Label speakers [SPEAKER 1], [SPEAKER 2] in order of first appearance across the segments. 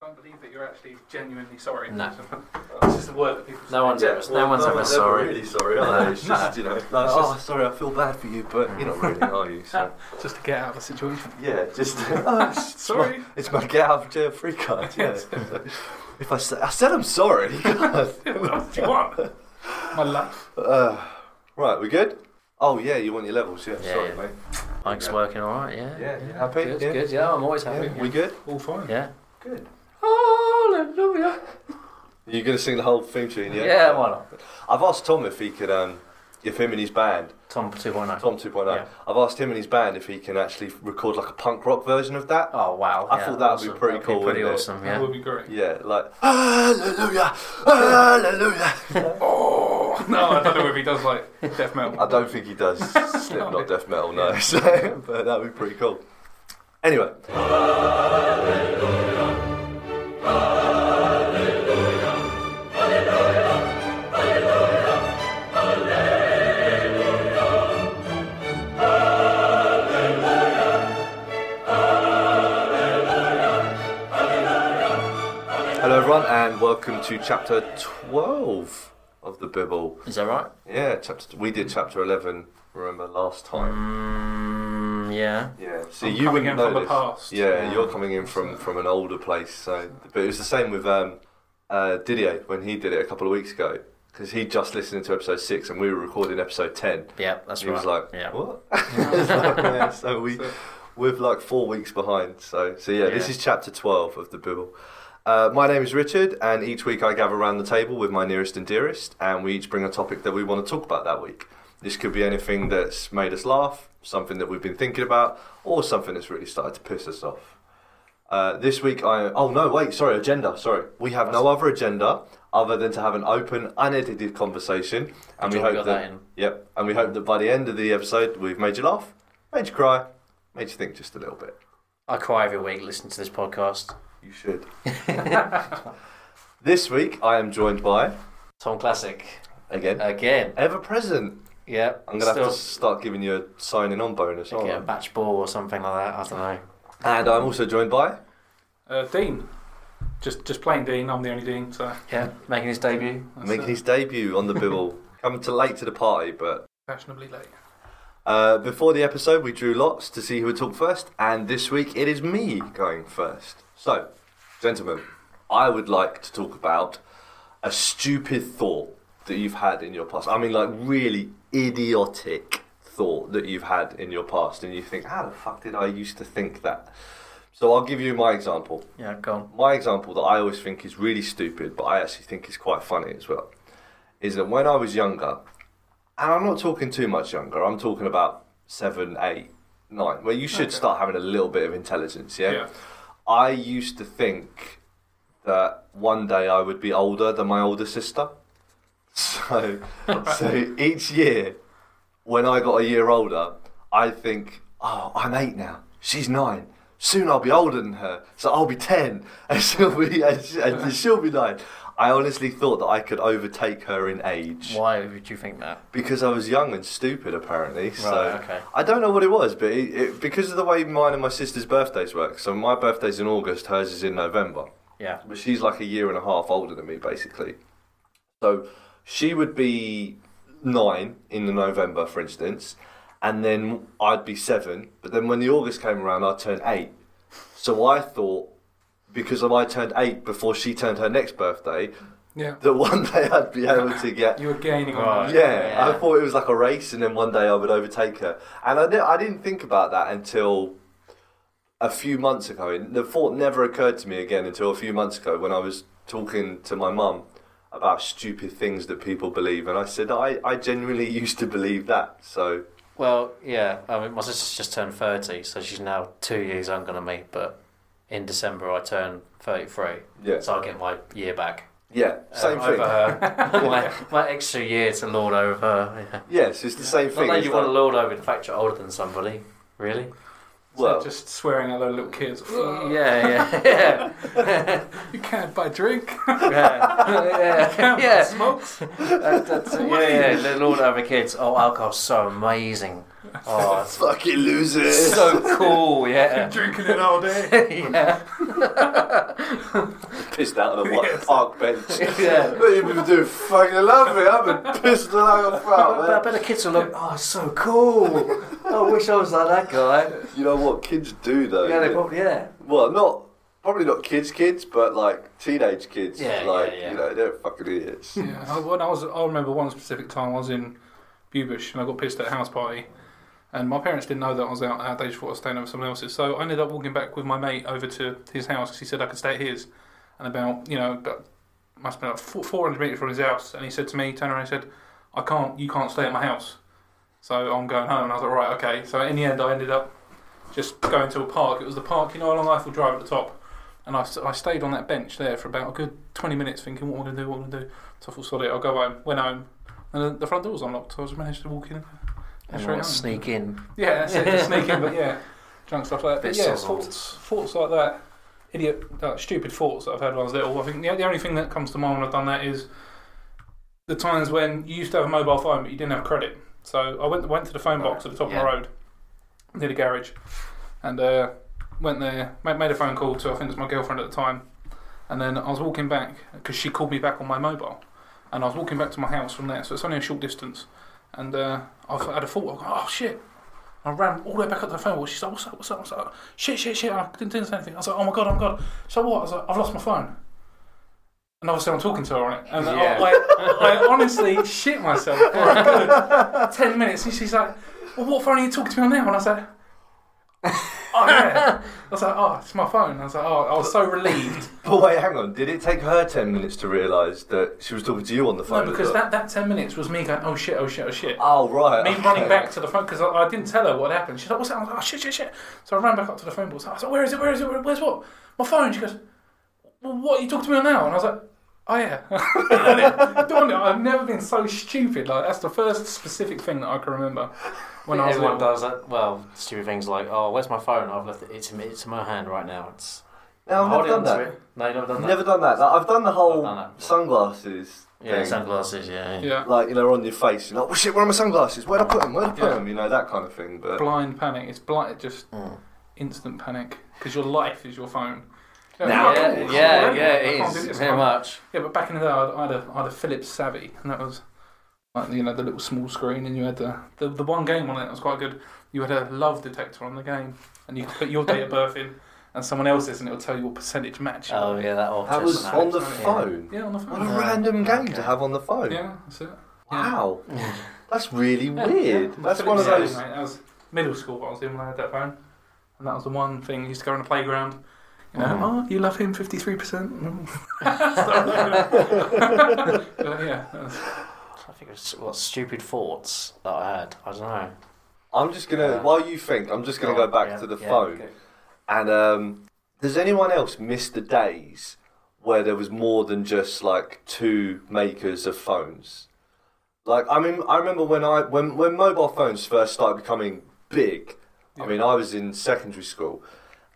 [SPEAKER 1] don't believe that you're actually genuinely sorry.
[SPEAKER 2] No.
[SPEAKER 1] this is the work that people.
[SPEAKER 2] No one's ever, no one's ever sorry.
[SPEAKER 3] really sorry, are they? It's just, you know, like,
[SPEAKER 1] it's
[SPEAKER 3] oh, sorry, I feel bad for you, but you're not really, are you? So,
[SPEAKER 1] Just to get out of the situation.
[SPEAKER 3] yeah, just, oh, it's
[SPEAKER 1] Sorry.
[SPEAKER 3] My, it's my get out of jail free card, yeah. if I, sa- I said I'm sorry, God.
[SPEAKER 1] what else do you want? My life.
[SPEAKER 3] Uh, right, we good? Oh, yeah, you want your levels, yeah,
[SPEAKER 2] Yeah,
[SPEAKER 3] sorry,
[SPEAKER 2] yeah.
[SPEAKER 3] mate.
[SPEAKER 2] Mike's
[SPEAKER 3] Yeah.
[SPEAKER 2] working all right. Yeah.
[SPEAKER 3] Yeah, you happy?
[SPEAKER 2] Good.
[SPEAKER 3] Yeah.
[SPEAKER 2] Good. Yeah, I'm always happy.
[SPEAKER 3] Yeah, we good?
[SPEAKER 1] All fine.
[SPEAKER 2] Yeah.
[SPEAKER 3] Good.
[SPEAKER 2] Hallelujah.
[SPEAKER 3] Are you going to sing the whole theme tune, yeah?
[SPEAKER 2] Yeah. Why not?
[SPEAKER 3] I've asked Tom if he could, um, if him and his band,
[SPEAKER 2] Tom two oh. one nine.
[SPEAKER 3] Tom 2.0,
[SPEAKER 2] Yeah.
[SPEAKER 3] I've asked him and his band if he can actually record like a punk rock version of that.
[SPEAKER 2] Oh wow.
[SPEAKER 3] I
[SPEAKER 2] yeah,
[SPEAKER 3] thought that would be
[SPEAKER 2] awesome.
[SPEAKER 3] pretty
[SPEAKER 2] That'd
[SPEAKER 3] cool,
[SPEAKER 2] pretty
[SPEAKER 3] wouldn't it?
[SPEAKER 2] awesome.
[SPEAKER 1] That
[SPEAKER 2] Yeah.
[SPEAKER 1] would be great.
[SPEAKER 3] Yeah, like hallelujah, hallelujah.
[SPEAKER 1] Oh no, I don't know if he does like death metal.
[SPEAKER 3] I don't think he does Slipknot death metal, no. So, but that would be pretty cool. Anyway, hello everyone, and welcome to chapter twelve of the Bible.
[SPEAKER 2] Is that right?
[SPEAKER 3] Yeah, chapter. We did chapter eleven. Remember last time?
[SPEAKER 2] Mm, yeah.
[SPEAKER 3] Yeah. So
[SPEAKER 1] I'm
[SPEAKER 3] you
[SPEAKER 1] coming
[SPEAKER 3] wouldn't
[SPEAKER 1] in
[SPEAKER 3] know
[SPEAKER 1] from the
[SPEAKER 3] this.
[SPEAKER 1] past.
[SPEAKER 3] Yeah, you're coming in from from an older place. So, but it was the same with um, uh, Didier when he did it a couple of weeks ago because he just listened to episode six and we were recording episode ten.
[SPEAKER 2] Yeah. That's
[SPEAKER 3] he
[SPEAKER 2] right.
[SPEAKER 3] was like,
[SPEAKER 2] yeah.
[SPEAKER 3] "What?" It's like, yeah, so we
[SPEAKER 1] So-
[SPEAKER 3] we're like four weeks behind. So, so yeah, this
[SPEAKER 2] Yeah.
[SPEAKER 3] is chapter twelve of the Bible. Uh, my name is Richard, and each week I gather around the table with my nearest and dearest, and we each bring a topic that we want to talk about that week. This could be anything that's made us laugh, something that we've been thinking about, or something that's really started to piss us off. Uh, this week, I oh no, wait, sorry, agenda. Sorry, we have no other agenda other than to have an open, unedited conversation, and we
[SPEAKER 2] Good job we
[SPEAKER 3] hope
[SPEAKER 2] got that
[SPEAKER 3] that
[SPEAKER 2] in.
[SPEAKER 3] yep, and we hope that by the end of the episode, we've made you laugh, made you cry, made you think just a little bit.
[SPEAKER 2] I cry every week listening to this podcast.
[SPEAKER 3] You should. this week, I am joined by
[SPEAKER 2] Tom Classic
[SPEAKER 3] again
[SPEAKER 2] again.
[SPEAKER 3] ever present.
[SPEAKER 2] Yeah.
[SPEAKER 3] I'm gonna
[SPEAKER 2] Uh, still
[SPEAKER 3] have to start giving you a signing on bonus, aren't
[SPEAKER 2] get a
[SPEAKER 3] I?
[SPEAKER 2] batch ball or something like that. I don't know.
[SPEAKER 3] And I'm also joined by
[SPEAKER 1] Uh, Dean. Just just plain Dean. I'm the only Dean. So
[SPEAKER 2] Yeah. Making his debut.
[SPEAKER 1] that's uh,
[SPEAKER 3] making
[SPEAKER 1] it.
[SPEAKER 3] his debut on the Bibble, coming to late to the party, but
[SPEAKER 1] fashionably late.
[SPEAKER 3] Uh, before the episode, we drew lots to see who would talk first, and this week it is me going first. So, gentlemen, I would like to talk about a stupid thought that you've had in your past. I mean, like, really idiotic thought that you've had in your past, and you think, how the fuck did I used to think that? So, I'll give you my example.
[SPEAKER 2] Yeah. Go on.
[SPEAKER 3] My example that I always think is really stupid, but I actually think is quite funny as well, is that when I was younger, and I'm not talking too much younger, I'm talking about seven, eight, nine, where you should start having a little bit of intelligence, yeah?
[SPEAKER 1] Yeah.
[SPEAKER 3] I used to think that one day I would be older than my older sister. So, so each year, when I got a year older, I think, oh, I'm eight now. She's nine. Soon I'll be older than her, so I'll be ten, and she'll be and she- and she'll be nine. I honestly thought that I could overtake her in age
[SPEAKER 2] Why would you think that?
[SPEAKER 3] because I was young and stupid, apparently. so
[SPEAKER 2] Right, okay.
[SPEAKER 3] I don't know what it was, but it, it, because of the way mine and my sister's birthdays work, so my birthday's in August, hers is in November.
[SPEAKER 2] Yeah.
[SPEAKER 3] But she's like a year and a half older than me, basically. So she would be nine in the November, for instance, and then I'd be seven. But then when the August came around, I'd turn eight. So I thought, because I turned eight before she turned her next birthday,
[SPEAKER 1] Yeah.
[SPEAKER 3] that one day I'd be able to get
[SPEAKER 1] You were gaining on
[SPEAKER 2] Right.
[SPEAKER 1] that.
[SPEAKER 3] yeah,
[SPEAKER 2] Yeah.
[SPEAKER 3] I thought it was like a race, and then one day I would overtake her. And I, di- I didn't think about that until a few months ago. And The thought never occurred to me again until a few months ago when I was talking to my mum about stupid things that people believe. And I said, I, I genuinely used to believe that. So,
[SPEAKER 2] Well, yeah. I mean, my sister's just turned 30, so she's now two years younger than me. But in December, I turn 33.
[SPEAKER 3] Yeah.
[SPEAKER 2] So I'll get my year back.
[SPEAKER 3] yeah,
[SPEAKER 2] uh,
[SPEAKER 3] same
[SPEAKER 2] over
[SPEAKER 3] thing.
[SPEAKER 2] her. my, my extra year to lord over her. Yeah.
[SPEAKER 3] Yes, it's the same
[SPEAKER 2] Not
[SPEAKER 3] thing.
[SPEAKER 2] that
[SPEAKER 3] It's
[SPEAKER 2] you
[SPEAKER 3] like-
[SPEAKER 2] want to lord over the fact you're older than somebody. Really?
[SPEAKER 1] So
[SPEAKER 3] well,
[SPEAKER 1] just swearing at the little kids.
[SPEAKER 2] Yeah, yeah, yeah.
[SPEAKER 1] You can't buy drink.
[SPEAKER 2] yeah, yeah, yeah.
[SPEAKER 1] Smokes.
[SPEAKER 2] That- that's- yeah, yeah. The lord over kids. Oh, alcohol's so amazing. Oh, that's
[SPEAKER 3] Fucking losers.
[SPEAKER 2] so cool, yeah.
[SPEAKER 1] Drinking it all day.
[SPEAKER 2] yeah.
[SPEAKER 3] pissed out on a white
[SPEAKER 1] Yes.
[SPEAKER 3] park bench.
[SPEAKER 2] yeah.
[SPEAKER 3] What you been doing? Fucking love it. I've been pissed the hell
[SPEAKER 2] But I
[SPEAKER 3] about
[SPEAKER 2] bet the kids will look, oh, so cool. I wish I was like that guy.
[SPEAKER 3] that. You know what kids do though?
[SPEAKER 2] Yeah, they probably, yeah.
[SPEAKER 3] well, not probably not kids, kids, but like teenage kids.
[SPEAKER 2] Yeah,
[SPEAKER 3] like
[SPEAKER 2] yeah, yeah.
[SPEAKER 3] you know, they're fucking idiots.
[SPEAKER 1] yeah, I, when I was, I remember one specific time I was in Bubush and I got pissed at a house party, and my parents didn't know that I was out. uh, They just thought I was staying over someone else's. So I ended up walking back with my mate over to his house 'cause he said I could stay at his. And about you know, about, must have been about four- 400 meters from his house, and he said to me, turned around and said, "I can't, you can't stay at my house." So I'm going home, and I was like, "Right, okay." So in the end, I ended up just going to a park. It was the park, you know, along Eiffel Drive at the top. And I, s- I stayed on that bench there for about a good 20 minutes thinking, what am I going to do, what am I going to do? So I thought, sod it, I'll go home. Went home, and then the front door was unlocked, so I just managed to walk in. and straight
[SPEAKER 2] Everyone
[SPEAKER 1] home.
[SPEAKER 2] sneak in.
[SPEAKER 1] Yeah, that's it, just sneak in, but yeah, drunk stuff like that. But
[SPEAKER 2] Bit
[SPEAKER 1] yeah,
[SPEAKER 2] sozzled.
[SPEAKER 1] thoughts, thoughts like that, idiot, like, stupid thoughts that I've had when I was little. I think the, the only thing that comes to mind when I've done that is the times when you used to have a mobile phone but you didn't have credit. So I went went to the phone box at the top of
[SPEAKER 2] Yeah.
[SPEAKER 1] my road near the garage, and uh, went there, made, made a phone call to I think it was my girlfriend at the time, and then I was walking back because she called me back on my mobile, and I was walking back to my house from there, so it's only a short distance, and uh, I've had a thought, I've gone, oh shit. I ran all the way back up to the phone. box. She's like, "What's up? What's up? What's up?" Shit, shit, shit! I didn't, didn't say anything. I was like, "Oh my god, oh my god!" So what? I was like, "I've lost my phone." And obviously, I'm talking to her on it, and uh, I-
[SPEAKER 2] Yeah.
[SPEAKER 1] I, I, honestly shit myself for a good ten minutes. And she's like, "Well, what phone are you talking to me on now?" And I was like, "Oh yeah." I was like, "Oh, it's my phone." I was like, "Oh, I was so relieved."
[SPEAKER 3] But wait, hang on. Did it take her ten minutes to realise that she was talking to you on the phone?
[SPEAKER 1] No,
[SPEAKER 3] as
[SPEAKER 1] because
[SPEAKER 3] well?
[SPEAKER 1] that, that ten minutes was me going, "Oh shit, oh shit, oh shit."
[SPEAKER 3] Oh right.
[SPEAKER 1] me
[SPEAKER 3] okay.
[SPEAKER 1] running back to the phone because I, I didn't tell her what had happened. She's like, "What's that?" I was like, "Oh shit, shit, shit!" So I ran back up to the phone booth. I was like, "Where is it? Where is it? Where, where's what? My phone." She goes, "Well, what are you talking to me on now?" And I was like, "Oh yeah." Dawn, I've never been so stupid. Like that's the first specific thing that I can remember when I was
[SPEAKER 2] Everyone
[SPEAKER 1] little.
[SPEAKER 2] does that. uh, Well, stupid things like, oh, where's my phone? I've left it. It's in, it's in my hand right now. It's. I'm
[SPEAKER 3] No, I've never
[SPEAKER 2] holding
[SPEAKER 3] done
[SPEAKER 2] onto
[SPEAKER 3] that.
[SPEAKER 2] It. No, you've never done that.
[SPEAKER 3] Never done that. Like, I've done the whole
[SPEAKER 2] I've done that.
[SPEAKER 3] sunglasses.
[SPEAKER 2] Yeah,
[SPEAKER 3] thing.
[SPEAKER 2] sunglasses. Yeah.
[SPEAKER 1] Yeah,
[SPEAKER 3] Like you know, on your face. You're like, well, shit. Where are my sunglasses? Where'd I put them? Where'd I put
[SPEAKER 1] Yeah.
[SPEAKER 3] them? You know that kind of thing. But
[SPEAKER 1] blind panic. It's blind, just
[SPEAKER 3] Hmm.
[SPEAKER 2] Mm.
[SPEAKER 1] instant panic because your life is your phone. Yeah,
[SPEAKER 3] Now-
[SPEAKER 1] I can't- I
[SPEAKER 2] yeah,
[SPEAKER 1] can't
[SPEAKER 2] yeah,
[SPEAKER 1] remember.
[SPEAKER 2] yeah,
[SPEAKER 1] I can't
[SPEAKER 2] it
[SPEAKER 1] do
[SPEAKER 2] is
[SPEAKER 1] this.
[SPEAKER 2] very much.
[SPEAKER 1] Yeah, but back in the day, I'd, I had a, I had a Philips Savvy, and that was like you know the little small screen, and you had the, the the one game on it that was quite good. You had a love detector on the game, and you could put your date of birth in and someone else's, and it'll tell you what percentage match. you
[SPEAKER 2] Oh
[SPEAKER 1] got.
[SPEAKER 2] yeah, that old
[SPEAKER 3] that was
[SPEAKER 2] test
[SPEAKER 3] on the
[SPEAKER 1] Yeah.
[SPEAKER 3] phone.
[SPEAKER 1] yeah, on the
[SPEAKER 3] What
[SPEAKER 1] phone.
[SPEAKER 3] a
[SPEAKER 2] Yeah.
[SPEAKER 3] random game
[SPEAKER 2] Okay.
[SPEAKER 3] to have on the phone.
[SPEAKER 1] Yeah, that's it. Yeah.
[SPEAKER 3] Wow. That's really
[SPEAKER 1] Yeah,
[SPEAKER 3] weird.
[SPEAKER 1] yeah. My
[SPEAKER 3] That's one of
[SPEAKER 1] Philips
[SPEAKER 3] those.
[SPEAKER 1] Savvy, mate, that was middle school. What I was in when I had that phone, and that was the one thing. I used to go on the playground. You know,
[SPEAKER 2] Mhm.
[SPEAKER 1] oh, you love him fifty three percent. Yeah, that was-
[SPEAKER 2] I think it was what stupid thoughts that I had. I don't know.
[SPEAKER 3] I'm just gonna.
[SPEAKER 2] Yeah.
[SPEAKER 3] While you think, I'm just gonna go back
[SPEAKER 2] Yeah,
[SPEAKER 3] to the
[SPEAKER 2] yeah,
[SPEAKER 3] phone.
[SPEAKER 2] okay.
[SPEAKER 3] And um, does anyone else miss the days where there was more than just like two makers of phones? Like, I mean, I remember when I when when mobile phones first started becoming big. I
[SPEAKER 1] Yeah.
[SPEAKER 3] mean, I was in secondary school,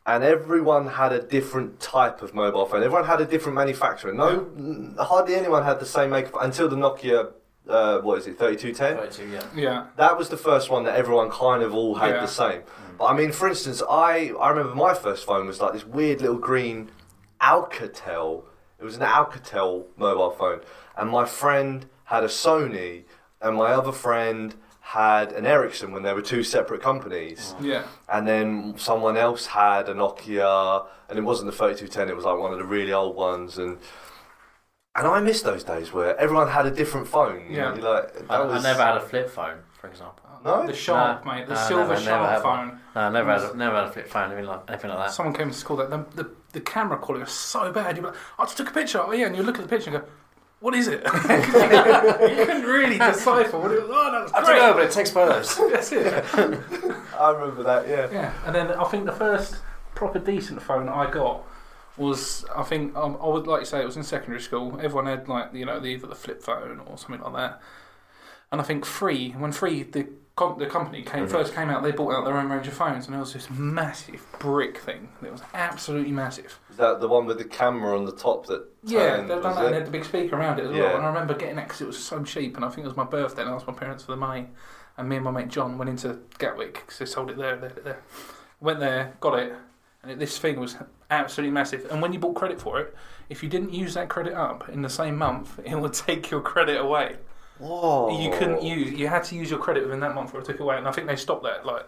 [SPEAKER 3] and everyone had a different type of mobile phone. Everyone had a different manufacturer. No, n- hardly anyone had the same make until the Nokia. Uh, what is it? Thirty-two ten.
[SPEAKER 2] 32, yeah.
[SPEAKER 1] yeah.
[SPEAKER 3] That was the first one that everyone kind of all had
[SPEAKER 1] Yeah.
[SPEAKER 3] the same. But I mean, for instance, I, I remember my first phone was like this weird little green Alcatel. It was an Alcatel mobile phone. And my friend had a Sony, and my other friend had an Ericsson when they were two separate companies.
[SPEAKER 2] Mm.
[SPEAKER 1] yeah.
[SPEAKER 3] And then someone else had a Nokia, and it wasn't the 3210, it was like one of the really old ones. And and I miss those days where everyone had a different phone. You
[SPEAKER 1] Yeah.
[SPEAKER 3] know, like, that
[SPEAKER 2] I,
[SPEAKER 3] was-
[SPEAKER 2] I never had a flip phone, for example.
[SPEAKER 3] No?
[SPEAKER 1] The sharp, mate. The
[SPEAKER 2] no,
[SPEAKER 1] silver
[SPEAKER 2] never, never
[SPEAKER 1] sharp
[SPEAKER 2] had
[SPEAKER 1] phone.
[SPEAKER 2] one. Uh. No, I never had a, never had a flip phone. Anything like, anything like that.
[SPEAKER 1] Someone came to school that the, the, the camera quality was so bad. You're like, I just took a picture. Oh yeah, and you look at the picture and go, what is it? 'Cause you, you couldn't really decipher what it was. Oh, that was
[SPEAKER 2] I
[SPEAKER 1] great.
[SPEAKER 2] don't know, but it takes photos.
[SPEAKER 1] That's it.
[SPEAKER 3] I remember that, yeah.
[SPEAKER 1] Yeah, and then I think the first proper decent phone I got was I think um, I would like to say it was in secondary school. Everyone had like you know the, either the flip phone or something like that. And I think Free, when Free the com- the company came first came out, they bought out their own range of phones, and there was this massive brick thing that was absolutely massive.
[SPEAKER 3] Is that the one with the camera on the top that
[SPEAKER 1] Yeah,
[SPEAKER 3] turned,
[SPEAKER 1] they've done
[SPEAKER 3] was
[SPEAKER 1] that, and they
[SPEAKER 3] it?
[SPEAKER 1] had the big speaker around it as
[SPEAKER 3] Yeah.
[SPEAKER 1] well. And I remember getting that because it was so cheap, and I think it was my birthday, and I asked my parents for the money. And me and my mate John went into Gatwick because they sold it there, there, there. Went there, got it, and it, this thing was absolutely massive. And when you bought credit for it, if you didn't use that credit up in the same month, it would take your credit away.
[SPEAKER 3] Whoa.
[SPEAKER 1] Oh. You couldn't use. You had to use your credit within that month, or it took away. And I think they stopped that. Like,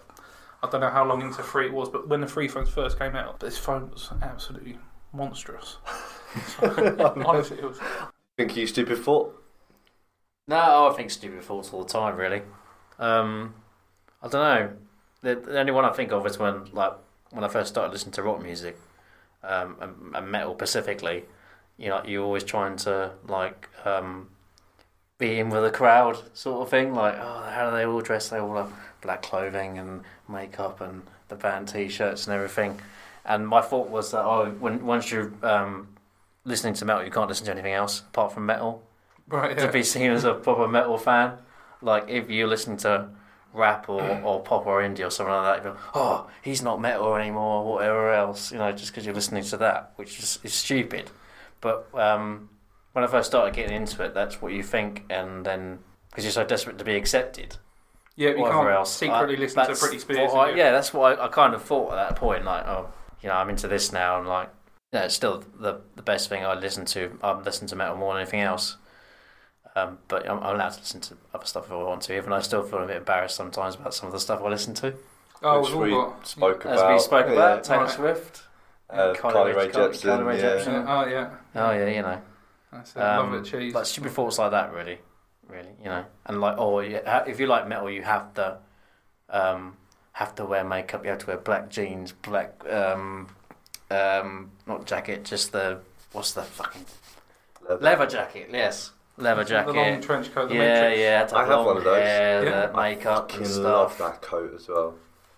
[SPEAKER 1] I don't know how long into free it was, but when the free phones first came out, this phone was absolutely monstrous. Honestly, it was.
[SPEAKER 3] Think you stupid thought?
[SPEAKER 2] No, oh, I think stupid thoughts all the time, really. Um, I don't know. The, the only one I think of is when, like, when I first started listening to rock music, um, and, and metal specifically. You know, you're always trying to like um, be in with the crowd, sort of thing. Like, oh, how do they all dress? They all have black clothing and makeup and the band t-shirts and everything. And my thought was that oh, when once you're um, listening to metal, you can't listen to anything else apart from metal
[SPEAKER 1] Right,
[SPEAKER 2] to be seen as a proper metal fan. Like if you listen to rap or, or pop or indie or something like that, you go, oh, he's not metal anymore, or whatever else, you know, just because you're listening to that, which is, is stupid. But um, when I first started getting into it, that's what you think, and then because you're so desperate to be accepted,
[SPEAKER 1] Yeah, you
[SPEAKER 2] whatever
[SPEAKER 1] can't
[SPEAKER 2] else.
[SPEAKER 1] secretly
[SPEAKER 2] I-
[SPEAKER 1] listen to
[SPEAKER 2] that's
[SPEAKER 1] Britney Spears.
[SPEAKER 2] what I-
[SPEAKER 1] and do-
[SPEAKER 2] yeah, that's what I, I kind of thought at that point. Like, oh, you know, I'm into this now, and like, yeah, it's still the the best thing I listen to. I listen to metal more than anything else. Um, but I'm, I'm allowed to listen to other stuff if I want to, even though I still feel a bit embarrassed sometimes about some of the stuff I listen to.
[SPEAKER 1] Oh,
[SPEAKER 3] which
[SPEAKER 1] we've all
[SPEAKER 3] we
[SPEAKER 1] got-
[SPEAKER 3] spoke
[SPEAKER 2] As
[SPEAKER 3] about.
[SPEAKER 2] we spoke
[SPEAKER 3] Yeah.
[SPEAKER 2] about, Taylor
[SPEAKER 1] Right.
[SPEAKER 2] Swift,
[SPEAKER 3] Uh,
[SPEAKER 2] Carly
[SPEAKER 3] Carly
[SPEAKER 2] Rae-
[SPEAKER 3] Rae
[SPEAKER 2] Carly-
[SPEAKER 3] Jepsen.
[SPEAKER 2] Carly Rae
[SPEAKER 3] yeah.
[SPEAKER 2] Jepsen.
[SPEAKER 1] Yeah, Oh yeah.
[SPEAKER 2] Oh yeah, you know,
[SPEAKER 1] That's it. love
[SPEAKER 2] Um,
[SPEAKER 1] it, cheese.
[SPEAKER 2] like stupid thoughts like that, really, really, you know, and like, oh, you ha- if you like metal, you have to, um, have to wear makeup. You have to wear black jeans, black, um, um, not jacket, just the what's the fucking leather jacket? Yes, leather
[SPEAKER 1] The long
[SPEAKER 2] jacket.
[SPEAKER 1] trench coat. The
[SPEAKER 2] yeah,
[SPEAKER 1] Matrix.
[SPEAKER 2] yeah. to
[SPEAKER 3] I have one
[SPEAKER 2] long
[SPEAKER 3] of those.
[SPEAKER 2] Hair,
[SPEAKER 1] Yeah.
[SPEAKER 2] the makeup
[SPEAKER 3] Fucking
[SPEAKER 2] and
[SPEAKER 3] love
[SPEAKER 2] stuff.
[SPEAKER 3] that coat as well.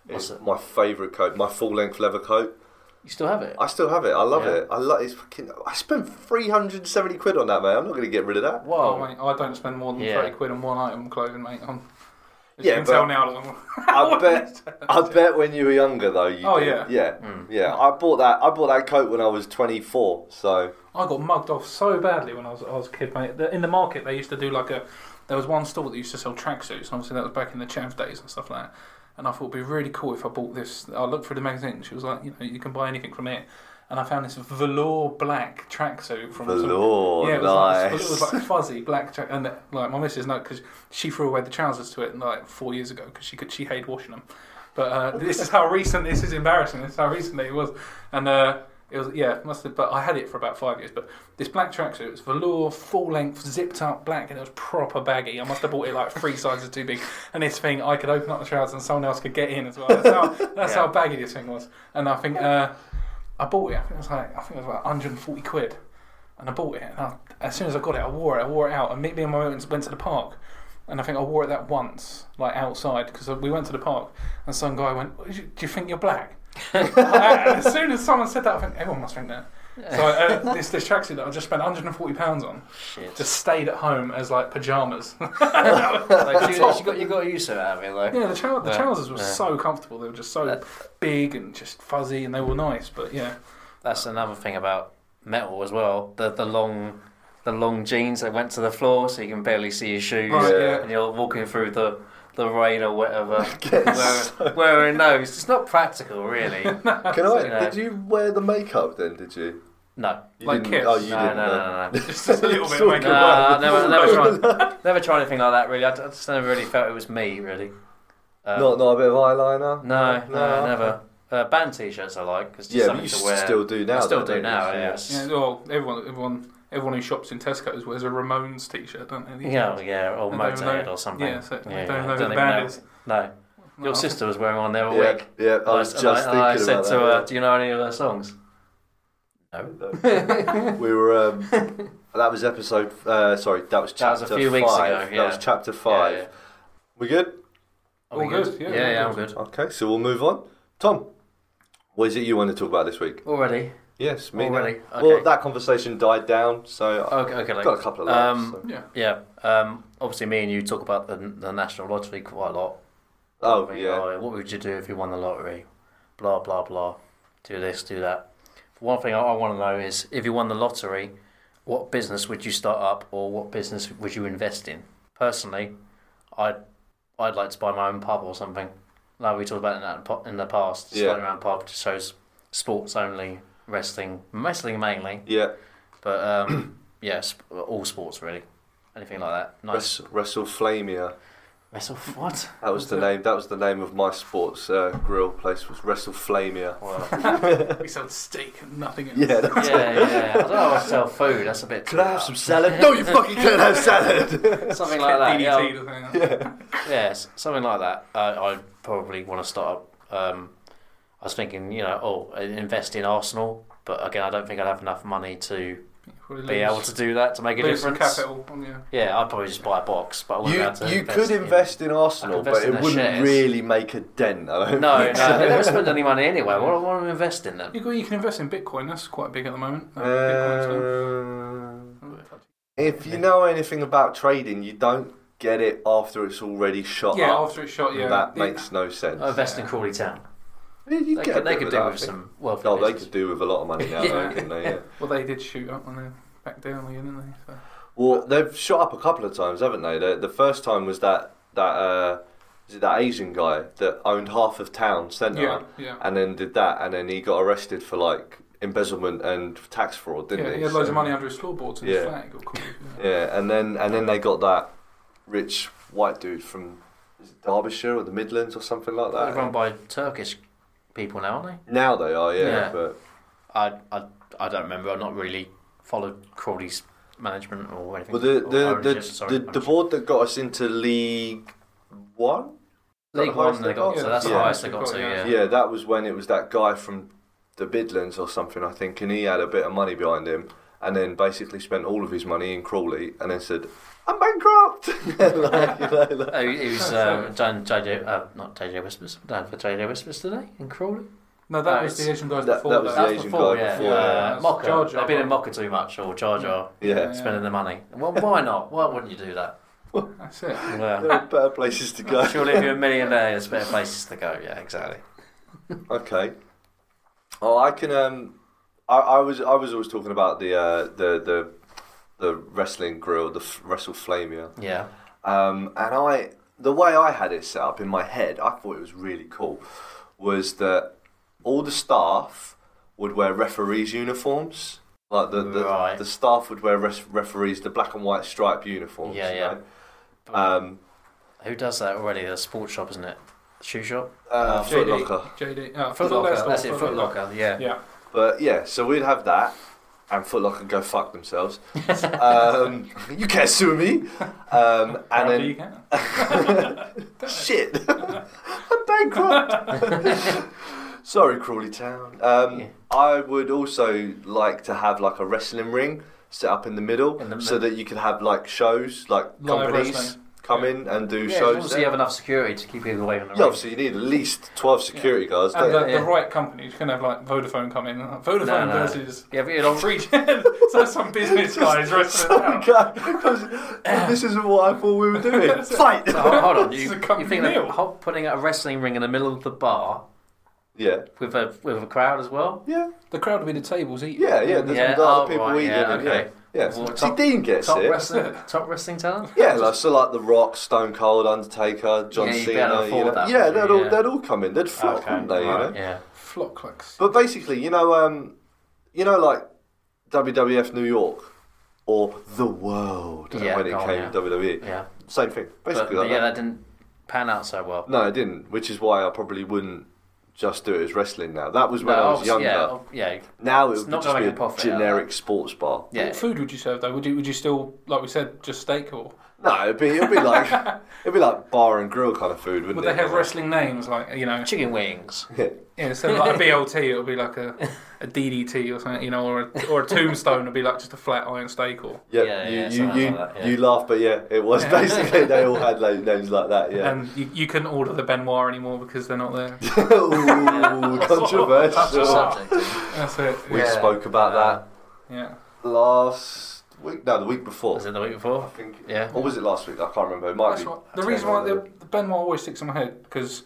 [SPEAKER 2] What's
[SPEAKER 3] It's
[SPEAKER 2] it?
[SPEAKER 3] my favourite coat, my full length leather coat.
[SPEAKER 2] You still have it?
[SPEAKER 3] I still have it. I love
[SPEAKER 2] Yeah.
[SPEAKER 3] it. I love it's fucking. I spent three hundred and seventy quid on that, man. I'm not going to get rid of that.
[SPEAKER 1] Oh,
[SPEAKER 2] Whoa.
[SPEAKER 1] mate, I don't spend more than
[SPEAKER 2] Yeah.
[SPEAKER 1] thirty quid on one item of clothing, mate. I'm, as
[SPEAKER 3] Yeah,
[SPEAKER 1] you can
[SPEAKER 3] but-
[SPEAKER 1] tell now that I'm.
[SPEAKER 3] I bet. I bet when you were younger, though. You
[SPEAKER 1] Oh,
[SPEAKER 3] did.
[SPEAKER 1] yeah.
[SPEAKER 3] yeah,
[SPEAKER 2] Mm.
[SPEAKER 3] yeah. I bought that. I bought that coat when I was 24. So
[SPEAKER 1] I got mugged off so badly when I was, I was a kid, mate. The- In the market, they used to do like a. There was one store that used to sell tracksuits, and obviously that was back in the chav days and stuff like that. And I thought it'd be really cool if I bought this. I looked through the magazine, and she was like, you know, you can buy anything from here. And I found this velour black tracksuit from some-
[SPEAKER 3] velour,
[SPEAKER 1] Yeah, it was, like,
[SPEAKER 3] nice.
[SPEAKER 1] it was like fuzzy black track, and like my missus, no, because she threw away the trousers to it like four years ago because she could she hated washing them. But uh, this is how recent. This is embarrassing. This is how recently it was, and uh, it was yeah, it must have. But I had it for about five years. But this black tracksuit, it was velour, full length, zipped up black, and it was proper baggy. I must have bought it like three sizes too big. And this thing, I could open up the trousers, and someone else could get in as well. That's how that's
[SPEAKER 2] Yeah.
[SPEAKER 1] how baggy this thing was. And I think uh, I bought it. I think it was like I think it was like 140 quid and I bought it. And I, as soon as I got it, I wore it. I wore it out, and me, me and my mates went to the park. And I think I wore it that once, like outside, because we went to the park, and some guy went, "Do you- do you think you're black?" and Uh, as soon as someone said that, I think everyone must think that. So I, uh, this, this tracksuit that I just spent 140 pounds on
[SPEAKER 2] Shit.
[SPEAKER 1] just stayed at home as like pajamas. yeah,
[SPEAKER 2] Like, you, you got you got used to it, have you? Though.
[SPEAKER 1] the, trou- the
[SPEAKER 2] Yeah,
[SPEAKER 1] trousers were
[SPEAKER 2] yeah. Uh,
[SPEAKER 1] so comfortable. They were just so
[SPEAKER 2] That-
[SPEAKER 1] big and just fuzzy, and they were nice. But yeah,
[SPEAKER 2] That's another thing about metal as well. The the long the long jeans that went to the floor so you can barely see your shoes
[SPEAKER 1] Right,
[SPEAKER 3] yeah.
[SPEAKER 2] and you're walking through the the rain or whatever
[SPEAKER 3] Yes.
[SPEAKER 2] wearing, wearing those. It's not practical really.
[SPEAKER 3] Can I?
[SPEAKER 2] Yeah.
[SPEAKER 3] Did you wear the makeup then? Did you?
[SPEAKER 2] No.
[SPEAKER 3] you
[SPEAKER 1] Like
[SPEAKER 3] didn't-
[SPEAKER 1] Kiss?
[SPEAKER 3] Oh, you
[SPEAKER 2] no,
[SPEAKER 3] didn't.
[SPEAKER 2] no,
[SPEAKER 3] no.
[SPEAKER 2] no, no, no.
[SPEAKER 1] just a little bit.
[SPEAKER 3] Sort
[SPEAKER 1] of
[SPEAKER 3] of
[SPEAKER 1] makeup.
[SPEAKER 2] No, I never, never,
[SPEAKER 1] Right.
[SPEAKER 2] tried, never tried anything like that really. I d- I just never really felt it was me really. Um,
[SPEAKER 3] Not, not a bit of eyeliner.
[SPEAKER 2] no, no, never. Uh, band t-shirts I like because
[SPEAKER 3] Yeah, but
[SPEAKER 2] something
[SPEAKER 3] you
[SPEAKER 2] to wear.
[SPEAKER 3] still do now.
[SPEAKER 2] I still do
[SPEAKER 3] though, don't you?
[SPEAKER 2] now.
[SPEAKER 3] So,
[SPEAKER 2] Yeah,
[SPEAKER 1] Yeah, well, everyone, everyone, everyone who shops in Tesco's wears a Ramones t-shirt, don't they?
[SPEAKER 2] yeah, yeah, or
[SPEAKER 1] I don't even
[SPEAKER 2] Motorhead
[SPEAKER 1] know.
[SPEAKER 2] or something.
[SPEAKER 1] Yeah, so
[SPEAKER 2] Yeah,
[SPEAKER 1] I don't
[SPEAKER 2] yeah.
[SPEAKER 1] know who
[SPEAKER 2] Don't
[SPEAKER 1] the
[SPEAKER 2] even
[SPEAKER 1] band
[SPEAKER 2] know.
[SPEAKER 1] is.
[SPEAKER 2] No. Your
[SPEAKER 1] No.
[SPEAKER 2] sister was wearing one the other
[SPEAKER 3] Yeah,
[SPEAKER 2] week.
[SPEAKER 3] yeah, I was
[SPEAKER 2] and
[SPEAKER 3] just
[SPEAKER 2] I, and I
[SPEAKER 3] thinking
[SPEAKER 2] said
[SPEAKER 3] about
[SPEAKER 2] to
[SPEAKER 3] that,
[SPEAKER 2] her,
[SPEAKER 3] yeah.
[SPEAKER 2] "Do you know any of her songs?" No. uh,
[SPEAKER 3] we were um, that was episode uh, sorry that was
[SPEAKER 2] That was
[SPEAKER 3] chapter
[SPEAKER 2] a few weeks ago,
[SPEAKER 3] five
[SPEAKER 2] yeah.
[SPEAKER 3] that was chapter five
[SPEAKER 2] Yeah, yeah.
[SPEAKER 3] we good
[SPEAKER 2] Are
[SPEAKER 1] All
[SPEAKER 2] we good?
[SPEAKER 1] good, yeah,
[SPEAKER 2] Yeah, yeah,
[SPEAKER 1] all
[SPEAKER 2] I'm good.
[SPEAKER 3] okay so we'll move on tom what is it you want to talk about this week
[SPEAKER 2] Already.
[SPEAKER 3] yes me now.
[SPEAKER 2] Already. Oh, Okay.
[SPEAKER 3] well that conversation died down so i've
[SPEAKER 2] okay. Okay.
[SPEAKER 3] got
[SPEAKER 2] Like,
[SPEAKER 3] a couple of laughs
[SPEAKER 2] um,
[SPEAKER 3] so-
[SPEAKER 1] Yeah.
[SPEAKER 2] yeah. Um, obviously, me and you talk about the, the national lottery quite a lot.
[SPEAKER 3] oh
[SPEAKER 2] What we-
[SPEAKER 3] yeah
[SPEAKER 2] oh, What would you do if you won the lottery? Blah blah blah. Do this, do that. One thing I, I want to know is if you won the lottery, what business would you start up, or what business would you invest in? Personally, I I'd like to buy my own pub or something. Like we talked about in, that po- in the past,
[SPEAKER 3] Yeah.
[SPEAKER 2] Slightly Around Pub just shows sports only, wrestling, wrestling mainly,
[SPEAKER 3] Yeah,
[SPEAKER 2] but um, yeah, sp- all sports really. Anything like that. Nice.
[SPEAKER 3] Wrest- WrestleFlamia.
[SPEAKER 2] Wrestle what?
[SPEAKER 3] That was the name. That was the name of my sports uh, grill place. Was WrestleFlamia.
[SPEAKER 1] We sell steak and nothing else.
[SPEAKER 3] Yeah.
[SPEAKER 2] yeah,
[SPEAKER 3] That's
[SPEAKER 2] yeah. I don't know how to sell food. That's a bit.
[SPEAKER 3] Can I have some salad? no, you fucking can't have salad.
[SPEAKER 2] Something
[SPEAKER 1] Get
[SPEAKER 2] like that. Yeah,
[SPEAKER 1] DDT to hang out.
[SPEAKER 2] Yes, something like that. I, I probably want to start up. Um, I was thinking, you know, oh, invest in Arsenal, but again, I don't think I'd have enough money to
[SPEAKER 1] Probably
[SPEAKER 2] be
[SPEAKER 1] lose-
[SPEAKER 2] able to do that to make a
[SPEAKER 1] lose some
[SPEAKER 2] difference.
[SPEAKER 1] capital. on the-
[SPEAKER 2] Yeah, I'd probably just buy a box, but I wouldn't be
[SPEAKER 3] you
[SPEAKER 2] able to
[SPEAKER 3] you
[SPEAKER 2] invest
[SPEAKER 3] could
[SPEAKER 2] in-
[SPEAKER 3] invest in Arsenal,
[SPEAKER 2] I could invest in
[SPEAKER 3] but it
[SPEAKER 2] their
[SPEAKER 3] wouldn't
[SPEAKER 2] shares.
[SPEAKER 3] really make a dent. I
[SPEAKER 2] No,
[SPEAKER 3] don't
[SPEAKER 2] no,
[SPEAKER 3] think
[SPEAKER 2] they
[SPEAKER 3] so.
[SPEAKER 2] don't spend any money anyway. What, what am I investing then?
[SPEAKER 1] You, can- you can invest in Bitcoin. That's quite big at the moment. Uh, Bitcoin's
[SPEAKER 3] Uh,
[SPEAKER 1] down.
[SPEAKER 3] if you know anything about trading, you don't get it after it's already
[SPEAKER 2] Uh,
[SPEAKER 3] shot
[SPEAKER 1] yeah,
[SPEAKER 3] up.
[SPEAKER 1] after it's shot, yeah.
[SPEAKER 3] That
[SPEAKER 1] It-
[SPEAKER 3] makes no sense.
[SPEAKER 2] I invest in Crawley Town.
[SPEAKER 3] Yeah, you
[SPEAKER 2] Oh, They
[SPEAKER 3] get a
[SPEAKER 2] could, they
[SPEAKER 3] bit
[SPEAKER 2] could
[SPEAKER 3] of
[SPEAKER 2] do
[SPEAKER 3] that, I
[SPEAKER 2] with
[SPEAKER 3] think.
[SPEAKER 2] some wealthy
[SPEAKER 3] Oh, they
[SPEAKER 2] business.
[SPEAKER 3] could do with a lot of money now,
[SPEAKER 2] Yeah.
[SPEAKER 3] though, couldn't they? Yeah.
[SPEAKER 1] well, they did shoot up and then back down again, didn't they? So.
[SPEAKER 3] Well, they've shot up a couple of times, haven't they? The, the first time was that that uh, is it that Asian guy that owned half of town centre,
[SPEAKER 1] Yeah, yeah.
[SPEAKER 3] and then did that, and then he got arrested for like embezzlement and tax fraud, didn't
[SPEAKER 1] yeah,
[SPEAKER 3] he?
[SPEAKER 1] he had loads
[SPEAKER 3] So-
[SPEAKER 1] of money under his floorboards and
[SPEAKER 3] Yeah.
[SPEAKER 1] his flat got caught. Yeah.
[SPEAKER 3] Yeah, and then and then they got that rich white dude from is it Derbyshire or the Midlands or something like
[SPEAKER 2] They're
[SPEAKER 3] that.
[SPEAKER 2] run by Turkish people now, aren't they?
[SPEAKER 3] Now they are, yeah,
[SPEAKER 2] Yeah.
[SPEAKER 3] but
[SPEAKER 2] I, I, I don't remember. I've not really followed Crawley's management or anything.
[SPEAKER 3] well, the
[SPEAKER 2] or
[SPEAKER 3] the
[SPEAKER 2] ownership,
[SPEAKER 3] the,
[SPEAKER 2] sorry,
[SPEAKER 3] the, the board that got us into League One. Is that
[SPEAKER 2] League
[SPEAKER 3] the highest
[SPEAKER 2] One they
[SPEAKER 3] they've
[SPEAKER 2] got,
[SPEAKER 1] got?
[SPEAKER 2] so that's the
[SPEAKER 3] Yeah.
[SPEAKER 2] highest they got to, yeah.
[SPEAKER 3] Yeah. that was when it was that guy from the Midlands or something, I think, and he had a bit of money behind him, and then basically spent all of his money in Crawley, and then said, "I'm bankrupt." Like, you know, like-
[SPEAKER 2] Oh, he
[SPEAKER 1] That's
[SPEAKER 2] was um, done JJ, uh, not JJ Whispers, done for JJ Whispers today in Crawley.
[SPEAKER 1] No, that
[SPEAKER 2] No,
[SPEAKER 1] was
[SPEAKER 2] it's-
[SPEAKER 1] the Asian guys
[SPEAKER 3] that-
[SPEAKER 1] before
[SPEAKER 3] that was
[SPEAKER 1] that.
[SPEAKER 3] the
[SPEAKER 2] That's
[SPEAKER 3] Asian
[SPEAKER 2] before,
[SPEAKER 3] guy
[SPEAKER 2] yeah.
[SPEAKER 3] before,
[SPEAKER 1] yeah.
[SPEAKER 2] Uh, Mocha.
[SPEAKER 1] Jar Jar
[SPEAKER 2] They've been in
[SPEAKER 1] Binks.
[SPEAKER 2] Mocha too much, or Jar Jar
[SPEAKER 3] yeah,
[SPEAKER 2] spending the money. Well, why not? Why wouldn't you do that?
[SPEAKER 1] That's it.
[SPEAKER 3] there
[SPEAKER 2] Well,
[SPEAKER 3] are better places to go.
[SPEAKER 2] surely if you're a millionaire, there's better places to go. Yeah, exactly.
[SPEAKER 3] Okay. Oh, I can. Um, I, I was I was always talking about the uh, the the the wrestling grill, the f- WrestleFlamia,
[SPEAKER 2] Yeah.
[SPEAKER 3] um, and I the way I had it set up in my head, I thought it was really cool, was that all the staff would wear referees' uniforms. Like the the,
[SPEAKER 2] Right.
[SPEAKER 3] the staff would wear res- referees the black and white stripe uniforms.
[SPEAKER 2] Yeah,
[SPEAKER 3] you
[SPEAKER 2] yeah.
[SPEAKER 3] know? Um,
[SPEAKER 2] Who does that already? The sports shop, isn't it? Shoe shop?
[SPEAKER 3] uh,
[SPEAKER 2] Uh,
[SPEAKER 3] Foot
[SPEAKER 1] JD
[SPEAKER 3] Locker.
[SPEAKER 1] JD. Uh,
[SPEAKER 2] Foot
[SPEAKER 1] Locker,
[SPEAKER 2] Locker. That's it,
[SPEAKER 1] Foot
[SPEAKER 2] Foot Locker, yeah.
[SPEAKER 1] Yeah.
[SPEAKER 3] But yeah, so we'd have that, and Foot Locker go fuck themselves. um, you can't sue me. Um, and
[SPEAKER 1] Apparently you
[SPEAKER 3] then
[SPEAKER 1] can.
[SPEAKER 3] shit, I'm bankrupt. Sorry, Crawley Town. Um,
[SPEAKER 2] Yeah.
[SPEAKER 3] I would also like to have like a wrestling ring set up in the middle,
[SPEAKER 2] In the
[SPEAKER 3] so that you could have like shows, like
[SPEAKER 1] Live
[SPEAKER 3] companies
[SPEAKER 1] wrestling.
[SPEAKER 3] come in and do
[SPEAKER 2] Yeah, as long
[SPEAKER 3] shows.
[SPEAKER 2] as
[SPEAKER 3] there.
[SPEAKER 2] you have enough security to keep people away from the
[SPEAKER 3] Yeah,
[SPEAKER 2] ring.
[SPEAKER 3] obviously you need at least twelve security guards.
[SPEAKER 1] And
[SPEAKER 3] Don't
[SPEAKER 1] the,
[SPEAKER 3] you?
[SPEAKER 2] Yeah.
[SPEAKER 1] the right companies. You can have like Vodafone come in. Like, Vodafone
[SPEAKER 2] No, no.
[SPEAKER 1] versus
[SPEAKER 2] Yeah, but you don't
[SPEAKER 1] free. so some business guys wrestling out.
[SPEAKER 3] Okay, 'cause this isn't what I thought we were doing. Fight.
[SPEAKER 2] So, hold, hold on, you,
[SPEAKER 1] It's a
[SPEAKER 2] you
[SPEAKER 1] company
[SPEAKER 2] think that
[SPEAKER 1] meal.
[SPEAKER 2] ho- putting a wrestling ring in the middle of the bar
[SPEAKER 3] Yeah.
[SPEAKER 2] with a with a crowd as well?
[SPEAKER 3] Yeah,
[SPEAKER 1] The crowd will be the tables eating.
[SPEAKER 3] yeah, yeah. There's
[SPEAKER 2] Yeah,
[SPEAKER 3] other
[SPEAKER 2] oh,
[SPEAKER 3] people
[SPEAKER 2] right,
[SPEAKER 3] eating
[SPEAKER 2] yeah,
[SPEAKER 3] it.
[SPEAKER 2] okay.
[SPEAKER 3] Yeah, yeah.
[SPEAKER 2] Well,
[SPEAKER 3] See,
[SPEAKER 2] top-
[SPEAKER 3] Dean gets
[SPEAKER 2] Top
[SPEAKER 3] it.
[SPEAKER 2] wrestling, top wrestling talent.
[SPEAKER 3] Yeah, like, so like The Rock, Stone Cold, Undertaker, John
[SPEAKER 2] Yeah, you'd be able to
[SPEAKER 3] Cena. You
[SPEAKER 2] afford
[SPEAKER 3] know,
[SPEAKER 2] that,
[SPEAKER 3] yeah,
[SPEAKER 2] wouldn't
[SPEAKER 3] they'd
[SPEAKER 2] you?
[SPEAKER 3] all
[SPEAKER 2] Yeah.
[SPEAKER 3] they'd all come in. They'd flock, wouldn't they? You know.
[SPEAKER 2] right, yeah.
[SPEAKER 1] Flock clicks.
[SPEAKER 3] But basically, you know, um, you know, like WWF New York or the world
[SPEAKER 2] Yeah,
[SPEAKER 3] when it
[SPEAKER 2] oh,
[SPEAKER 3] came
[SPEAKER 2] yeah.
[SPEAKER 3] to WWE.
[SPEAKER 2] Yeah,
[SPEAKER 3] Same thing,
[SPEAKER 2] but,
[SPEAKER 3] basically.
[SPEAKER 2] but
[SPEAKER 3] like
[SPEAKER 2] yeah,
[SPEAKER 3] that.
[SPEAKER 2] that didn't pan out so well.
[SPEAKER 3] No, it didn't. Which is why I probably wouldn't just do it as wrestling now. That was when
[SPEAKER 2] No,
[SPEAKER 3] I was
[SPEAKER 2] obviously,
[SPEAKER 3] younger.
[SPEAKER 2] yeah, oh, yeah,
[SPEAKER 3] Now it
[SPEAKER 2] It's
[SPEAKER 3] would
[SPEAKER 2] not
[SPEAKER 3] just
[SPEAKER 2] gonna
[SPEAKER 3] be
[SPEAKER 2] make a
[SPEAKER 3] a
[SPEAKER 2] profit out of
[SPEAKER 3] generic sports bar.
[SPEAKER 2] yeah.
[SPEAKER 1] What food would you serve though? Would you would you still like we said just steak or
[SPEAKER 3] No, it'd be it'd be like it'd be like bar and grill kind of food, wouldn't
[SPEAKER 1] would
[SPEAKER 3] it?
[SPEAKER 1] they have wrestling names like you know
[SPEAKER 2] Chicken wings.
[SPEAKER 1] yeah, instead of like a BLT it'll be like a, a DDT or something you know or a, or a tombstone would be like just a flat iron steak or
[SPEAKER 3] Yeah,
[SPEAKER 2] Yeah,
[SPEAKER 3] you
[SPEAKER 2] yeah,
[SPEAKER 3] you
[SPEAKER 2] something
[SPEAKER 3] you,
[SPEAKER 2] like that, yeah.
[SPEAKER 3] you laugh, but yeah, it was
[SPEAKER 1] Yeah.
[SPEAKER 3] basically they all had like, names like that. Yeah,
[SPEAKER 1] and you, you couldn't order the Benoit anymore because they're not there.
[SPEAKER 3] Ooh,
[SPEAKER 2] The
[SPEAKER 3] controversial.
[SPEAKER 2] subject.
[SPEAKER 1] That's it.
[SPEAKER 3] We
[SPEAKER 1] Yeah.
[SPEAKER 3] spoke about
[SPEAKER 2] Uh,
[SPEAKER 1] yeah.
[SPEAKER 3] that Uh, last week. No, the week before.
[SPEAKER 2] Was
[SPEAKER 3] I
[SPEAKER 2] it the week before?
[SPEAKER 3] think.
[SPEAKER 2] Yeah.
[SPEAKER 3] Or was it last week? I can't remember. It might
[SPEAKER 1] That's
[SPEAKER 3] be.
[SPEAKER 1] what, the reason why the, the Benoit always sticks in my head because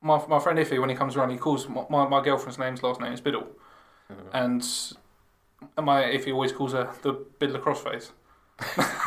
[SPEAKER 1] my, my friend Iffy, when he comes around, he calls my, my, my girlfriend's name's last name is
[SPEAKER 2] Mm-hmm.
[SPEAKER 1] Biddle, and my Iffy always calls her the Biddler Crossface.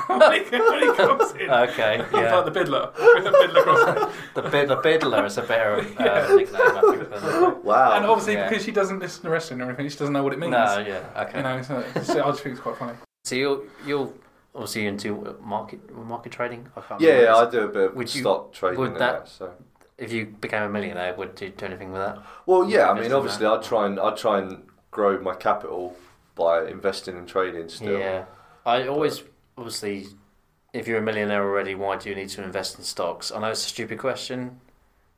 [SPEAKER 1] when he when he comes in.
[SPEAKER 2] Okay,
[SPEAKER 1] Like
[SPEAKER 2] yeah.
[SPEAKER 1] the Biddler. the Biddler crossing.
[SPEAKER 2] The, bid, the Biddler is a better uh,
[SPEAKER 1] Yeah.
[SPEAKER 2] nickname, I think, than
[SPEAKER 3] Wow.
[SPEAKER 1] and obviously,
[SPEAKER 2] Oh, yeah.
[SPEAKER 1] because she doesn't listen to wrestling or anything, she doesn't know what it means.
[SPEAKER 2] No, yeah, okay.
[SPEAKER 1] You know, so, so I just think it's quite funny.
[SPEAKER 2] So you're, you're obviously into uh, market market trading? I can't
[SPEAKER 3] yeah,
[SPEAKER 2] remember.
[SPEAKER 3] yeah, I do a bit of
[SPEAKER 2] Would you-
[SPEAKER 3] stock trading.
[SPEAKER 2] would
[SPEAKER 3] and
[SPEAKER 2] that-
[SPEAKER 3] so.
[SPEAKER 2] If you became a millionaire, would you do anything with that?
[SPEAKER 3] Well, yeah, I
[SPEAKER 2] invest
[SPEAKER 3] mean,
[SPEAKER 2] in
[SPEAKER 3] obviously,
[SPEAKER 2] that?
[SPEAKER 3] I'd try and I'd try and grow my capital by investing and trading still.
[SPEAKER 2] Yeah. I always, obviously, if you're a millionaire already, why do you need to invest in stocks? I know it's a stupid question.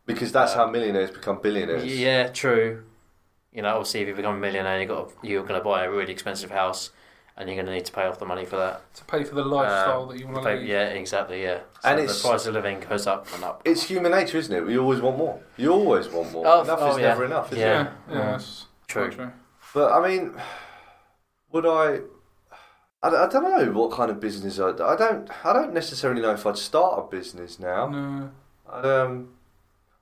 [SPEAKER 3] Because that's
[SPEAKER 2] Uh,
[SPEAKER 3] how millionaires become billionaires.
[SPEAKER 2] Yeah, true. You know, obviously, if you become a millionaire, you got you're going to buy a really expensive house, and you're going to need to pay off the money for that.
[SPEAKER 1] To pay for the lifestyle that you want to
[SPEAKER 2] Uh, Pay-
[SPEAKER 1] lead.
[SPEAKER 2] yeah, exactly. Yeah, so
[SPEAKER 3] And
[SPEAKER 2] the
[SPEAKER 3] it's-
[SPEAKER 2] price of living goes up and up.
[SPEAKER 3] It's human nature, isn't it? We always want more. You always want more.
[SPEAKER 2] Oh,
[SPEAKER 3] enough
[SPEAKER 2] oh,
[SPEAKER 3] is
[SPEAKER 2] yeah.
[SPEAKER 3] never enough, is
[SPEAKER 1] yeah,
[SPEAKER 3] it?
[SPEAKER 1] yeah,
[SPEAKER 2] Yeah.
[SPEAKER 1] that's
[SPEAKER 2] True.
[SPEAKER 1] quite true.
[SPEAKER 3] But I mean, would I? I, don't know what kind of business I. I don't. I don't necessarily know if I'd start a business now.
[SPEAKER 1] No.
[SPEAKER 3] I'd, um,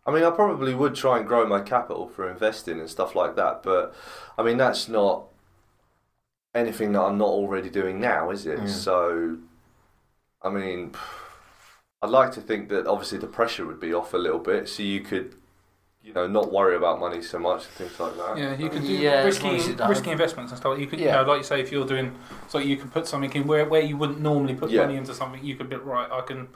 [SPEAKER 3] I mean, I probably would try and grow my capital for investing and stuff like that, but I mean, that's not anything that I'm not already doing now, is it?
[SPEAKER 2] Mm.
[SPEAKER 3] So, I mean, I'd like to think that obviously the pressure would be off a little bit, so you could, you know, not worry about money so much and things like that.
[SPEAKER 1] Yeah, you
[SPEAKER 3] So-
[SPEAKER 1] can do
[SPEAKER 2] Yeah, as
[SPEAKER 1] risky,
[SPEAKER 2] long as you don't-
[SPEAKER 1] risky investments and stuff. You could,
[SPEAKER 2] Yeah.
[SPEAKER 1] you know, like you say, if you're doing, so you can put something in where, where you wouldn't normally put
[SPEAKER 3] Yeah.
[SPEAKER 1] money into something. You could be right. I can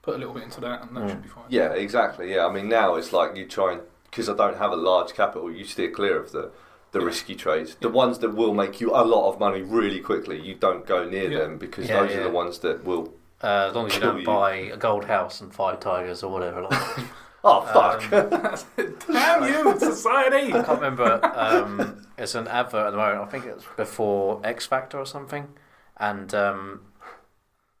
[SPEAKER 1] put a little bit into that, and that
[SPEAKER 2] Mm.
[SPEAKER 1] should be fine.
[SPEAKER 3] Yeah, exactly. Yeah, I mean now it's like you try and because I don't have a large capital, you steer clear of the the
[SPEAKER 1] Yeah.
[SPEAKER 3] risky trades, the
[SPEAKER 1] Yeah.
[SPEAKER 3] ones that will make you a lot of money really quickly. You don't go near
[SPEAKER 1] Yeah.
[SPEAKER 3] them because
[SPEAKER 2] Yeah,
[SPEAKER 3] those
[SPEAKER 2] yeah.
[SPEAKER 3] are the ones that will.
[SPEAKER 2] Uh, as long as you
[SPEAKER 3] Kill
[SPEAKER 2] don't
[SPEAKER 3] you.
[SPEAKER 2] buy a gold house and five tigers or whatever. Like,
[SPEAKER 3] Oh fuck!
[SPEAKER 2] Um,
[SPEAKER 1] Damn you, society!
[SPEAKER 2] I can't remember. Um, it's an advert at the moment. I think it's before X Factor or something, and um,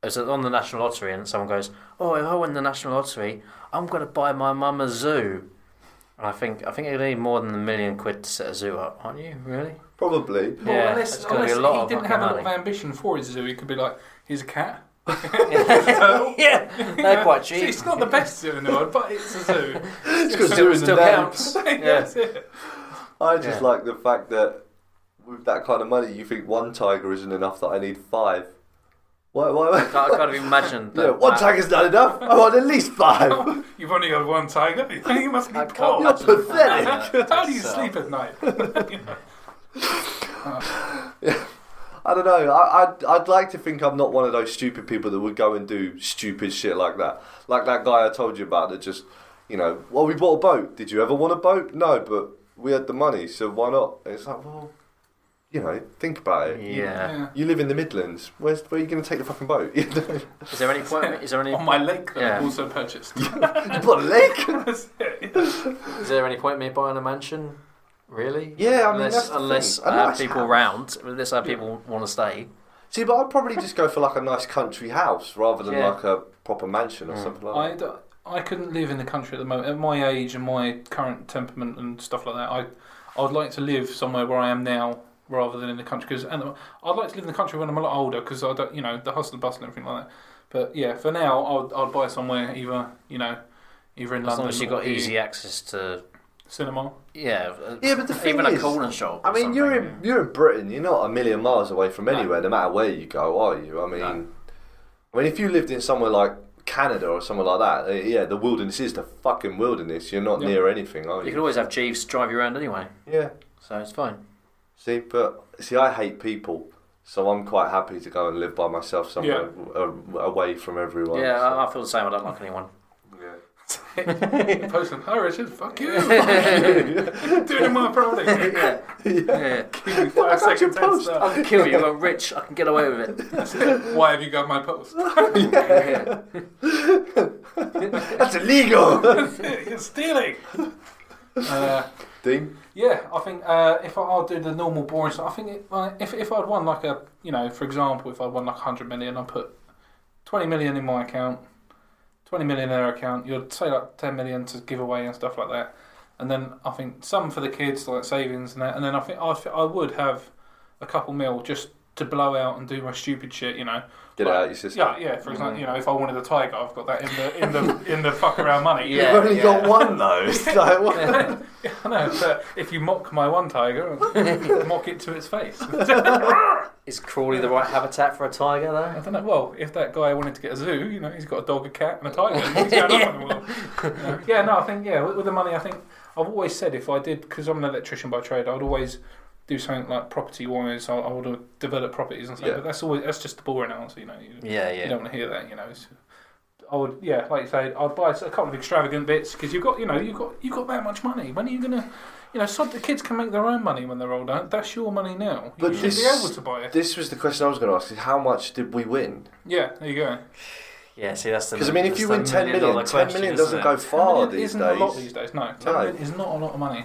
[SPEAKER 2] it's on the national lottery. And someone goes, "Oh, if I win the national lottery, I'm going to buy my mum a zoo." And I think I think you need more than a million quid to set a zoo up, aren't you? Really?
[SPEAKER 3] Probably.
[SPEAKER 1] Well,
[SPEAKER 2] Yeah,
[SPEAKER 1] unless,
[SPEAKER 2] it's gonna be
[SPEAKER 1] unless
[SPEAKER 2] a lot
[SPEAKER 1] he
[SPEAKER 2] of
[SPEAKER 1] didn't
[SPEAKER 2] fucking
[SPEAKER 1] have a lot of
[SPEAKER 2] money.
[SPEAKER 1] ambition for his zoo, he could be like, he's a cat.
[SPEAKER 2] yeah, they're quite
[SPEAKER 1] See,
[SPEAKER 2] cheap.
[SPEAKER 1] it's not the best zoo in the world, but it's a zoo.
[SPEAKER 3] It's
[SPEAKER 1] Still-
[SPEAKER 3] got zero in the
[SPEAKER 2] Still
[SPEAKER 3] name.
[SPEAKER 2] counts.
[SPEAKER 1] That's it.
[SPEAKER 3] I just
[SPEAKER 2] Yeah.
[SPEAKER 3] like the fact that with that kind of money, you think one tiger isn't enough. That I need five. Why? Why?
[SPEAKER 2] I can't, I can't imagine that.
[SPEAKER 3] yeah, one
[SPEAKER 2] that-
[SPEAKER 3] tiger's not enough. I want at least five.
[SPEAKER 1] You've only got one tiger. You must be
[SPEAKER 2] I can't
[SPEAKER 1] poor.
[SPEAKER 3] You're
[SPEAKER 2] imagine that-
[SPEAKER 3] pathetic.
[SPEAKER 1] How do you
[SPEAKER 2] that's, uh,
[SPEAKER 1] sleep at night?
[SPEAKER 3] I don't know. I, I'd, I'd like to think I'm not one of those stupid people that would go and do stupid shit like that. Like that guy I told you about that just, you know, well, we bought a boat. Did you ever want a boat? No, but we had the money, so why not? It's like, well, you know, think about it. You-
[SPEAKER 2] Yeah.
[SPEAKER 3] You live in the Midlands. Where's, where are you going to take the fucking boat? you bought
[SPEAKER 2] Is there any point? Is there any?
[SPEAKER 1] On my lake that I've
[SPEAKER 2] Yeah.
[SPEAKER 1] also purchased.
[SPEAKER 3] a lake?
[SPEAKER 1] That's it, yeah.
[SPEAKER 2] Is there any point in me buying a mansion? Really?
[SPEAKER 3] Yeah, I mean,
[SPEAKER 2] unless
[SPEAKER 3] that's the
[SPEAKER 2] unless
[SPEAKER 3] thing. A
[SPEAKER 2] I have
[SPEAKER 3] nice
[SPEAKER 2] people
[SPEAKER 3] house.
[SPEAKER 2] round, unless I have people want to stay.
[SPEAKER 3] See, but I'd probably just go for like a nice country house rather than
[SPEAKER 2] Yeah.
[SPEAKER 3] like a proper mansion or
[SPEAKER 2] Mm.
[SPEAKER 3] something like
[SPEAKER 1] I,
[SPEAKER 3] that.
[SPEAKER 1] d- I couldn't live in the country at the moment. At my age and my current temperament and stuff like that, I I would like to live somewhere where I am now rather than in the country. Because I'd like to live in the country when I'm a lot older because I don't, you know, the hustle and bustle and everything like that. But yeah, for now, I'd, I'd buy somewhere either, you know, either in London
[SPEAKER 2] As long as you've
[SPEAKER 1] or
[SPEAKER 2] got
[SPEAKER 1] the
[SPEAKER 2] easy access to
[SPEAKER 1] cinema.
[SPEAKER 2] yeah, uh,
[SPEAKER 3] Yeah, but the thing
[SPEAKER 2] even a
[SPEAKER 3] is-
[SPEAKER 2] corner shop.
[SPEAKER 3] I
[SPEAKER 2] or
[SPEAKER 3] mean, you're in
[SPEAKER 2] something.
[SPEAKER 3] you're in Britain. You're not a million miles away from
[SPEAKER 1] No.
[SPEAKER 3] anywhere, no, matter where you go, are you? I mean,
[SPEAKER 2] No.
[SPEAKER 3] I mean, if you lived in somewhere like Canada or somewhere like that, eh, yeah, the wilderness is the fucking wilderness. You're not
[SPEAKER 1] Yeah.
[SPEAKER 3] near anything, are
[SPEAKER 2] You
[SPEAKER 3] you?
[SPEAKER 2] can always have Jeeves drive you around anyway,
[SPEAKER 3] yeah.
[SPEAKER 2] so it's fine.
[SPEAKER 3] See, but see, I hate people, so I'm quite happy to go and live by myself somewhere a- away from everyone.
[SPEAKER 2] yeah, uh,
[SPEAKER 3] so.
[SPEAKER 2] I, I feel the same. I don't like anyone.
[SPEAKER 1] Postman, hi Richard, fuck you. Doing my proudly.
[SPEAKER 2] yeah, yeah.
[SPEAKER 1] Five
[SPEAKER 3] about your
[SPEAKER 1] seconds head
[SPEAKER 3] post?
[SPEAKER 1] start.
[SPEAKER 2] I can kill you. I'm rich. I can get away with it.
[SPEAKER 1] Why have you got my post?
[SPEAKER 2] Yeah.
[SPEAKER 3] That's illegal.
[SPEAKER 1] You're stealing. Uh,
[SPEAKER 3] Ding.
[SPEAKER 1] Yeah, I think uh, if I, I'll do the normal boring stuff, I think it, like, if if I'd won like a you know, for example, if I won like hundred million, I put twenty million in my account, twenty million in their account. You'd say like ten million to give away and stuff like that, and then I think some for the kids like savings and that, and then I think I I would have a couple mil just to blow out and do my stupid shit, you know.
[SPEAKER 3] Get it out of your system.
[SPEAKER 1] Yeah, yeah. For example, you know, if I wanted a tiger, I've got that in the in the in the fuck around money.
[SPEAKER 2] Yeah,
[SPEAKER 3] You've only
[SPEAKER 2] yeah.
[SPEAKER 3] got one though. It's like, what?
[SPEAKER 1] I know, but if you mock my one tiger, mock it to its face.
[SPEAKER 2] Is Crawley the right habitat for a tiger,
[SPEAKER 1] I
[SPEAKER 2] though?
[SPEAKER 1] don't know. Well, if that guy wanted to get a zoo, you know, he's got a dog, a cat, and a tiger. What's going on in the world? You know? Yeah, no, I think yeah. With, with the money, I think I've always said if I did, because I'm an electrician by trade, I'd always do something like property wise. I, I would develop properties and stuff.
[SPEAKER 3] Yeah.
[SPEAKER 1] But that's always that's just the boring answer, you know. You,
[SPEAKER 2] Yeah,
[SPEAKER 1] you
[SPEAKER 2] yeah.
[SPEAKER 1] don't want to hear that, you know. It's, I would, yeah, like you say, I'd buy a couple of extravagant bits because you've got, you know, you've got you've got that much money. When are you gonna, you know, some the kids can make their own money when they're older. That's your money now.
[SPEAKER 3] But
[SPEAKER 1] you should be
[SPEAKER 3] this-
[SPEAKER 1] able to buy it.
[SPEAKER 3] This was the question I was going to ask: is how much did we win?
[SPEAKER 1] Yeah, there you go.
[SPEAKER 2] Yeah, see, that's the.
[SPEAKER 3] Because I mean, if
[SPEAKER 2] that's
[SPEAKER 3] you
[SPEAKER 2] the
[SPEAKER 3] win ten
[SPEAKER 2] million-dollar
[SPEAKER 3] million, ten
[SPEAKER 2] question,
[SPEAKER 3] million
[SPEAKER 2] isn't
[SPEAKER 3] doesn't
[SPEAKER 2] it?
[SPEAKER 3] go far
[SPEAKER 1] Ten million
[SPEAKER 3] these
[SPEAKER 1] isn't a lot these
[SPEAKER 3] days.
[SPEAKER 1] days. No, ten
[SPEAKER 3] No.
[SPEAKER 1] million is not a lot of money.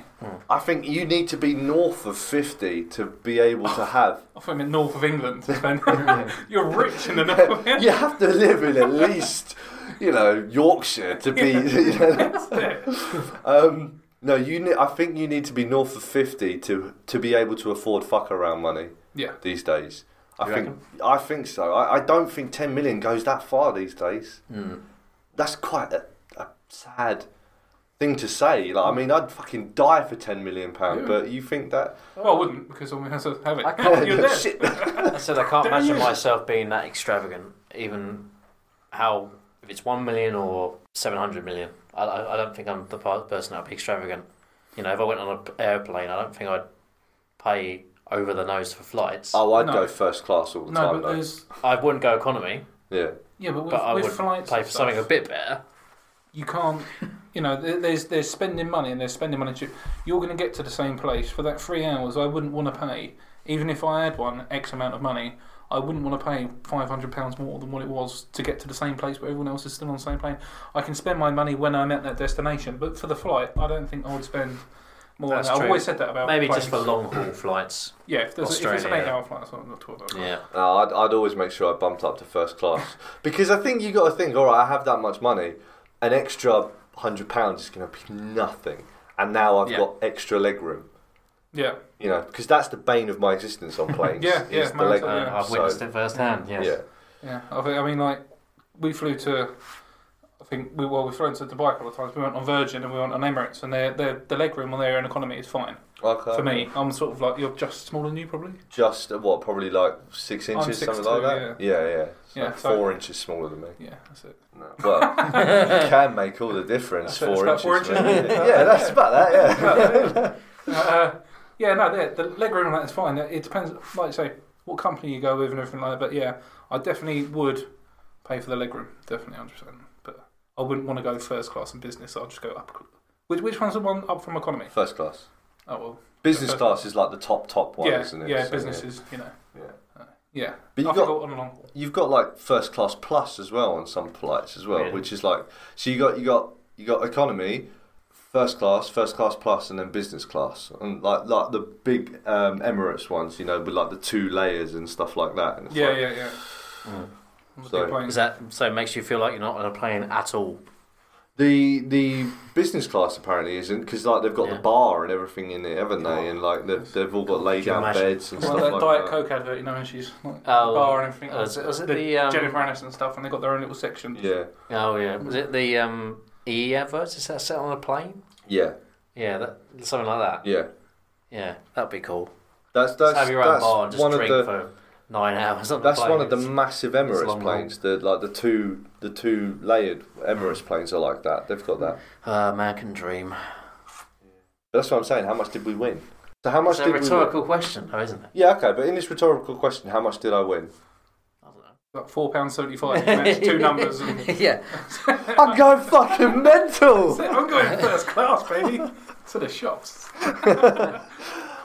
[SPEAKER 3] I think you need to be north of fifty to be able to have.
[SPEAKER 1] I thought you meant north of England. Then you're rich in the north. of England.
[SPEAKER 3] You have to live in at least, you know, Yorkshire to be. you know.
[SPEAKER 1] That's it.
[SPEAKER 3] um, no, you. Ne- I think you need to be north of fifty to to be able to afford fuck around money
[SPEAKER 1] Yeah,
[SPEAKER 3] these days. I
[SPEAKER 2] You
[SPEAKER 3] think. I think so. I, I don't think ten million goes that far these days.
[SPEAKER 2] Mm.
[SPEAKER 3] that's quite a, a sad thing to say. Like, I mean, I'd fucking die for ten million pound,
[SPEAKER 1] Yeah.
[SPEAKER 3] but you think that?
[SPEAKER 1] well, I wouldn't because I'm going to have
[SPEAKER 2] I
[SPEAKER 1] it.
[SPEAKER 2] can't.
[SPEAKER 1] You're dead.
[SPEAKER 3] Shit.
[SPEAKER 2] I said I can't
[SPEAKER 1] Don't
[SPEAKER 2] imagine
[SPEAKER 1] use it.
[SPEAKER 2] myself being that extravagant, even how if it's one million or seven hundred million. I, I, I don't think I'm the part, person that'd be extravagant. You know, if I went on an airplane, I don't think I'd pay over the nose for flights.
[SPEAKER 3] Oh, I'd
[SPEAKER 1] No.
[SPEAKER 3] go first class all the
[SPEAKER 1] No,
[SPEAKER 3] time.
[SPEAKER 1] but
[SPEAKER 3] Though.
[SPEAKER 1] there's
[SPEAKER 2] I wouldn't go economy,
[SPEAKER 3] Yeah,
[SPEAKER 1] yeah, but with,
[SPEAKER 2] but I
[SPEAKER 1] with
[SPEAKER 2] would
[SPEAKER 1] flights,
[SPEAKER 2] pay
[SPEAKER 1] and
[SPEAKER 2] for
[SPEAKER 1] stuff,
[SPEAKER 2] something a bit better.
[SPEAKER 1] You can't. You know, there- there's there's spending money and there's spending money. To, you're going to get to the same place for that three hours. I wouldn't want to pay, even if I had one X amount of money. I wouldn't want to pay five hundred pounds more than what it was to get to the same place where everyone else is still on the same plane. I can spend my money when I'm at that destination, but for the flight, I don't think I would spend more.
[SPEAKER 2] That's
[SPEAKER 1] than that.
[SPEAKER 2] true.
[SPEAKER 1] I've always said that about
[SPEAKER 2] Maybe
[SPEAKER 1] planes.
[SPEAKER 2] just for long haul flights.
[SPEAKER 1] yeah. If, there's, if it's an
[SPEAKER 2] Australia.
[SPEAKER 1] eight-hour flight, that's what I'm not talking about.
[SPEAKER 2] Yeah.
[SPEAKER 3] no, I'd, I'd always make sure I bumped up to first class because I think you got to think. All right, I have that much money. An extra hundred pounds is going to be nothing, and now I've
[SPEAKER 2] Yeah.
[SPEAKER 3] got extra leg room.
[SPEAKER 1] Yeah,
[SPEAKER 3] You know, because that's the bane of my existence on planes.
[SPEAKER 1] Yeah,
[SPEAKER 3] is
[SPEAKER 1] yeah,
[SPEAKER 3] the
[SPEAKER 1] mine
[SPEAKER 3] leg
[SPEAKER 1] too,
[SPEAKER 2] Uh,
[SPEAKER 3] room.
[SPEAKER 1] yeah.
[SPEAKER 2] I've
[SPEAKER 3] So,
[SPEAKER 2] witnessed it firsthand. Yes.
[SPEAKER 3] Yeah,
[SPEAKER 1] yeah. I, think, I mean, like we flew to. I think we well, we've flown to Dubai a couple of times. We went on Virgin and we went on Emirates, and their their the leg room on their own economy is fine
[SPEAKER 3] okay.
[SPEAKER 1] for me. I'm sort of like you're just smaller than you probably.
[SPEAKER 3] um, just uh, what probably like six
[SPEAKER 1] I'm
[SPEAKER 3] inches,
[SPEAKER 1] 6'2",,
[SPEAKER 3] something like that. Yeah, yeah. So
[SPEAKER 1] Yeah, so-
[SPEAKER 3] four inches smaller than me.
[SPEAKER 1] Yeah, that's it.
[SPEAKER 3] No. Well, you can make all the difference.
[SPEAKER 1] That's it,
[SPEAKER 3] four,
[SPEAKER 1] it's about
[SPEAKER 3] inches,
[SPEAKER 1] four inches.
[SPEAKER 3] maybe. yeah, that's about that. Yeah.
[SPEAKER 1] Uh, uh, yeah, no, the, the leg room on that is fine. It depends, like you say, what company you go with and everything like that. But yeah, I definitely would pay for the leg room, definitely hundred percent. But I wouldn't want to go first class in business. I'll just go up. Which which one's the one up from economy?
[SPEAKER 3] First class.
[SPEAKER 1] Oh well,
[SPEAKER 3] Business
[SPEAKER 1] First
[SPEAKER 3] class is like the top top one,
[SPEAKER 1] yeah,
[SPEAKER 3] isn't it?
[SPEAKER 1] yeah,
[SPEAKER 3] So,
[SPEAKER 1] businesses, you know,
[SPEAKER 3] Yeah.
[SPEAKER 1] yeah.
[SPEAKER 3] But
[SPEAKER 1] I
[SPEAKER 3] you've
[SPEAKER 1] think
[SPEAKER 3] got
[SPEAKER 1] I went along.
[SPEAKER 3] you've got like first class plus as well on some flights as well,
[SPEAKER 2] Really?
[SPEAKER 3] which is like so you got you got you got economy, first class, first class plus, and then business class, and like like the big um, Emirates ones, you know, with like the two layers and stuff like that. And it's
[SPEAKER 1] Yeah,
[SPEAKER 3] like,
[SPEAKER 1] yeah, yeah.
[SPEAKER 2] Mm.
[SPEAKER 1] On the
[SPEAKER 3] So-
[SPEAKER 1] big plane.
[SPEAKER 2] Is that so? It makes you feel like you're not on a plane at all.
[SPEAKER 3] The the business class apparently isn't because like they've got
[SPEAKER 2] Yeah.
[SPEAKER 3] the bar and everything in it, haven't they? And like they've, they've all got lay
[SPEAKER 2] Can you
[SPEAKER 3] down
[SPEAKER 2] imagine?
[SPEAKER 3] beds and
[SPEAKER 1] Well,
[SPEAKER 3] stuff
[SPEAKER 1] that
[SPEAKER 3] like
[SPEAKER 1] Diet
[SPEAKER 3] that.
[SPEAKER 1] Coke advert, you know, and she's like
[SPEAKER 2] Oh,
[SPEAKER 1] bar and everything.
[SPEAKER 2] uh, is it- is it
[SPEAKER 1] the,
[SPEAKER 2] the, um,
[SPEAKER 1] Jennifer Aniston stuff, and they got their own little section.
[SPEAKER 3] Yeah,
[SPEAKER 2] Oh yeah. Was it the um, E adverts? Is that set on a plane?
[SPEAKER 3] yeah,
[SPEAKER 2] Yeah, that, something like that.
[SPEAKER 3] yeah.
[SPEAKER 2] Yeah, that'd be cool.
[SPEAKER 3] That's
[SPEAKER 2] Just
[SPEAKER 3] that's
[SPEAKER 2] have your own
[SPEAKER 3] that's
[SPEAKER 2] bar and just
[SPEAKER 3] one of
[SPEAKER 2] drink
[SPEAKER 3] the
[SPEAKER 2] for nine hours. On
[SPEAKER 3] that's
[SPEAKER 2] the plane.
[SPEAKER 3] one of the
[SPEAKER 2] It's-
[SPEAKER 3] massive
[SPEAKER 2] it's
[SPEAKER 3] Emirates
[SPEAKER 2] long
[SPEAKER 3] planes. The like the two the two layered Emirates
[SPEAKER 2] Mm.
[SPEAKER 3] planes are like that. They've got that.
[SPEAKER 2] Uh, man can dream.
[SPEAKER 3] But that's what I'm saying. How much did we win? So how much
[SPEAKER 2] It's a
[SPEAKER 3] did we win?
[SPEAKER 2] rhetorical question, though, isn't it?
[SPEAKER 3] Yeah, okay. But in this rhetorical question, how much did I win?
[SPEAKER 2] I don't
[SPEAKER 1] Like four pounds seventy-five. That's two numbers. And,
[SPEAKER 2] know. yeah.
[SPEAKER 3] I'm going fucking mental.
[SPEAKER 1] I'm going first class, baby. To the shops.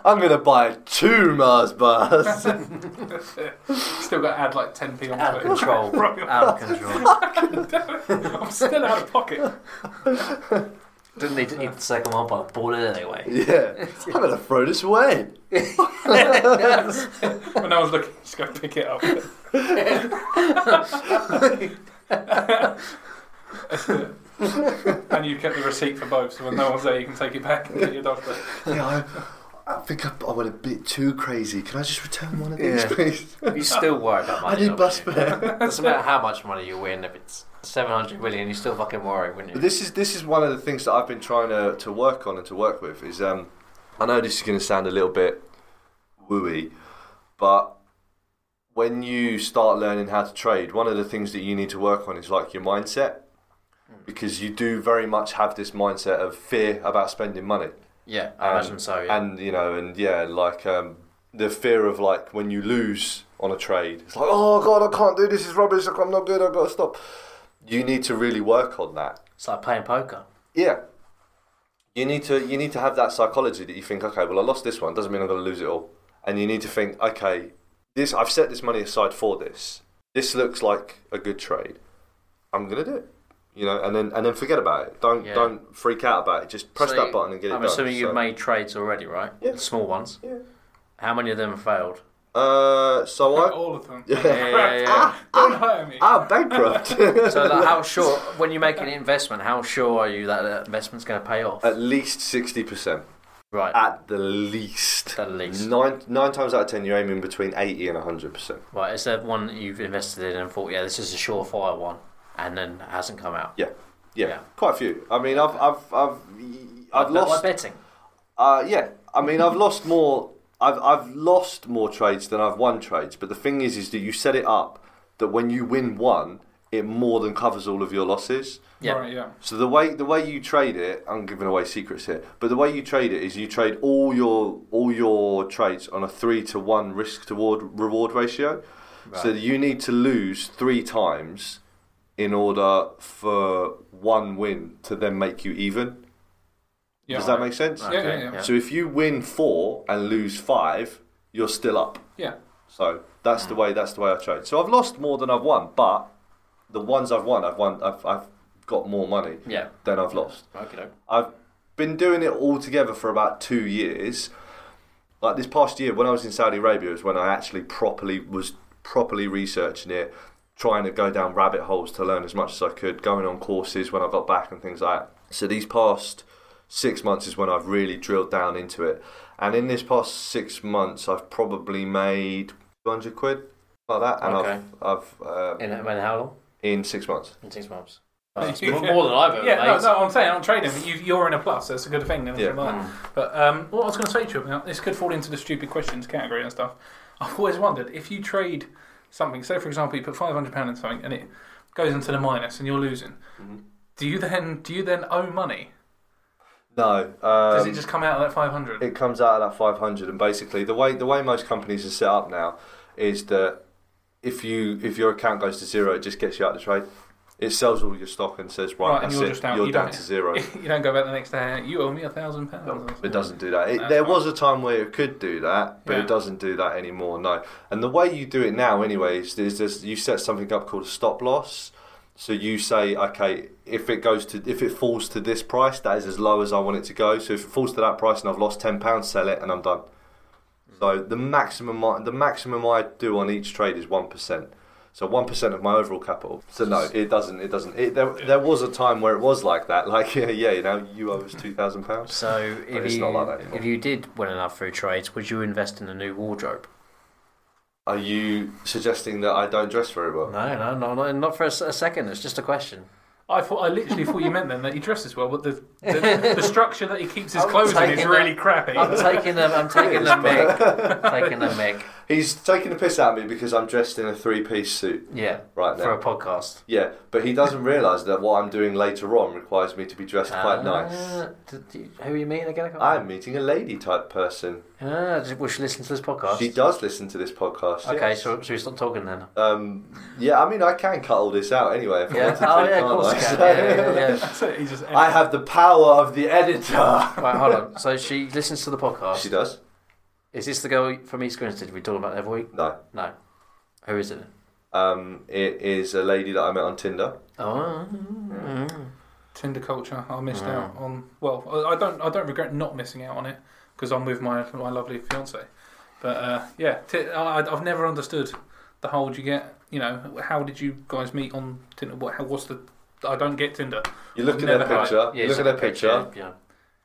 [SPEAKER 3] I'm gonna buy two Mars bars.
[SPEAKER 1] Still got to add like ten p on
[SPEAKER 2] Out of
[SPEAKER 1] to it.
[SPEAKER 2] control. Out of control.
[SPEAKER 1] I'm still out of pocket.
[SPEAKER 2] Didn't need to eat the second one, but I bought it anyway.
[SPEAKER 3] Yeah, I'm gonna throw this away.
[SPEAKER 1] When I was looking, just go pick it up. and you kept the receipt for both, so when no one's there, you can take it back and get your doctor.
[SPEAKER 3] Yeah, I think I, I went a bit too crazy. Can I just return one of these,
[SPEAKER 2] Yeah.
[SPEAKER 3] please?
[SPEAKER 2] You still worry about money.
[SPEAKER 3] I did
[SPEAKER 2] don't
[SPEAKER 3] bus
[SPEAKER 2] you?
[SPEAKER 3] fare.
[SPEAKER 2] Doesn't matter how much money you win, if it's 700 million, you still fucking worry, wouldn't you?
[SPEAKER 3] But this is this is one of the things that I've been trying to, to work on and to work with is um I know this is going to sound a little bit wooey, but when you start learning how to trade, one of the things that you need to work on is like your mindset because you do very much have this mindset of fear about spending money.
[SPEAKER 2] yeah, I
[SPEAKER 3] Um,
[SPEAKER 2] imagine so, yeah.
[SPEAKER 3] and you know, and yeah, like um, the fear of like when you lose on a trade, it's like, oh god, I can't do this. It's rubbish. I'm not good. I've got to stop. You need to really work on that.
[SPEAKER 2] it's like playing poker.
[SPEAKER 3] Yeah, you need to you need to have that psychology that you think, okay, well, I lost this one. Doesn't mean I'm going to lose it all. And you need to think, okay, this I've set this money aside for this. This looks like a good trade. I'm going to do it. You know, and then and then forget about it. Don't
[SPEAKER 2] Yeah.
[SPEAKER 3] don't freak out about it. Just press
[SPEAKER 2] So
[SPEAKER 3] that
[SPEAKER 2] you-
[SPEAKER 3] button and get it
[SPEAKER 2] I'm
[SPEAKER 3] done.
[SPEAKER 2] assuming you've
[SPEAKER 3] So-
[SPEAKER 2] made trades already, right?
[SPEAKER 3] Yeah.
[SPEAKER 2] Small ones.
[SPEAKER 3] Yeah.
[SPEAKER 2] How many of them have failed?
[SPEAKER 3] Uh, so I
[SPEAKER 1] All of them.
[SPEAKER 2] Oh, Yeah, yeah, yeah.
[SPEAKER 1] Don't hire me.
[SPEAKER 3] Ah, bankrupt.
[SPEAKER 2] so, like, how sure, when you make an investment, how sure are you that the investment's going to pay off?
[SPEAKER 3] At least 60%.
[SPEAKER 2] right.
[SPEAKER 3] At the least.
[SPEAKER 2] At least.
[SPEAKER 3] Nine, nine times out of 10, you're aiming between 80 and 100%.
[SPEAKER 2] Right, is there one that you've invested in and thought, yeah, this is a surefire one, and then it hasn't come out?
[SPEAKER 3] Yeah. Yeah.
[SPEAKER 2] Yeah.
[SPEAKER 3] Quite a few. I mean, I've, I've, I've, I've
[SPEAKER 2] Not
[SPEAKER 3] lost.
[SPEAKER 2] by betting.
[SPEAKER 3] Uh, yeah. I mean, I've lost more. I've, I've lost more trades than I've won trades. But the thing is, is that you set it up that when you win one, it more than covers all of your losses.
[SPEAKER 2] Yeah.
[SPEAKER 1] Right, yeah.
[SPEAKER 3] So the way the way you trade it, I'm giving away secrets here, but the way you trade it is you trade all your all your trades on a three to one risk toward reward ratio. So
[SPEAKER 2] Right.
[SPEAKER 3] you need to lose three times in order for one win to then make you even.
[SPEAKER 1] Yeah.
[SPEAKER 3] Does that make sense?
[SPEAKER 1] Yeah, yeah, yeah.
[SPEAKER 3] So if you win four and lose five, you're still up.
[SPEAKER 1] Yeah.
[SPEAKER 3] So that's
[SPEAKER 2] Hmm.
[SPEAKER 3] the way that's the way I trade. So I've lost more than I've won, but the ones I've won, I've won, I've, I've got more money
[SPEAKER 2] Yeah.
[SPEAKER 3] than I've lost.
[SPEAKER 2] Okay, doke.
[SPEAKER 3] I've been doing it all together for about two years. Like this past year, when I was in Saudi Arabia, is when I actually properly was properly researching it, trying to go down rabbit holes to learn as much as I could, going on courses when I got back and things like that. So these past six months is when I've really drilled down into it. And in this past six months, I've probably made 200 quid like that, and
[SPEAKER 2] Okay.
[SPEAKER 3] I've, I've uh,
[SPEAKER 2] In, in how long?
[SPEAKER 3] in six months.
[SPEAKER 2] In six months.
[SPEAKER 1] Yeah.
[SPEAKER 2] That's more, more than I've ever
[SPEAKER 1] Yeah, no,
[SPEAKER 2] made.
[SPEAKER 1] no, I'm saying I'm trading. You, you're in a plus. That's a good thing. and everything
[SPEAKER 3] Yeah.
[SPEAKER 1] like that.
[SPEAKER 2] Hmm.
[SPEAKER 1] But um, what I was going to say to you about this could fall into the stupid questions category and stuff. I've always wondered if you trade something. Say, for example, you put five hundred pound in something and it goes into the minus and you're losing.
[SPEAKER 3] Mm-hmm.
[SPEAKER 1] Do you then do you then owe money?
[SPEAKER 3] No,
[SPEAKER 1] Does
[SPEAKER 3] um,
[SPEAKER 1] it just come out of that five hundred?
[SPEAKER 3] it comes out of that 500 and basically the way the way most companies are set up now is that if you if your account goes to zero it just gets you out of the trade it sells all your stock and says right,
[SPEAKER 1] Right, and
[SPEAKER 3] that's
[SPEAKER 1] you're
[SPEAKER 3] it
[SPEAKER 1] just out.
[SPEAKER 3] you're
[SPEAKER 1] You
[SPEAKER 3] down
[SPEAKER 1] don't-
[SPEAKER 3] to zero
[SPEAKER 1] you don't go back the next day. You owe me a thousand
[SPEAKER 3] No,
[SPEAKER 1] pounds.
[SPEAKER 3] it doesn't do that. It,
[SPEAKER 1] That's
[SPEAKER 3] there
[SPEAKER 1] fine.
[SPEAKER 3] was a time where it could do that, but
[SPEAKER 1] Yeah.
[SPEAKER 3] it doesn't do that anymore. No, and the way you do it now, anyways, is this, you set something up called a stop loss. So you say, okay, if it goes to if it falls to this price, that is as low as I want it to go. So if it falls to that price and I've lost ten pounds, sell it and I'm done. So
[SPEAKER 1] Mm.
[SPEAKER 3] the maximum I, the maximum I do on each trade is one percent. So one percent of my overall capital. So no, it doesn't. It doesn't. It, there, there was a time where it was like that. Like yeah, yeah, you know, you owe us two thousand pounds.
[SPEAKER 2] So
[SPEAKER 3] But
[SPEAKER 2] if
[SPEAKER 3] it's
[SPEAKER 2] you,
[SPEAKER 3] not like that anymore.
[SPEAKER 2] if you did win enough through trades, would you invest in a new wardrobe?
[SPEAKER 3] Are you suggesting that I don't dress very well?
[SPEAKER 2] No, no, no, no not for a, s- a second. It's just a question.
[SPEAKER 1] I thought I literally thought you meant then that he dresses well, but the the, the structure that he keeps his
[SPEAKER 2] I'm
[SPEAKER 1] clothes in is
[SPEAKER 2] taking
[SPEAKER 1] really
[SPEAKER 2] that-
[SPEAKER 1] crappy.
[SPEAKER 2] I'm taking them. I'm taking the mic. taking the mic.
[SPEAKER 3] He's taking the piss out of me because I'm dressed in a three-piece suit
[SPEAKER 2] Yeah,
[SPEAKER 3] right now.
[SPEAKER 2] for a podcast.
[SPEAKER 3] yeah, but he doesn't realise that what I'm doing later on requires me to be dressed quite nice.
[SPEAKER 2] Uh, d- d- who are you meeting again? I can't
[SPEAKER 3] I'm meeting a lady type person.
[SPEAKER 2] remember. Ah, d- well, she listen to this podcast.
[SPEAKER 3] She does listen to this podcast.
[SPEAKER 2] okay,
[SPEAKER 3] yes.
[SPEAKER 2] so should we stop talking then?
[SPEAKER 3] Um, yeah, I mean, I can cut all this out anyway if I
[SPEAKER 2] Yeah.
[SPEAKER 3] wanted to.
[SPEAKER 2] Oh yeah, of
[SPEAKER 3] can't
[SPEAKER 2] course.
[SPEAKER 3] I?
[SPEAKER 2] you can. Yeah, yeah, yeah, yeah.
[SPEAKER 1] uh, That's it. He just
[SPEAKER 3] I have the power of the editor.
[SPEAKER 2] Right, hold on. So she listens to the podcast.
[SPEAKER 3] She does?
[SPEAKER 2] Is this the girl from East Grinstead we talk about every week?
[SPEAKER 3] No.
[SPEAKER 2] No. Who is it?
[SPEAKER 3] Um, it is a lady that I met on Tinder.
[SPEAKER 2] Oh.
[SPEAKER 1] Tinder culture. I missed
[SPEAKER 2] Yeah.
[SPEAKER 1] out on. Well, I I don't. I don't regret not missing out on it because I'm with my my lovely fiance. But uh, yeah, t- I, I've never understood the whole. Do you get? You know, how did you guys meet on Tinder? What? How, what's the? I don't get Tinder.
[SPEAKER 3] You look at
[SPEAKER 1] Never
[SPEAKER 3] their
[SPEAKER 1] had.
[SPEAKER 3] picture. you look at their picture.
[SPEAKER 2] Yeah.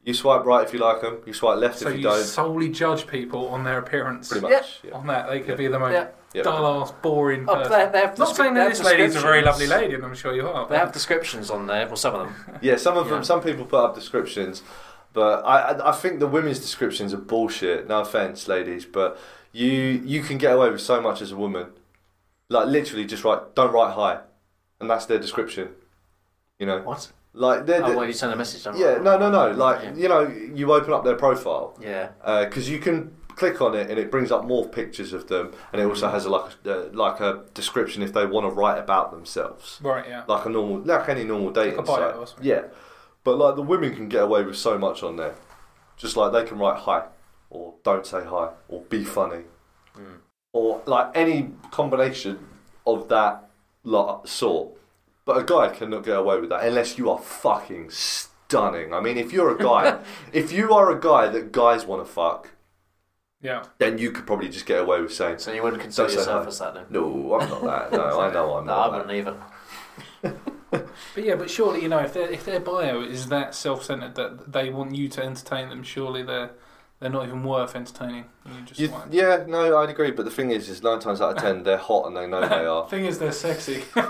[SPEAKER 3] You swipe right if you like them. You swipe left
[SPEAKER 1] so
[SPEAKER 3] if you,
[SPEAKER 1] you
[SPEAKER 3] don't.
[SPEAKER 1] solely judge people on their appearance.
[SPEAKER 3] Pretty
[SPEAKER 2] Yeah.
[SPEAKER 3] much. Yeah.
[SPEAKER 1] On that, they could
[SPEAKER 3] Yeah.
[SPEAKER 1] be the most
[SPEAKER 2] Yeah.
[SPEAKER 3] Yeah.
[SPEAKER 1] dull ass, boring
[SPEAKER 2] Oh,
[SPEAKER 1] person.
[SPEAKER 2] they, they have
[SPEAKER 1] Not
[SPEAKER 2] descri-
[SPEAKER 1] saying
[SPEAKER 2] they
[SPEAKER 1] that
[SPEAKER 2] have
[SPEAKER 1] this lady's a very lovely
[SPEAKER 2] descriptions.
[SPEAKER 1] lady, and I'm sure you are.
[SPEAKER 2] They
[SPEAKER 1] but-
[SPEAKER 2] have descriptions on there, well, some of them.
[SPEAKER 3] Yeah, some of
[SPEAKER 2] Yeah.
[SPEAKER 3] them. Some people put up descriptions, but I, I I think the women's descriptions are bullshit. No offense, ladies, but you you can get away with so much as a woman. Like literally, just write don't write hi, and that's their description. You know,
[SPEAKER 2] What?
[SPEAKER 3] like they're,
[SPEAKER 2] Oh, well, you send a message, don't
[SPEAKER 3] yeah,
[SPEAKER 2] you?
[SPEAKER 3] no, no, no. Like
[SPEAKER 2] Yeah.
[SPEAKER 3] you know, you open up their profile
[SPEAKER 2] Yeah.
[SPEAKER 3] because you can click on it and it brings up more pictures of them, and it also has a, like a, uh, like a description if they want to write about themselves
[SPEAKER 1] Right, yeah.
[SPEAKER 3] like a normal, like any normal dating
[SPEAKER 1] Like a bio
[SPEAKER 3] site.
[SPEAKER 1] or something.
[SPEAKER 3] Yeah, but like the women can get away with so much on there. Just like they can write hi, or don't say hi, or be funny,
[SPEAKER 1] Hmm.
[SPEAKER 2] Mm.
[SPEAKER 3] or like any combination of that lot sort. But a guy cannot get away with that unless you are fucking stunning. I mean, if you're a guy, if you are a guy that guys want to fuck,
[SPEAKER 1] Yeah.
[SPEAKER 3] then you could probably just get away with saying,
[SPEAKER 2] So you wouldn't consider
[SPEAKER 3] Don't say
[SPEAKER 2] yourself
[SPEAKER 3] hi.
[SPEAKER 2] as that then?
[SPEAKER 3] "No, I'm not that. No, I know I'm
[SPEAKER 2] No, I
[SPEAKER 3] not." that.
[SPEAKER 2] wouldn't either.
[SPEAKER 1] But yeah, but surely you know if their if their bio is that self centered that they want you to entertain them, surely they're they're not even worth entertaining. And you just
[SPEAKER 3] You-
[SPEAKER 1] like-
[SPEAKER 3] yeah, no, I'd agree. But the thing is, is nine times out of ten, they're hot and they know they are,
[SPEAKER 1] Thing is, they're sexy.
[SPEAKER 2] yeah,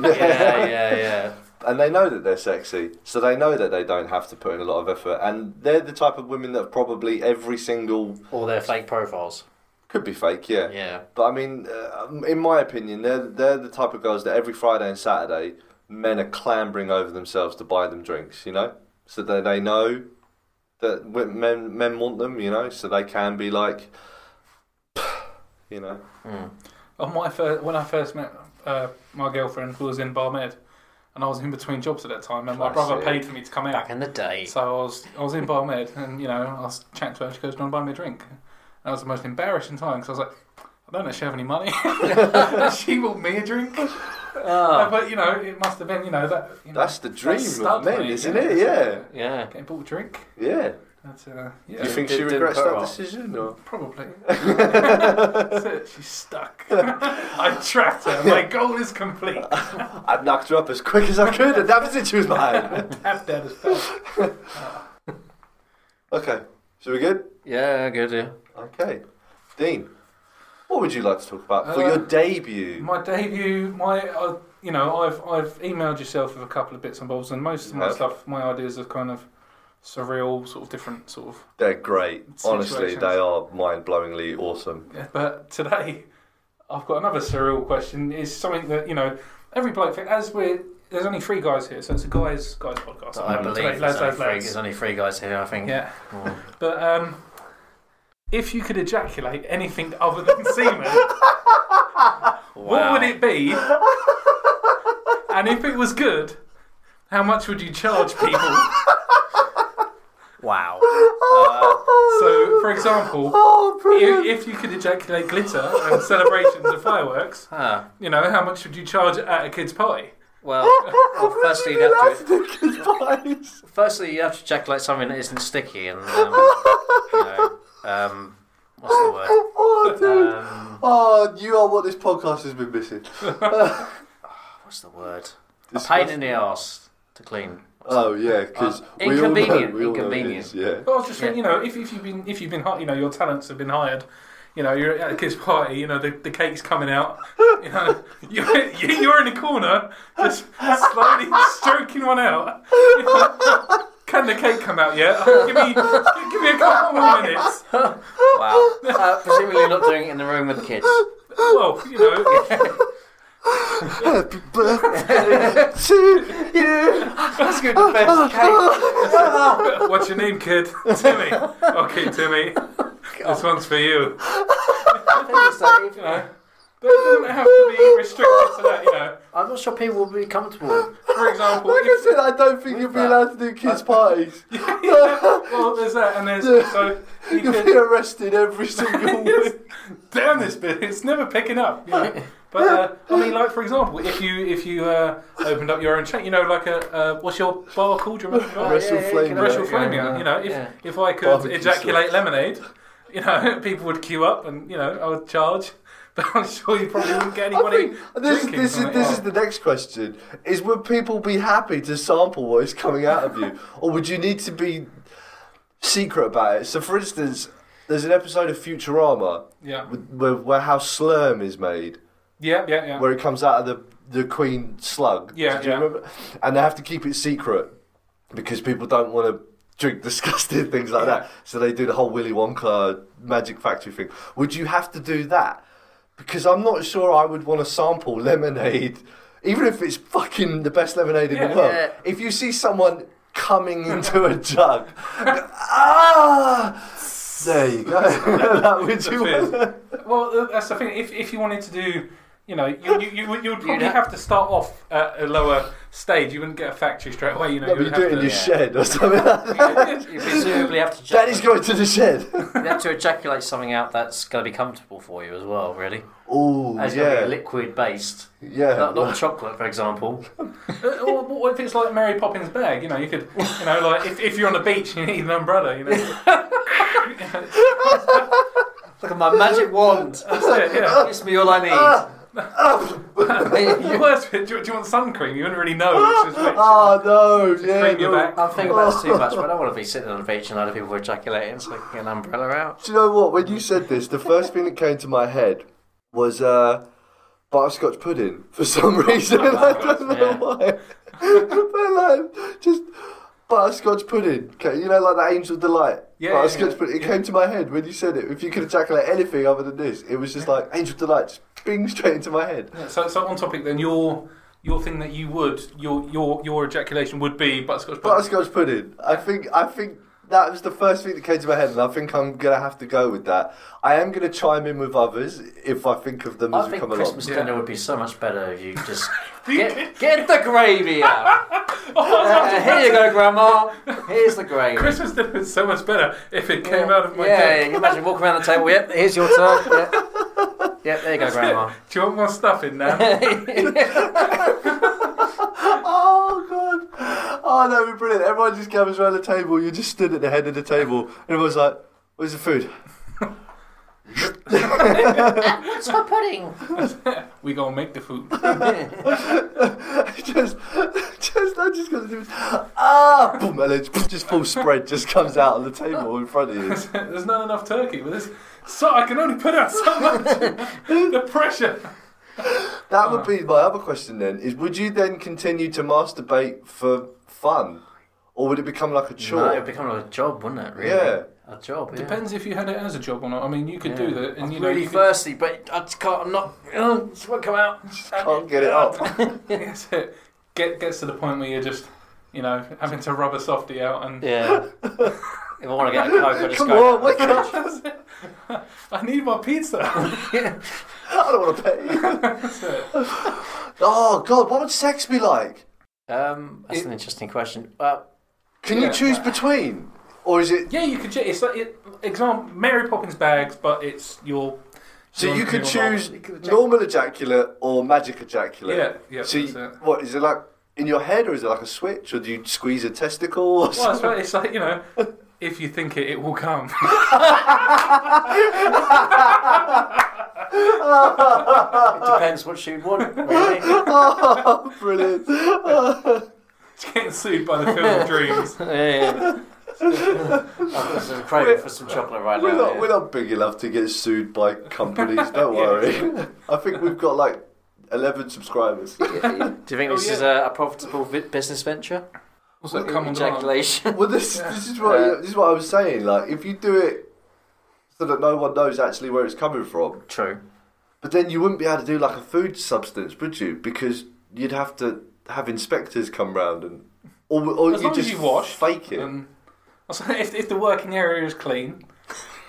[SPEAKER 2] yeah, yeah.
[SPEAKER 3] and they know that they're sexy. So they know that they don't have to put in a lot of effort, and they're the type of women that have probably every single
[SPEAKER 2] Or their fake profiles.
[SPEAKER 3] could be fake, yeah.
[SPEAKER 2] Yeah.
[SPEAKER 3] But I mean, uh, in my opinion, they're they're the type of girls that every Friday and Saturday, men are clambering over themselves to buy them drinks. You know, so that they know that wi- men men want them. You know, so they can be like, you know,
[SPEAKER 2] Mm.
[SPEAKER 1] On my first, when I first met uh, my girlfriend, who was in Bar Med, and I was in between jobs at that time, and my brother
[SPEAKER 3] Classy.
[SPEAKER 1] paid for me to come out.
[SPEAKER 2] Back in the day.
[SPEAKER 1] So I was I was in Bar Med, and you know I was chatting to her. She goes, "Do you want to buy me a drink?" And that was the most embarrassing time because I was like, "I don't actually have any money." And she bought me a drink, Uh,
[SPEAKER 2] Ah,
[SPEAKER 1] but you know it must have been you know that. You know,
[SPEAKER 3] that's the dream of
[SPEAKER 1] stud
[SPEAKER 3] men,
[SPEAKER 1] money,
[SPEAKER 3] isn't it? Yeah,
[SPEAKER 2] yeah.
[SPEAKER 1] Getting bought a drink.
[SPEAKER 3] yeah.
[SPEAKER 1] That's uh,
[SPEAKER 3] Do
[SPEAKER 1] yeah.
[SPEAKER 3] you think
[SPEAKER 2] Did-
[SPEAKER 3] she
[SPEAKER 2] didn't
[SPEAKER 3] regrets
[SPEAKER 2] put
[SPEAKER 3] that
[SPEAKER 2] well.
[SPEAKER 3] decision? Or?
[SPEAKER 1] Probably. That's it. She's stuck. I trapped her. My goal is complete.
[SPEAKER 3] I knocked her up as quick as I could, and that was it. She was mine.
[SPEAKER 1] Half dead as fuck.
[SPEAKER 3] okay, so we're good.
[SPEAKER 2] Yeah, good, yeah.
[SPEAKER 3] Okay, Dean, what would you like to talk about for
[SPEAKER 1] Uh,
[SPEAKER 3] your debut?
[SPEAKER 1] My debut. My uh, you know I've I've emailed yourself with a couple of bits and bobs, and most of my
[SPEAKER 3] Have.
[SPEAKER 1] stuff, my ideas are kind of surreal, sort of different, sort of.
[SPEAKER 3] They're great. Honestly,
[SPEAKER 1] Situations.
[SPEAKER 3] they are mind-blowingly awesome.
[SPEAKER 1] Yeah, But today, I've got another surreal question. Is something that you know every bloke think as we're. There's only three guys here, so it's a guys guys podcast.
[SPEAKER 2] So I
[SPEAKER 1] Today,
[SPEAKER 2] believe
[SPEAKER 1] lads,
[SPEAKER 2] there's,
[SPEAKER 1] lads,
[SPEAKER 2] only three,
[SPEAKER 1] lads.
[SPEAKER 2] there's only three guys here, I think.
[SPEAKER 1] Yeah.
[SPEAKER 2] Mm.
[SPEAKER 1] But um, if you could ejaculate anything other than semen, what
[SPEAKER 2] Wow.
[SPEAKER 1] would it be? and if it was good, how much would you charge people?
[SPEAKER 2] Wow.
[SPEAKER 1] so, for example,
[SPEAKER 3] Oh,
[SPEAKER 1] i- if you could ejaculate glitter and celebrations of fireworks,
[SPEAKER 2] Ah,
[SPEAKER 1] you know, how much would you charge at a kid's party?
[SPEAKER 2] well, well firstly, you have to, firstly, you have to check like something that isn't sticky and, um, you know, um, what's
[SPEAKER 1] Uh,
[SPEAKER 2] the word?
[SPEAKER 3] Oh, dude.
[SPEAKER 2] Um,
[SPEAKER 3] Oh, you are what this podcast has been missing.
[SPEAKER 2] what's the word? A pain in the ass to clean.
[SPEAKER 3] Oh yeah, because
[SPEAKER 2] Uh,
[SPEAKER 3] we all know,
[SPEAKER 2] inconvenient,
[SPEAKER 3] we all know it
[SPEAKER 2] inconvenient.
[SPEAKER 3] is, yeah.
[SPEAKER 1] Well, I was just thinking, you know, if, if you've been if you've been hi- you know, your talents have been hired. You know, you're at a kid's party. You know, the, the cake's coming out. You know, you're, you're in a corner, just slowly stroking one out. You know, Can the cake come out yet? Give me, give me a couple more minutes.
[SPEAKER 2] Wow. Uh, presumably you're not doing it in the room with the kids.
[SPEAKER 1] Well, you know,
[SPEAKER 3] Happy birthday to you.
[SPEAKER 2] That's good defense, Kate.
[SPEAKER 1] what's your name, kid? Timmy. Okay, Timmy. This one's for you. You know, but it doesn't have to be restricted to that. You know,
[SPEAKER 2] I'm not sure people will be comfortable.
[SPEAKER 1] for example,
[SPEAKER 3] Like I
[SPEAKER 1] if,
[SPEAKER 3] said, I don't think you'll be
[SPEAKER 2] that.
[SPEAKER 3] allowed to do kids' parties.
[SPEAKER 1] well, there's that, and there's so you
[SPEAKER 3] You'll
[SPEAKER 1] could,
[SPEAKER 3] be arrested every single
[SPEAKER 1] Yes.
[SPEAKER 3] week.
[SPEAKER 1] Damn this bit! It's never picking up. You know? But uh, I mean, like for example, if you if you uh, opened up your own chain, you know, like a uh, what's your bar called? Do you remember? the bar?
[SPEAKER 3] Wrestle Flame,
[SPEAKER 1] Rush or
[SPEAKER 3] yeah,
[SPEAKER 1] Flame, yeah. You know, if
[SPEAKER 2] yeah.
[SPEAKER 1] if I could
[SPEAKER 3] Barbecue
[SPEAKER 1] ejaculate
[SPEAKER 3] sauce.
[SPEAKER 1] lemonade, you know, people would queue up, and you know, I would charge. But I'm sure you probably wouldn't get
[SPEAKER 3] I
[SPEAKER 1] anybody.
[SPEAKER 3] think this,
[SPEAKER 1] drinking
[SPEAKER 3] this,
[SPEAKER 1] from
[SPEAKER 3] is,
[SPEAKER 1] it,
[SPEAKER 3] this
[SPEAKER 1] yeah.
[SPEAKER 3] is the next question: Is would people be happy to sample what is coming out of you, or would you need to be secret about it. So, for instance, there's an episode of Futurama
[SPEAKER 1] Yeah.
[SPEAKER 3] with- where, where how Slurm is made,
[SPEAKER 1] Yeah, yeah, yeah.
[SPEAKER 3] where it comes out of the, the Queen slug.
[SPEAKER 1] Yeah,
[SPEAKER 3] Do you
[SPEAKER 1] yeah.
[SPEAKER 3] remember? And they have to keep it secret because people don't want to drink disgusting things like that. So they do the whole Willy Wonka magic factory thing. Would you have to do that? Because I'm not sure I would want to sample lemonade, even if it's fucking the best lemonade in
[SPEAKER 1] Yeah.
[SPEAKER 3] the world.
[SPEAKER 2] Yeah.
[SPEAKER 3] If you see someone coming into a jug, ah, there you go. that would you
[SPEAKER 1] That's
[SPEAKER 3] want-
[SPEAKER 1] Well, th- that's the thing. If, if you wanted to do, you know, you, you, you, would- you would probably
[SPEAKER 2] ha-
[SPEAKER 1] have to start off at a lower stage. You wouldn't get a factory straight away. You know,
[SPEAKER 3] No,
[SPEAKER 1] you
[SPEAKER 3] but you
[SPEAKER 1] would
[SPEAKER 3] do
[SPEAKER 1] have
[SPEAKER 3] it in your
[SPEAKER 1] to.
[SPEAKER 2] yeah.
[SPEAKER 3] shed or something.
[SPEAKER 2] You presumably have to
[SPEAKER 3] Daddy's going to the shed.
[SPEAKER 2] you have to ejaculate something out that's going to be comfortable for you as well, really.
[SPEAKER 3] Oh,
[SPEAKER 2] It's going to be
[SPEAKER 3] yeah,
[SPEAKER 2] liquid based.
[SPEAKER 3] yeah.
[SPEAKER 2] Not, not chocolate, for example.
[SPEAKER 1] Uh, or what if it's like Mary Poppins' bag? You know, you could, you know, like if, if you're on the beach and you need an umbrella, you know,
[SPEAKER 2] Look at my magic wand. Ah,
[SPEAKER 1] that's it. Yeah.
[SPEAKER 2] Gives me all I
[SPEAKER 1] The
[SPEAKER 2] need.
[SPEAKER 1] worst bit, do, you- do you want sun cream? You wouldn't really know which is which.
[SPEAKER 3] Oh no, yeah.
[SPEAKER 1] cream your
[SPEAKER 3] no.
[SPEAKER 1] back.
[SPEAKER 2] I'm thinking that's too much, but I don't want to be sitting on the beach and other people ejaculating, so I can get an umbrella out.
[SPEAKER 3] Do you know what? When you said this, the first thing that came to my head was uh, butterscotch pudding for some
[SPEAKER 1] Oh,
[SPEAKER 3] reason. I don't know
[SPEAKER 2] Yeah.
[SPEAKER 3] why. but like, just butterscotch pudding. Okay, You know, like that Angel Delight.
[SPEAKER 1] Yeah,
[SPEAKER 3] butterscotch
[SPEAKER 1] yeah, yeah.
[SPEAKER 3] pudding. It
[SPEAKER 1] Yeah.
[SPEAKER 3] came to my head when you said it. If you could ejaculate anything other than this, it was just like Angel Delight, just bing straight into my head.
[SPEAKER 1] Yeah, so, so on topic then, your your thing that you would your your your ejaculation would be butterscotch. pudding.
[SPEAKER 3] Butterscotch pudding. I think I think that was the first thing that came to my head, and I think I'm gonna have to go with that. I am gonna chime in with others if I think of them as
[SPEAKER 2] I
[SPEAKER 3] we
[SPEAKER 2] think
[SPEAKER 3] come
[SPEAKER 2] Christmas
[SPEAKER 1] Yeah.
[SPEAKER 2] dinner would be so much better if you just get, get the gravy out. Uh, here you go, Grandma. Here's the gravy.
[SPEAKER 1] Christmas dinner is so much better if it came out of my
[SPEAKER 2] yeah,
[SPEAKER 1] dick.
[SPEAKER 2] you can imagine walking around the table. Yep, here's your turn. Yep, yep there you go, Grandma.
[SPEAKER 1] Do you want more stuff in now?
[SPEAKER 3] along. Oh god! Oh that would be brilliant. Everyone just gathers around the table. You just stood at the head of the table, and everyone's like, "Where's the food?"
[SPEAKER 2] That's my pudding.
[SPEAKER 1] we gonna make the food.
[SPEAKER 3] just, just, I just got to do this. Ah, boom, and it just full spread just comes out on the table in front of you.
[SPEAKER 1] There's not enough turkey, but there's so I can only put out so much. the pressure.
[SPEAKER 3] That would be my other question then. Is would you then continue to masturbate for fun, or would it become like a chore?
[SPEAKER 2] No, it would become like a job, wouldn't it? Really?
[SPEAKER 3] Yeah.
[SPEAKER 2] A job. Yeah.
[SPEAKER 1] Depends if you had it as a job or not. I mean, you could do
[SPEAKER 2] Yeah.
[SPEAKER 1] that, and
[SPEAKER 2] I'm
[SPEAKER 1] you know,
[SPEAKER 2] really
[SPEAKER 1] you could-
[SPEAKER 2] thirsty, but I just can't. I'm not. uh, Ugh, just won't come out.
[SPEAKER 3] Can't get it up.
[SPEAKER 1] Yes, it get, gets to the point where you're just, you know, having to rub a softie out, and
[SPEAKER 2] Yeah. if I want to get a coke, I just
[SPEAKER 3] Come
[SPEAKER 2] go.
[SPEAKER 3] on, wake up!
[SPEAKER 1] I need my pizza.
[SPEAKER 3] I don't want to pay. oh God, what would sex be like?
[SPEAKER 2] Um, that's an interesting question. Uh,
[SPEAKER 3] Can
[SPEAKER 1] Yeah.
[SPEAKER 3] you choose between, or is it?
[SPEAKER 1] yeah, you could. ju- It's like it, example Mary Poppins bags, but it's your.
[SPEAKER 3] So
[SPEAKER 1] your-
[SPEAKER 3] you could
[SPEAKER 1] your
[SPEAKER 3] choose
[SPEAKER 2] You could ejac-
[SPEAKER 3] normal ejaculate or magic ejaculate.
[SPEAKER 1] Yeah, yeah,
[SPEAKER 3] So you-
[SPEAKER 1] that's it.
[SPEAKER 3] what is it like in your head, or is it like a switch, or do you squeeze a testicle? Or
[SPEAKER 1] Well,
[SPEAKER 3] something?
[SPEAKER 1] it's, like- it's like you know, if you think it, it will come.
[SPEAKER 2] it
[SPEAKER 3] Uh,
[SPEAKER 2] depends what she'd want, really.
[SPEAKER 3] oh, brilliant!
[SPEAKER 1] it's getting sued by the film of dreams.
[SPEAKER 2] yeah. I'm just craving for some chocolate right
[SPEAKER 3] We're
[SPEAKER 2] now.
[SPEAKER 3] not,
[SPEAKER 2] yeah.
[SPEAKER 3] we're not big enough to get sued by companies, don't worry. I think we've got like 11 subscribers.
[SPEAKER 2] Do you think
[SPEAKER 1] Oh,
[SPEAKER 2] this
[SPEAKER 1] yeah.
[SPEAKER 2] is a, a profitable vi- business venture?
[SPEAKER 1] Also, come on, demand.
[SPEAKER 2] Ejaculation.
[SPEAKER 3] Well, this, this, is what,
[SPEAKER 2] Yeah.
[SPEAKER 3] this is what I was saying. Like, if you do it so that no one knows actually where it's coming from,
[SPEAKER 2] True.
[SPEAKER 3] but then you wouldn't be able to do like a food substance, would you? Because you'd have to have inspectors come round and. Or, or
[SPEAKER 1] As
[SPEAKER 3] you
[SPEAKER 1] long as
[SPEAKER 3] just
[SPEAKER 1] you wash
[SPEAKER 3] fake it.
[SPEAKER 1] Um, also, if, if the working area is clean,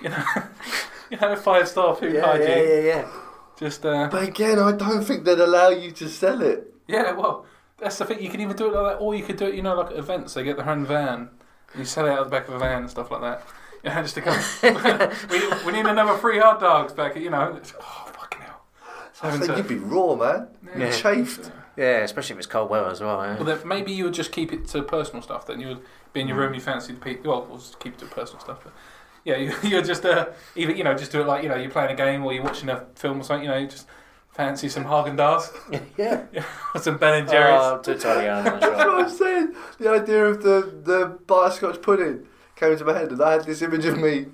[SPEAKER 1] you know, you know, five star food hygiene.
[SPEAKER 2] yeah.
[SPEAKER 1] Just uh,
[SPEAKER 3] but again, I don't think they'd allow you to sell it.
[SPEAKER 1] yeah, well, that's the thing. You can even do it like that, or you could do it, you know, like at events. They get their own van. And you sell it out of the back of a van and stuff like that. You know, just to come. we, we need another three hot dogs back. You know, It's- oh fucking hell. It's
[SPEAKER 3] I
[SPEAKER 1] having
[SPEAKER 3] think
[SPEAKER 1] to-
[SPEAKER 3] you'd be raw, man. You'd
[SPEAKER 2] Yeah.
[SPEAKER 3] be chafed.
[SPEAKER 2] Yeah, especially if it's cold weather as well. eh?
[SPEAKER 1] Well, then maybe you would just keep it to personal stuff. Then you would be in your
[SPEAKER 2] Mm.
[SPEAKER 1] room, you fancy the people. Well, we'll just keep it to personal stuff. But yeah, you, you're just uh, either you know, just do it like you know, you're playing a game or you're watching a film or something. You know, you just fancy some Haagen Dazs,
[SPEAKER 2] Yeah. yeah.
[SPEAKER 1] some Ben and
[SPEAKER 2] Uh,
[SPEAKER 1] Jerry's.
[SPEAKER 2] Oh, too tidy on
[SPEAKER 3] That's what I'm saying. The idea of the the butterscotch pudding came into my head, and I had this image of me.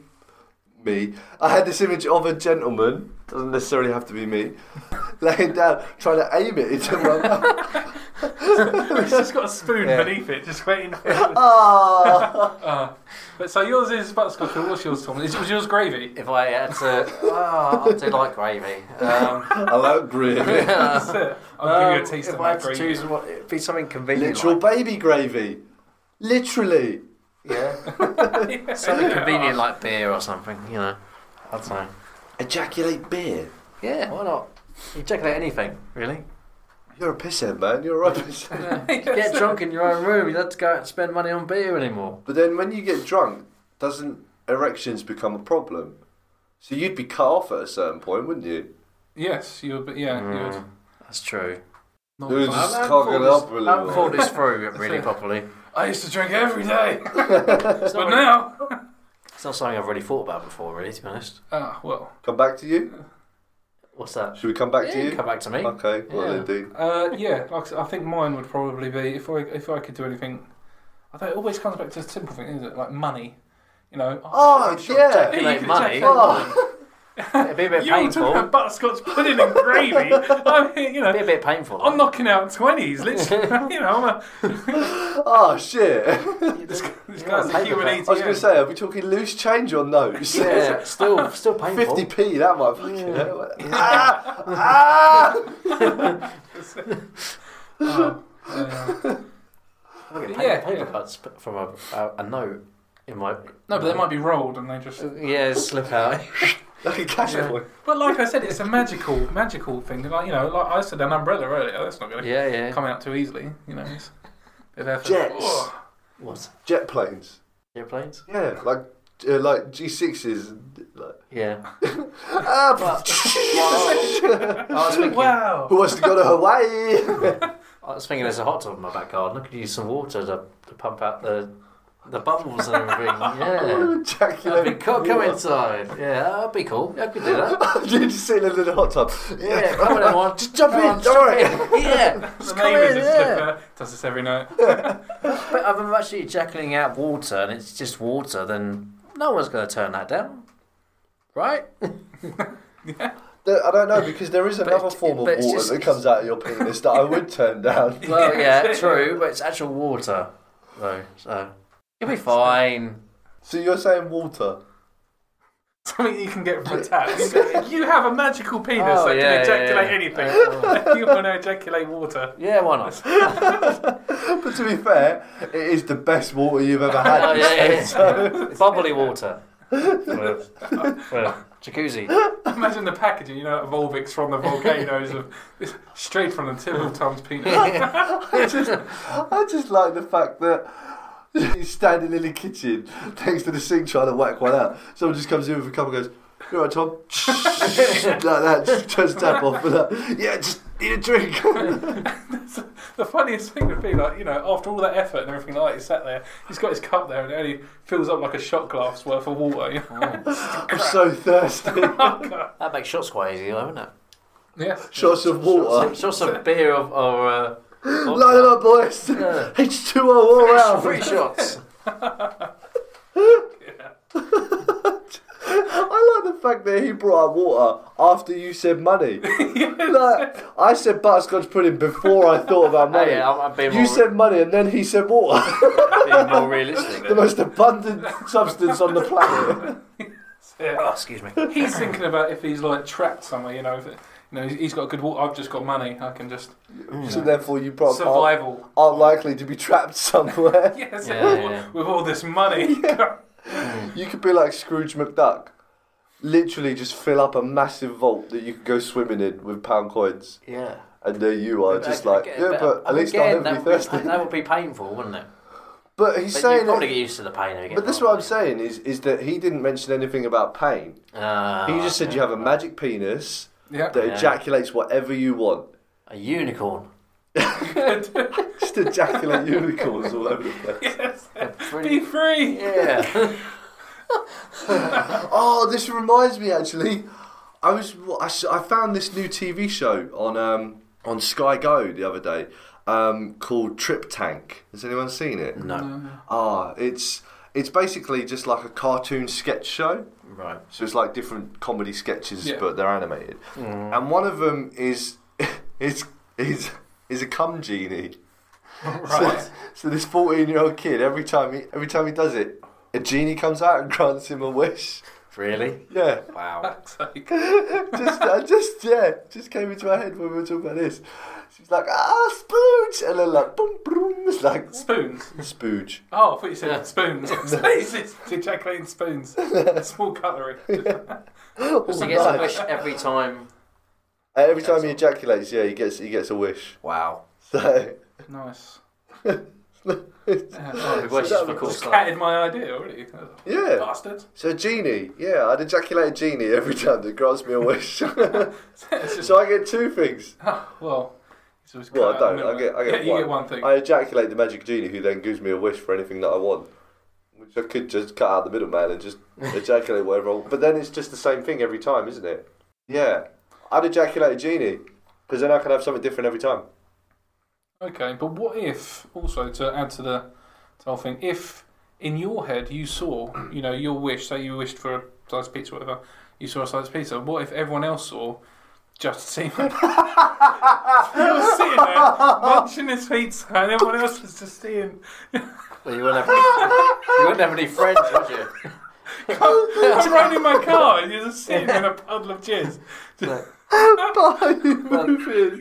[SPEAKER 3] Me. I had this image of a gentleman, doesn't necessarily have to be me, laying down, trying to aim it into my mouth.
[SPEAKER 1] it's just got a spoon
[SPEAKER 3] Yeah.
[SPEAKER 1] beneath it, just waiting for it.
[SPEAKER 2] Oh.
[SPEAKER 3] Ah!
[SPEAKER 1] Uh, but so yours is butterscotch, but what's yours, Tom? Is, was yours gravy?
[SPEAKER 2] If I had to, oh, I do like gravy. Um,
[SPEAKER 3] I like gravy.
[SPEAKER 1] That's it. I'll give you a taste
[SPEAKER 2] Uh, Um, if
[SPEAKER 1] of
[SPEAKER 2] I
[SPEAKER 1] my
[SPEAKER 2] had to
[SPEAKER 1] gravy.
[SPEAKER 2] choose one, it'd be something convenient.
[SPEAKER 3] Literal
[SPEAKER 2] like-
[SPEAKER 3] baby gravy. Literally.
[SPEAKER 2] yeah,
[SPEAKER 1] Yeah.
[SPEAKER 2] something convenient like beer or something. You know, I'd say.
[SPEAKER 3] Ejaculate beer.
[SPEAKER 2] Yeah, why not? You check out anything, really.
[SPEAKER 3] You're a pisshead, man. You're a right pisshead.
[SPEAKER 2] Get drunk in your own room. You don't have to go out and spend money on beer anymore.
[SPEAKER 3] But then when you get drunk, doesn't erections become a problem? So you'd be cut off at a certain point, wouldn't you?
[SPEAKER 1] Yes, you would. Yeah, you would.
[SPEAKER 2] Mm, That's true.
[SPEAKER 1] Not
[SPEAKER 3] You
[SPEAKER 1] fun.
[SPEAKER 3] just
[SPEAKER 2] I haven't
[SPEAKER 3] can't get
[SPEAKER 2] thought
[SPEAKER 3] up really
[SPEAKER 2] I haven't
[SPEAKER 3] well.
[SPEAKER 2] thought this through really properly.
[SPEAKER 1] I used to drink every day,
[SPEAKER 2] It's
[SPEAKER 1] but
[SPEAKER 2] not, really-
[SPEAKER 1] now.
[SPEAKER 2] it's not something I've really thought about before, really, to be honest.
[SPEAKER 1] Ah, well.
[SPEAKER 3] Come back to you?
[SPEAKER 2] What's that?
[SPEAKER 3] Should we come back
[SPEAKER 2] Yeah,
[SPEAKER 3] to you?
[SPEAKER 2] Come back to me.
[SPEAKER 3] Okay, well
[SPEAKER 2] Yeah.
[SPEAKER 3] then, Dean.
[SPEAKER 1] Uh, yeah, like I said, I think mine would probably be if I if I could do anything. Although it always comes back to a simple thing, isn't it? Like money. You know.
[SPEAKER 3] Oh,
[SPEAKER 1] sure,
[SPEAKER 3] yeah.
[SPEAKER 1] sure,
[SPEAKER 2] Like
[SPEAKER 1] could
[SPEAKER 2] money.
[SPEAKER 1] check that
[SPEAKER 3] Oh.
[SPEAKER 1] money.
[SPEAKER 2] It'd be a bit
[SPEAKER 1] You were talking
[SPEAKER 2] painful.
[SPEAKER 1] about butterscotch pudding and gravy. I mean, you
[SPEAKER 2] Be
[SPEAKER 1] know,
[SPEAKER 2] a bit painful.
[SPEAKER 1] I'm knocking out twenties. Literally, you know, I'm a,
[SPEAKER 3] Oh, shit. I
[SPEAKER 2] This,
[SPEAKER 1] this guy's a human ATM.
[SPEAKER 3] was going to say, are we talking loose change or notes?
[SPEAKER 2] Yeah, still, still painful.
[SPEAKER 3] 50p, that might fucking hurt. Ah! ah!
[SPEAKER 1] Oh, yeah.
[SPEAKER 2] I get
[SPEAKER 1] Yeah,
[SPEAKER 2] paper, paper
[SPEAKER 1] yeah.
[SPEAKER 2] cuts p- from a, a, a note in my.
[SPEAKER 1] no, but they might be rolled, and they just.
[SPEAKER 2] Yeah, slip out.
[SPEAKER 3] Like a cash
[SPEAKER 1] Yeah.
[SPEAKER 3] point.
[SPEAKER 1] But like I said, it's a magical, magical thing. Like you know, like I said, an umbrella earlier. That's not going to
[SPEAKER 2] yeah, yeah.
[SPEAKER 1] come out too easily. You know, it's a bit of effort.
[SPEAKER 3] Jets.
[SPEAKER 1] Oh,
[SPEAKER 2] What?
[SPEAKER 3] Jet planes.
[SPEAKER 2] Airplanes?
[SPEAKER 3] Yeah, like uh, like G6s. Like,
[SPEAKER 2] Yeah.
[SPEAKER 3] ah,
[SPEAKER 2] I was thinking.
[SPEAKER 1] wow.
[SPEAKER 3] who wants to go to Hawaii?
[SPEAKER 2] I was thinking there's a hot tub in my back garden. I could use some water to, to pump out the the bubbles and everything. Yeah. That'd be
[SPEAKER 3] Ejaculate.
[SPEAKER 2] cool. Come inside. Yeah, that'd be cool. Yeah, I could do that.
[SPEAKER 3] you just sit in a little hot tub.
[SPEAKER 2] Yeah, come on, everyone. Just
[SPEAKER 3] Jump
[SPEAKER 2] come
[SPEAKER 3] in,
[SPEAKER 2] on,
[SPEAKER 3] don't worry.
[SPEAKER 2] in. Yeah.
[SPEAKER 1] The
[SPEAKER 2] Just come in,
[SPEAKER 1] neighbours is
[SPEAKER 2] yeah.
[SPEAKER 1] uh, does this every night.
[SPEAKER 2] But if I'm actually ejaculating out water and it's just water, then no one's going to turn that down. Right?
[SPEAKER 3] There- I don't know because there is
[SPEAKER 2] But
[SPEAKER 3] another
[SPEAKER 2] it-
[SPEAKER 3] form of
[SPEAKER 2] but it's
[SPEAKER 3] water
[SPEAKER 2] just-
[SPEAKER 3] that comes out of your penis that I would turn down.
[SPEAKER 2] Well,
[SPEAKER 1] Yeah.
[SPEAKER 2] yeah, true, but it's actual water, though, so. You'll be fine.
[SPEAKER 3] So you're saying water?
[SPEAKER 1] Something you can get from a tap. you have a magical penis
[SPEAKER 2] Oh,
[SPEAKER 1] that can
[SPEAKER 2] yeah,
[SPEAKER 1] ejaculate
[SPEAKER 2] yeah.
[SPEAKER 1] anything.
[SPEAKER 2] Uh,
[SPEAKER 1] you want to ejaculate water?
[SPEAKER 2] yeah, why not?
[SPEAKER 3] But to be fair, it is the best water you've ever had.
[SPEAKER 2] Oh, yeah, yeah, yeah.
[SPEAKER 3] So-
[SPEAKER 2] Bubbly water. Well, well, jacuzzi.
[SPEAKER 1] Imagine the packaging, you know, of Volvix from the volcanoes of straight from the tip of Tom's penis.
[SPEAKER 3] I just, I just like the fact that he's standing in the kitchen next to the sink trying to whack one out. Someone just comes in with a cup and goes, "You're right, Tom." like that, just turns the tap off. And that, yeah, just need a drink.
[SPEAKER 1] The funniest thing would be like, you know, after all that effort and everything like that, he's sat there, he's got his cup there and it only fills up like a shot glass worth of water. You know?
[SPEAKER 3] I'm so thirsty.
[SPEAKER 2] Oh. That makes shots quite easy, though, wouldn't it?
[SPEAKER 1] Yes.
[SPEAKER 3] Shots of water.
[SPEAKER 2] Shots, shots of beer of, or. Uh, vodka.
[SPEAKER 3] Line them up, boys.
[SPEAKER 2] Yeah.
[SPEAKER 3] H2O all round.
[SPEAKER 2] Three shots.
[SPEAKER 3] I like the fact that he brought up water after you said money. like, I said butterscotch pudding before I thought about
[SPEAKER 2] Oh,
[SPEAKER 3] money.
[SPEAKER 2] yeah, I'm, I'm being,
[SPEAKER 3] you
[SPEAKER 2] more,
[SPEAKER 3] said money and then he said water.
[SPEAKER 2] being more realistic.
[SPEAKER 3] the most abundant substance on the planet.
[SPEAKER 2] Oh,
[SPEAKER 1] Yeah.
[SPEAKER 2] excuse me.
[SPEAKER 1] He's thinking about if he's like trapped somewhere, you know, if it, you know, he's- he's got good water, I've just got money, I can just
[SPEAKER 3] So therefore, you probably aren't,
[SPEAKER 1] survival.
[SPEAKER 3] aren't likely to be trapped somewhere.
[SPEAKER 1] Yes,
[SPEAKER 2] Yeah, yeah, yeah.
[SPEAKER 1] with all this money.
[SPEAKER 3] You could be like Scrooge McDuck. Literally, just fill up a massive vault that you could go swimming in with pound coins,
[SPEAKER 2] Yeah.
[SPEAKER 3] and there you are, just
[SPEAKER 2] But-
[SPEAKER 3] like
[SPEAKER 2] again-
[SPEAKER 3] yeah. But at least I'll
[SPEAKER 2] that
[SPEAKER 3] never be
[SPEAKER 2] would
[SPEAKER 3] thirsty.
[SPEAKER 2] pa- that would be painful, wouldn't it?
[SPEAKER 3] But
[SPEAKER 2] But
[SPEAKER 3] he's
[SPEAKER 2] you
[SPEAKER 3] saying,
[SPEAKER 2] probably
[SPEAKER 3] that,
[SPEAKER 2] get used to the pain again.
[SPEAKER 3] but this is what I'm saying is is that he didn't mention anything about pain.
[SPEAKER 2] Ah,
[SPEAKER 3] he just said
[SPEAKER 2] okay.
[SPEAKER 3] you have a magic penis
[SPEAKER 1] yeah.
[SPEAKER 3] that
[SPEAKER 2] Yeah.
[SPEAKER 3] ejaculates whatever you want.
[SPEAKER 2] A unicorn.
[SPEAKER 3] Just ejaculate unicorns all over the place.
[SPEAKER 1] yes.
[SPEAKER 2] A
[SPEAKER 1] Be
[SPEAKER 2] pretty-
[SPEAKER 1] free.
[SPEAKER 2] yeah.
[SPEAKER 3] Oh, this reminds me actually. I was I, s- I found this new TV show on um, on Sky Go the other day um, called Trip Tank. Has anyone seen it?
[SPEAKER 2] No.
[SPEAKER 3] Ah, it's It's basically just like a cartoon sketch show.
[SPEAKER 2] Right.
[SPEAKER 3] So it's like different comedy sketches,
[SPEAKER 1] Yeah.
[SPEAKER 3] but they're animated.
[SPEAKER 2] Mm.
[SPEAKER 3] And one of them is is is is a cum genie.
[SPEAKER 1] right.
[SPEAKER 3] So, so this fourteen-year-old kid, every time he every time he does it, a genie comes out and grants him a wish.
[SPEAKER 2] Really?
[SPEAKER 3] Yeah,
[SPEAKER 2] Wow.
[SPEAKER 1] Fuck's sake.
[SPEAKER 3] just I just yeah, just came into my head when we were talking about this. She's like ah spoons, and then like boom boom, it's like
[SPEAKER 1] Spoons.
[SPEAKER 3] spooge.
[SPEAKER 1] Oh, I thought you said
[SPEAKER 2] Yeah.
[SPEAKER 1] spoons. Jesus, ejaculating spoons. Small cutlery.
[SPEAKER 2] So
[SPEAKER 3] Oh,
[SPEAKER 2] he gets a
[SPEAKER 3] nice.
[SPEAKER 2] wish e- every time.
[SPEAKER 3] Uh, Every time he ejaculates, yeah, he gets he gets a wish.
[SPEAKER 2] Wow.
[SPEAKER 3] So
[SPEAKER 1] Nice.
[SPEAKER 2] The
[SPEAKER 1] Yeah,
[SPEAKER 2] wish
[SPEAKER 3] that
[SPEAKER 2] is for
[SPEAKER 3] was
[SPEAKER 2] cool
[SPEAKER 1] just
[SPEAKER 2] stuff.
[SPEAKER 1] catted my idea already. Oh,
[SPEAKER 3] yeah,
[SPEAKER 1] Bastard.
[SPEAKER 3] so genie, yeah, I'd ejaculate a genie every time that grants me a wish.
[SPEAKER 1] It's just-
[SPEAKER 3] so I get two things.
[SPEAKER 1] Oh, well, it's always
[SPEAKER 3] Well,
[SPEAKER 1] cut
[SPEAKER 3] I
[SPEAKER 1] out in the
[SPEAKER 3] don't. I
[SPEAKER 1] middle.
[SPEAKER 3] get- I
[SPEAKER 1] yeah,
[SPEAKER 3] get
[SPEAKER 1] you
[SPEAKER 3] one.
[SPEAKER 1] get one thing.
[SPEAKER 3] I ejaculate the magic genie, who then gives me a wish for anything that I want. Which I could just cut out the middleman and just ejaculate whatever. I want. But then it's just the same thing every time, isn't it? Yeah, I'd ejaculate a genie because then I can have something different every time.
[SPEAKER 1] Okay, but what if also to add to the, to the whole thing, if in your head you saw, you know, your wish, say you wished for a slice of pizza, or whatever, you saw a slice of pizza. What if everyone else saw just Seaman? You're sitting there munching his pizza, and everyone else was just seeing.
[SPEAKER 2] Well, you wouldn't have any, you wouldn't have any friends, would you?
[SPEAKER 1] I'm riding in my car, and you're just sitting in a puddle of jizz.
[SPEAKER 3] moving.
[SPEAKER 2] you'd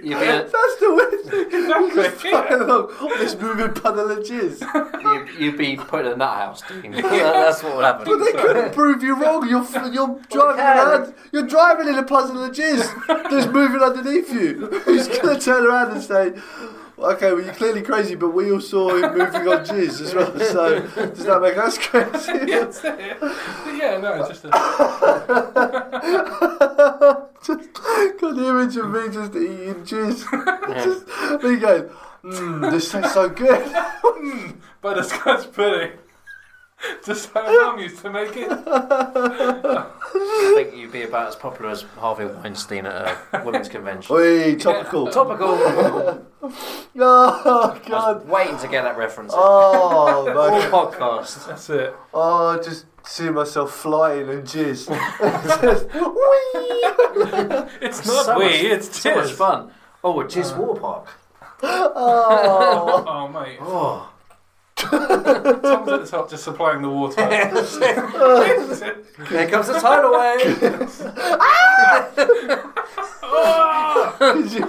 [SPEAKER 2] be a-
[SPEAKER 3] That's the weird thing.
[SPEAKER 1] Exactly.
[SPEAKER 3] Fucking hell, all This moving puddle of jizz.
[SPEAKER 2] You'd, you'd be put in a nut house, Dean. That's what would happen.
[SPEAKER 3] But they couldn't prove you wrong. You're f- you're driving
[SPEAKER 2] can.
[SPEAKER 3] around. You're driving in a puddle of jizz. There's moving underneath you. Who's gonna turn around and say? "Well, Okay, well you're clearly crazy, but we all saw him moving on jizz as well. So does that make us crazy?
[SPEAKER 1] yeah, that's it. yeah, no, it's just a,
[SPEAKER 3] just got the image of me just eating jizz. just me going, mm, this tastes so good.
[SPEAKER 1] butterscotch pudding. Just how long used to make it.
[SPEAKER 2] I think you'd be about as popular as Harvey Weinstein at a women's convention.
[SPEAKER 3] Oi, topical.
[SPEAKER 2] Topical.
[SPEAKER 3] Oh
[SPEAKER 2] I
[SPEAKER 3] god.
[SPEAKER 2] was waiting to get that reference.
[SPEAKER 3] Oh my
[SPEAKER 2] All
[SPEAKER 3] god.
[SPEAKER 2] podcast.
[SPEAKER 1] That's it.
[SPEAKER 3] Oh, I just see myself flying and jizz. Just, whee!
[SPEAKER 1] It's
[SPEAKER 2] So
[SPEAKER 1] not
[SPEAKER 2] much-
[SPEAKER 1] we, it's
[SPEAKER 2] So much
[SPEAKER 1] just.
[SPEAKER 2] fun. Oh, a
[SPEAKER 3] Uh.
[SPEAKER 2] jizz water park.
[SPEAKER 3] Oh.
[SPEAKER 1] Oh, mate.
[SPEAKER 2] Oh,
[SPEAKER 1] Tom's at the top just supplying the water.
[SPEAKER 2] here comes the tidal wave.
[SPEAKER 1] oh!
[SPEAKER 3] Because you,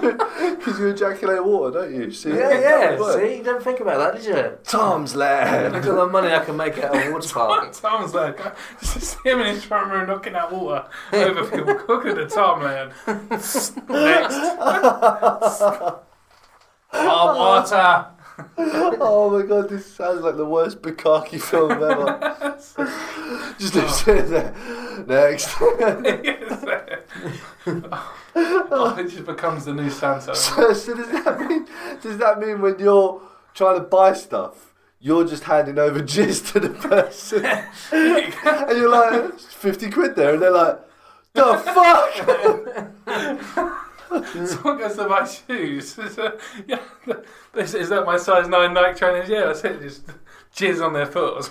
[SPEAKER 3] 'cause you ejaculate water, don't you? See,
[SPEAKER 2] yeah, yeah.
[SPEAKER 3] But-
[SPEAKER 2] See, you don't think about that, did you?
[SPEAKER 3] Tom's
[SPEAKER 2] Look at
[SPEAKER 3] land.
[SPEAKER 2] the money I can make out of a water park.
[SPEAKER 1] Tom's like, just him in his front room knocking out water over people cooking the Tom, man. Next. Hot water.
[SPEAKER 3] Oh my god, this sounds like the worst Bukaki film ever. Just oh. sitting there. Next.
[SPEAKER 1] oh, it just becomes the new Santa.
[SPEAKER 3] so, so does that mean? Does that mean when you're trying to buy stuff, you're just handing over jizz to the person, and you're like "It's fifty quid there, and they're like, the fuck?
[SPEAKER 1] Someone goes to buy shoes. It's, uh, yeah, this is that my size nine Nike trainers. Yeah, that's it. Just jizz on their foot.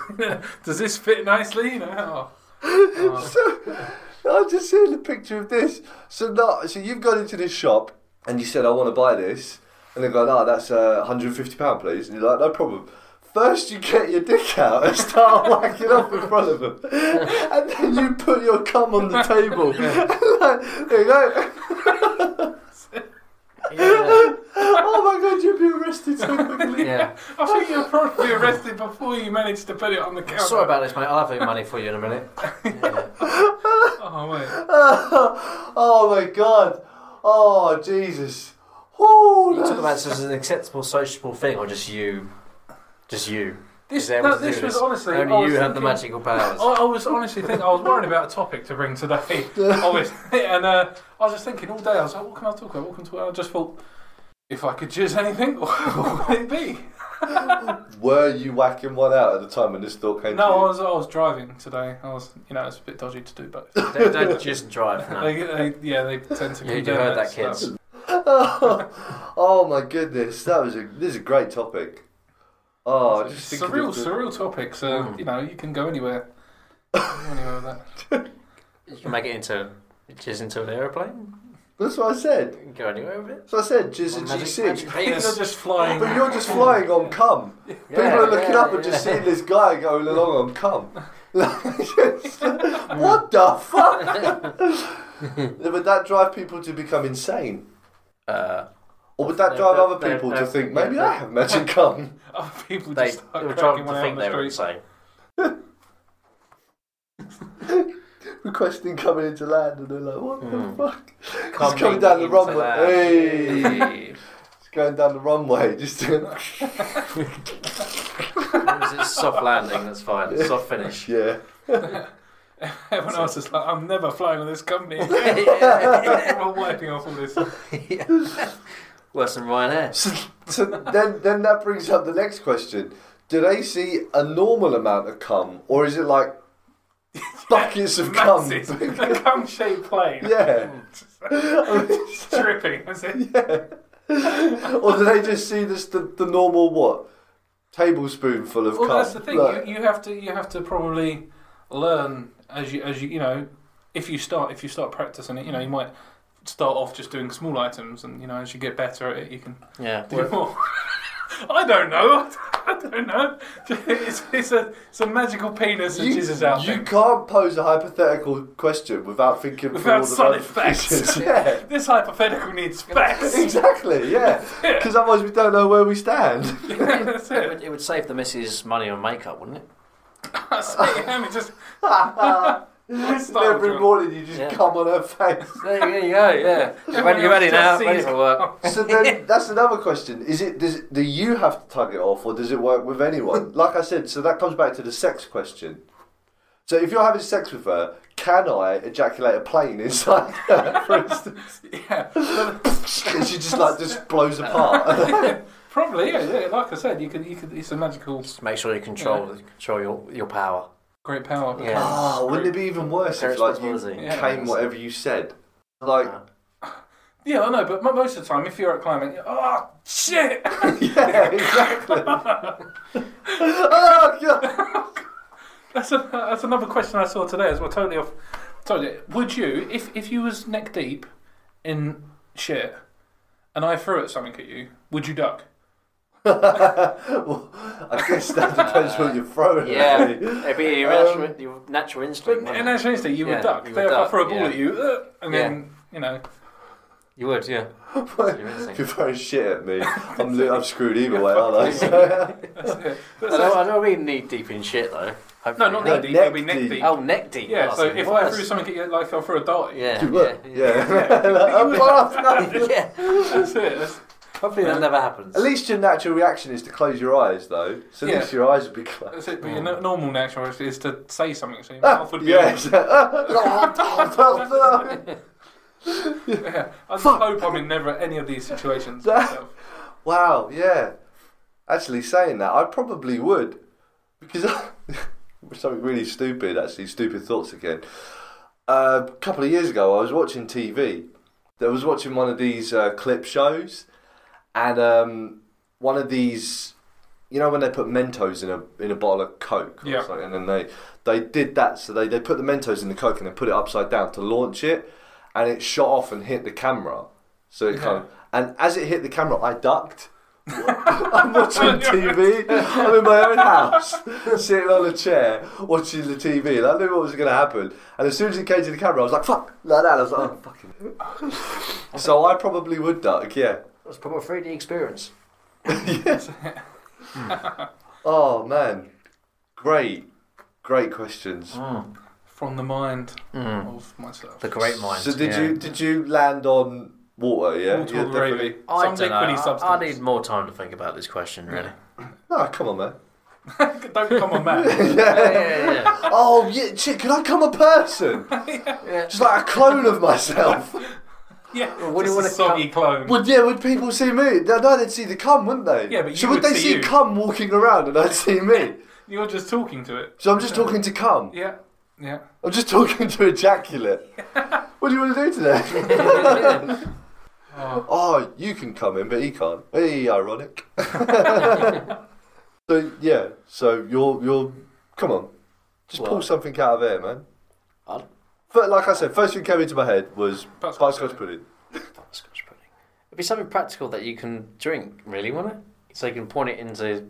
[SPEAKER 1] Does this fit nicely? You know. Oh.
[SPEAKER 3] I'm just seeing the picture of this. So not, so you've gone into this shop and you said I want to buy this, and they're going, oh, that's uh, 150 pound, please, and you're like, no problem. First, you get your dick out and start whacking up in front of them, and then you put your cum on the table. like, there you go.
[SPEAKER 2] Yeah.
[SPEAKER 3] oh my god, you'd be arrested so quickly.
[SPEAKER 2] yeah.
[SPEAKER 1] I think you're probably arrested before you managed to put it on the counter.
[SPEAKER 2] Sorry about this, mate. I'll have the money for you in a minute. Yeah.
[SPEAKER 1] Oh wait.
[SPEAKER 3] oh my god. Oh Jesus. Oh,
[SPEAKER 2] You talk
[SPEAKER 3] that's-
[SPEAKER 2] about this as an acceptable, sociable thing, or just you, just you.
[SPEAKER 1] This,
[SPEAKER 2] Is there
[SPEAKER 1] no,
[SPEAKER 2] able to do
[SPEAKER 1] this was
[SPEAKER 2] this?
[SPEAKER 1] honestly. I
[SPEAKER 2] Only
[SPEAKER 1] was
[SPEAKER 2] you have the
[SPEAKER 1] thinking-
[SPEAKER 2] magical powers.
[SPEAKER 1] I, I was honestly thinking I was worried about a topic to bring today, obviously, and uh, I was just thinking all day. I was like, "What can I talk about? What can I talk about?" I just thought, if I could jizz anything, what would it be?
[SPEAKER 3] Were you whacking one out at the time when this thought came to you?
[SPEAKER 1] No, I was I was driving today. I was you know it's a bit dodgy to do both.
[SPEAKER 2] don't, don't just drive. No.
[SPEAKER 1] they, they, yeah, they tend to.
[SPEAKER 2] You, you
[SPEAKER 1] condemn
[SPEAKER 2] heard that,
[SPEAKER 1] stuff.
[SPEAKER 2] kids.
[SPEAKER 3] oh, my goodness, that was a this is a great topic. Oh, I
[SPEAKER 1] It's
[SPEAKER 3] just thinking
[SPEAKER 1] surreal,
[SPEAKER 3] of the-
[SPEAKER 1] surreal topics. Uh,
[SPEAKER 2] Mm.
[SPEAKER 1] You know, you can go anywhere. You can go anywhere with that.
[SPEAKER 2] You can make it into jizz into an aeroplane.
[SPEAKER 3] That's what I said.
[SPEAKER 2] You can go anywhere with it.
[SPEAKER 3] That's what I said. Jizz and
[SPEAKER 2] Magic-
[SPEAKER 3] G6.
[SPEAKER 2] magic
[SPEAKER 1] People
[SPEAKER 2] penis.
[SPEAKER 1] are just flying.
[SPEAKER 3] But you're just flying on cum. People
[SPEAKER 2] Yeah,
[SPEAKER 3] are looking
[SPEAKER 2] yeah,
[SPEAKER 3] up and just
[SPEAKER 2] yeah.
[SPEAKER 3] seeing this guy going along on cum. what the fuck? would that drive people to become insane?
[SPEAKER 2] Uh,
[SPEAKER 3] Or would that
[SPEAKER 2] No,
[SPEAKER 3] drive
[SPEAKER 2] no,
[SPEAKER 3] other
[SPEAKER 2] no,
[SPEAKER 3] people
[SPEAKER 2] no,
[SPEAKER 3] to think,
[SPEAKER 2] no,
[SPEAKER 3] maybe
[SPEAKER 2] no.
[SPEAKER 3] I have magic cum?
[SPEAKER 1] Other people
[SPEAKER 2] they
[SPEAKER 1] just
[SPEAKER 2] they
[SPEAKER 1] start
[SPEAKER 2] were
[SPEAKER 1] cracking
[SPEAKER 2] trying
[SPEAKER 1] one
[SPEAKER 2] to
[SPEAKER 1] out on
[SPEAKER 2] think they were
[SPEAKER 1] the street.
[SPEAKER 2] insane.
[SPEAKER 3] Requesting coming into land and they're like, what
[SPEAKER 2] Hmm.
[SPEAKER 3] the fuck?
[SPEAKER 2] Come
[SPEAKER 3] It's coming down the
[SPEAKER 2] into
[SPEAKER 3] runway.
[SPEAKER 2] that.
[SPEAKER 3] Hey. It's going down the runway. Just
[SPEAKER 2] As long as it's soft landing, that's fine. It's soft finish.
[SPEAKER 3] Yeah.
[SPEAKER 1] Everyone else is like, I'm never flying with this company. again." We're all wiping off all this.
[SPEAKER 2] Worse than Ryanair.
[SPEAKER 3] So, so then, then that brings up the next question. Do they see a normal amount of cum, or is it like buckets of cum?
[SPEAKER 1] Massive, a cum-shaped plane.
[SPEAKER 3] yeah.
[SPEAKER 1] dripping. That's it.
[SPEAKER 3] Or do they just see this the, the normal what tablespoonful of
[SPEAKER 1] Well,
[SPEAKER 3] cum?
[SPEAKER 1] that's the thing.
[SPEAKER 3] Like,
[SPEAKER 1] You, you have to you have to probably learn as you as you you know if you start if you start practicing it. You know, you might start off just doing small items, and you know, as you get better at it, you can
[SPEAKER 2] Yeah.
[SPEAKER 1] do more. I don't know. I don't know. It's, it's a it's a magical penis and
[SPEAKER 3] you-
[SPEAKER 1] jizzes out
[SPEAKER 3] you
[SPEAKER 1] thing.
[SPEAKER 3] can't pose a hypothetical question without thinking through
[SPEAKER 1] Without
[SPEAKER 3] all the
[SPEAKER 1] solid
[SPEAKER 3] ramifications.
[SPEAKER 1] facts.
[SPEAKER 3] yeah.
[SPEAKER 1] This hypothetical needs facts.
[SPEAKER 3] Exactly, yeah. Because otherwise we don't know where we stand.
[SPEAKER 1] That's
[SPEAKER 2] It
[SPEAKER 1] it.
[SPEAKER 2] would, it would save the missus money on makeup, wouldn't it?
[SPEAKER 1] I see him. It just
[SPEAKER 3] Every morning you just
[SPEAKER 2] Yeah.
[SPEAKER 3] cum on her face.
[SPEAKER 2] There, you go, yeah. You're ready, you're ready now, ready for work.
[SPEAKER 3] So then, that's another question: Is it does do you have to tug it off, or does it work with anyone? Like I said, so that comes back to the sex question. So if you're having sex with her, can I ejaculate a plane inside her? For instance,
[SPEAKER 1] yeah.
[SPEAKER 3] and she just like just blows apart.
[SPEAKER 1] Probably, yeah, yeah. Like I said, you could, you could. It's a magical,
[SPEAKER 2] Just make sure you control control your, your power.
[SPEAKER 1] great power.
[SPEAKER 2] Yeah.
[SPEAKER 3] oh, wouldn't it be even worse if
[SPEAKER 2] Parents'
[SPEAKER 3] like you
[SPEAKER 2] responsibility.
[SPEAKER 1] Yeah.
[SPEAKER 3] came whatever you said? Like
[SPEAKER 1] Yeah, I know, but mo- most of the time, if you're at climbing, you're, oh shit!
[SPEAKER 3] yeah, exactly. oh god.
[SPEAKER 1] That's a, that's another question I saw today as well. Totally off. Totally. Would you, if if you was neck deep in shit, and I threw at something at you, would you duck?
[SPEAKER 3] Well, I guess that depends what you're throwing.
[SPEAKER 2] Yeah,
[SPEAKER 3] at me.
[SPEAKER 2] it'd be your, natural, your
[SPEAKER 1] Um,
[SPEAKER 2] natural
[SPEAKER 1] But
[SPEAKER 2] instinct.
[SPEAKER 1] in
[SPEAKER 2] wouldn't it?
[SPEAKER 1] actual instinct, you
[SPEAKER 2] Yeah,
[SPEAKER 1] would duck.
[SPEAKER 2] you would
[SPEAKER 1] There, if I
[SPEAKER 2] duck,
[SPEAKER 1] threw a ball
[SPEAKER 2] yeah.
[SPEAKER 1] at you, uh, and
[SPEAKER 2] Yeah.
[SPEAKER 1] then you know,
[SPEAKER 2] You would, yeah. That's your
[SPEAKER 3] If you're
[SPEAKER 2] instinct.
[SPEAKER 3] throwing shit at me, I'm, lo- I'm screwed either way, aren't I? So-
[SPEAKER 1] that's it.
[SPEAKER 2] I don't, I don't really need deep in shit though.
[SPEAKER 1] No, not
[SPEAKER 3] No,
[SPEAKER 1] neck deep. It'll be
[SPEAKER 3] neck
[SPEAKER 1] neck
[SPEAKER 3] deep.
[SPEAKER 1] deep.
[SPEAKER 2] Oh, neck deep.
[SPEAKER 1] yeah.
[SPEAKER 2] Oh,
[SPEAKER 1] So
[SPEAKER 2] that's
[SPEAKER 1] if
[SPEAKER 2] even
[SPEAKER 1] I
[SPEAKER 2] worse.
[SPEAKER 1] threw something at you, like I threw a dart, at you,
[SPEAKER 2] yeah,
[SPEAKER 3] You would,
[SPEAKER 2] yeah,
[SPEAKER 3] yeah. I'm off now.
[SPEAKER 2] yeah.
[SPEAKER 1] that's it. That's,
[SPEAKER 2] Hopefully that never happens.
[SPEAKER 3] At least your natural reaction is to close your eyes, though. So at
[SPEAKER 1] Yeah.
[SPEAKER 3] least your eyes would be closed.
[SPEAKER 1] That's it, but your no- normal natural reaction is to say something, so your
[SPEAKER 3] Ah,
[SPEAKER 1] mouth would be
[SPEAKER 3] yeah.
[SPEAKER 1] open. Yeah. I just
[SPEAKER 3] Fuck.
[SPEAKER 1] hope I'm in never any of these situations
[SPEAKER 3] That-
[SPEAKER 1] myself.
[SPEAKER 3] wow, yeah. Actually, saying that, I probably would. Because I, something really stupid, actually, stupid thoughts again. a couple of years ago, I was watching TV. I was watching one of these uh, clip shows, and um, one of these, you know, when they put Mentos in a in a bottle of Coke or
[SPEAKER 1] Yeah.
[SPEAKER 3] something, and then they they did that. So they they put the Mentos in the Coke and they put it upside down to launch it, and it shot off and hit the camera. So it kind of, and as it hit the camera, I ducked. I'm watching TV. I'm in my own house, sitting on a chair, watching the TV. And I knew what was going to happen. And as soon as it came to the camera, I was like, fuck, like that. I was like, oh, fucking. so I probably would duck, yeah.
[SPEAKER 2] It's probably a 3D experience.
[SPEAKER 3] yes. oh, man. Great. Great questions.
[SPEAKER 1] From the mind of myself.
[SPEAKER 2] Mm. The great mind.
[SPEAKER 3] So did
[SPEAKER 2] yeah.
[SPEAKER 3] you did you land on water? Yeah,
[SPEAKER 1] Water
[SPEAKER 3] Yeah,
[SPEAKER 1] or gravy.
[SPEAKER 3] definitely.
[SPEAKER 2] I
[SPEAKER 1] Some
[SPEAKER 2] don't know.
[SPEAKER 1] liquidy
[SPEAKER 2] I, I need
[SPEAKER 1] substance.
[SPEAKER 2] more time to think about this question, really.
[SPEAKER 3] Oh, come on, man.
[SPEAKER 1] Don't come on, man.
[SPEAKER 2] yeah, yeah, yeah.
[SPEAKER 3] Oh, yeah, shit. Could I come a person?
[SPEAKER 2] yeah.
[SPEAKER 3] Just like a clone of myself.
[SPEAKER 1] yeah.
[SPEAKER 2] what do
[SPEAKER 1] just
[SPEAKER 2] you wanna
[SPEAKER 1] a soggy clone.
[SPEAKER 3] Would yeah? Would people see me? No, no, they'd see the cum, wouldn't they?
[SPEAKER 1] Yeah, but
[SPEAKER 3] so
[SPEAKER 1] you
[SPEAKER 3] would,
[SPEAKER 1] would
[SPEAKER 3] they
[SPEAKER 1] see
[SPEAKER 3] see
[SPEAKER 1] you.
[SPEAKER 3] cum walking around and I'd see me?
[SPEAKER 1] You're just talking to it.
[SPEAKER 3] So I'm just talking to cum.
[SPEAKER 1] Yeah. Yeah.
[SPEAKER 3] I'm just talking to ejaculate. what do you want to do today?
[SPEAKER 1] Oh,
[SPEAKER 3] oh, you can come in, but he can't. Hey, ironic. So yeah, so you're you're come on, just pull
[SPEAKER 2] What?
[SPEAKER 3] something out of there, man.
[SPEAKER 2] I'd-
[SPEAKER 3] But like I said, first thing came into my head was
[SPEAKER 1] Butterscotch
[SPEAKER 3] butterscotch
[SPEAKER 1] pudding.
[SPEAKER 3] pudding.
[SPEAKER 2] Fuck, Scotch pudding. It'd be something practical that you can drink, really, wouldn't it? So you can point it into.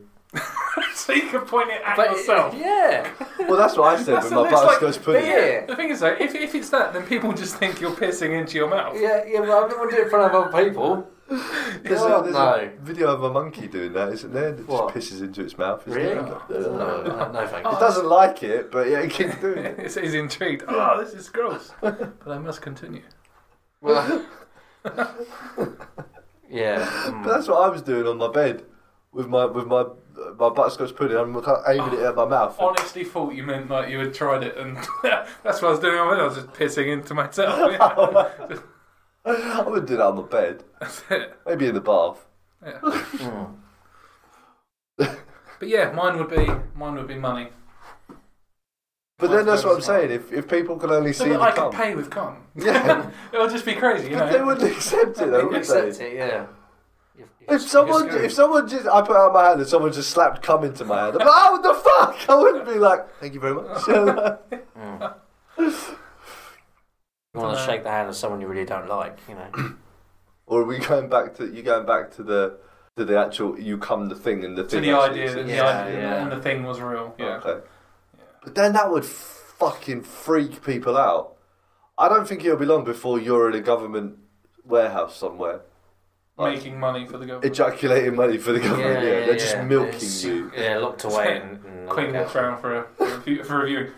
[SPEAKER 1] so you can point it at
[SPEAKER 2] But-
[SPEAKER 1] yourself.
[SPEAKER 2] Yeah.
[SPEAKER 3] Well, that's what I said
[SPEAKER 1] That's
[SPEAKER 3] with
[SPEAKER 1] the
[SPEAKER 3] my
[SPEAKER 1] next, like, but
[SPEAKER 3] butterscotch pudding.
[SPEAKER 1] yeah, the thing is though, if, if it's that, then people just think you're pissing into your mouth.
[SPEAKER 2] Yeah, yeah, but I wouldn't want to do it in front of other people.
[SPEAKER 3] There's,
[SPEAKER 2] Oh,
[SPEAKER 3] a, there's
[SPEAKER 2] no.
[SPEAKER 3] a video of a monkey doing that, isn't there? That
[SPEAKER 2] What?
[SPEAKER 3] just pisses into its mouth. Isn't
[SPEAKER 2] Really?
[SPEAKER 3] It?
[SPEAKER 2] No,
[SPEAKER 3] No.
[SPEAKER 2] no, no, thank
[SPEAKER 3] It
[SPEAKER 2] you.
[SPEAKER 3] doesn't like it, but yeah, it keeps doing it.
[SPEAKER 1] It's, he's intrigued. Oh, this is gross. but I must continue.
[SPEAKER 2] Well, yeah. mm.
[SPEAKER 3] But that's what I was doing on my bed with my with my my butterscotch pudding. I'm kind of aiming it at my mouth.
[SPEAKER 1] Honestly, thought you meant like you had tried it, and that's what I was doing. I was just pissing into myself.
[SPEAKER 3] I wouldn't do that on my bed.
[SPEAKER 1] That's it.
[SPEAKER 3] Maybe in the bath.
[SPEAKER 1] Yeah.
[SPEAKER 2] Mm.
[SPEAKER 1] But yeah, mine would be mine would be money.
[SPEAKER 3] But then that's what I'm
[SPEAKER 1] Butterscotch
[SPEAKER 3] saying. If if people can only see
[SPEAKER 1] No,
[SPEAKER 3] the
[SPEAKER 1] but I could
[SPEAKER 3] cum,
[SPEAKER 1] pay with cum.
[SPEAKER 3] Yeah.
[SPEAKER 1] It'll just be crazy, you
[SPEAKER 3] but they
[SPEAKER 1] know.
[SPEAKER 3] wouldn't accept it, though,
[SPEAKER 2] You
[SPEAKER 3] would
[SPEAKER 2] accept
[SPEAKER 3] they?
[SPEAKER 2] it, yeah. You- you-
[SPEAKER 3] If someone,
[SPEAKER 1] scared.
[SPEAKER 3] if someone just, I put out my hand and someone just slapped cum into my hand. I'm like, oh, what the fuck! I wouldn't be like, thank you very much.
[SPEAKER 2] Mm. You want to
[SPEAKER 1] Dunno.
[SPEAKER 2] shake the hand of someone you really don't like, you know.
[SPEAKER 3] or are we going back to you going back to the to the actual you come the thing and the
[SPEAKER 1] To
[SPEAKER 3] thing
[SPEAKER 1] the
[SPEAKER 3] actually
[SPEAKER 1] idea that
[SPEAKER 3] exists?
[SPEAKER 1] the
[SPEAKER 2] Yeah,
[SPEAKER 1] idea
[SPEAKER 2] yeah.
[SPEAKER 1] and the thing was real. Yeah.
[SPEAKER 3] Okay.
[SPEAKER 1] Yeah.
[SPEAKER 3] But then that would fucking freak people out. I don't think it'll be long before you're in a government warehouse somewhere, Like,
[SPEAKER 1] Making money for the government.
[SPEAKER 3] ejaculating money for the government. Yeah, they're just milking
[SPEAKER 2] It's-
[SPEAKER 3] you.
[SPEAKER 2] Yeah, locked away and, and
[SPEAKER 1] Queen
[SPEAKER 2] yeah.
[SPEAKER 1] walks around for a for a view- for a review.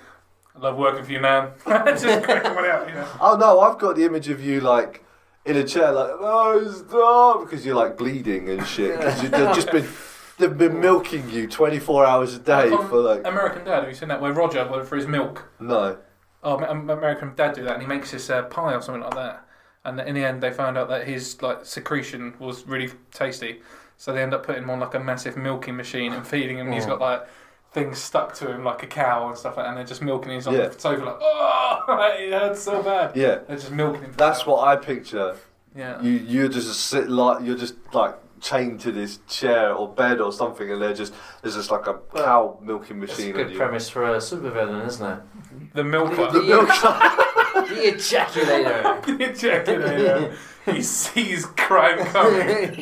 [SPEAKER 1] I love working for you, man. just quick one out, you know.
[SPEAKER 3] Oh no, I've got the image of you like in a chair, like no stop, because you're like bleeding and shit. Because they've just been they've been milking you 24 hours a day
[SPEAKER 1] Um,
[SPEAKER 3] for like
[SPEAKER 1] American Dad, have you seen that? Where Roger went for his milk.
[SPEAKER 3] no.
[SPEAKER 1] Oh, Ma- Ma- American Dad do that, and he makes this uh, pie or something like that. And in the end, they found out that his like secretion was really tasty, so they end up putting him on like a massive milking machine and feeding him. and
[SPEAKER 3] Oh.
[SPEAKER 1] He's got like things stuck to him, like a cow and stuff, like that, and they're just milking. him. He's on
[SPEAKER 3] Yeah.
[SPEAKER 1] the sofa like, oh, it hurts so bad.
[SPEAKER 3] Yeah,
[SPEAKER 1] They're just milking him. for
[SPEAKER 3] that's
[SPEAKER 1] hours.
[SPEAKER 3] what I picture.
[SPEAKER 1] Yeah.
[SPEAKER 3] You you're just a sit like you're just like chained to this chair or bed or something, and they're just there's just like a cow milking
[SPEAKER 2] It's a
[SPEAKER 3] machine. on
[SPEAKER 2] good
[SPEAKER 3] you.
[SPEAKER 2] premise for a supervillain, isn't it?
[SPEAKER 1] The milker.
[SPEAKER 3] The milk.
[SPEAKER 2] The ejaculator.
[SPEAKER 1] The ejaculator. he sees crime coming.
[SPEAKER 2] no, you'd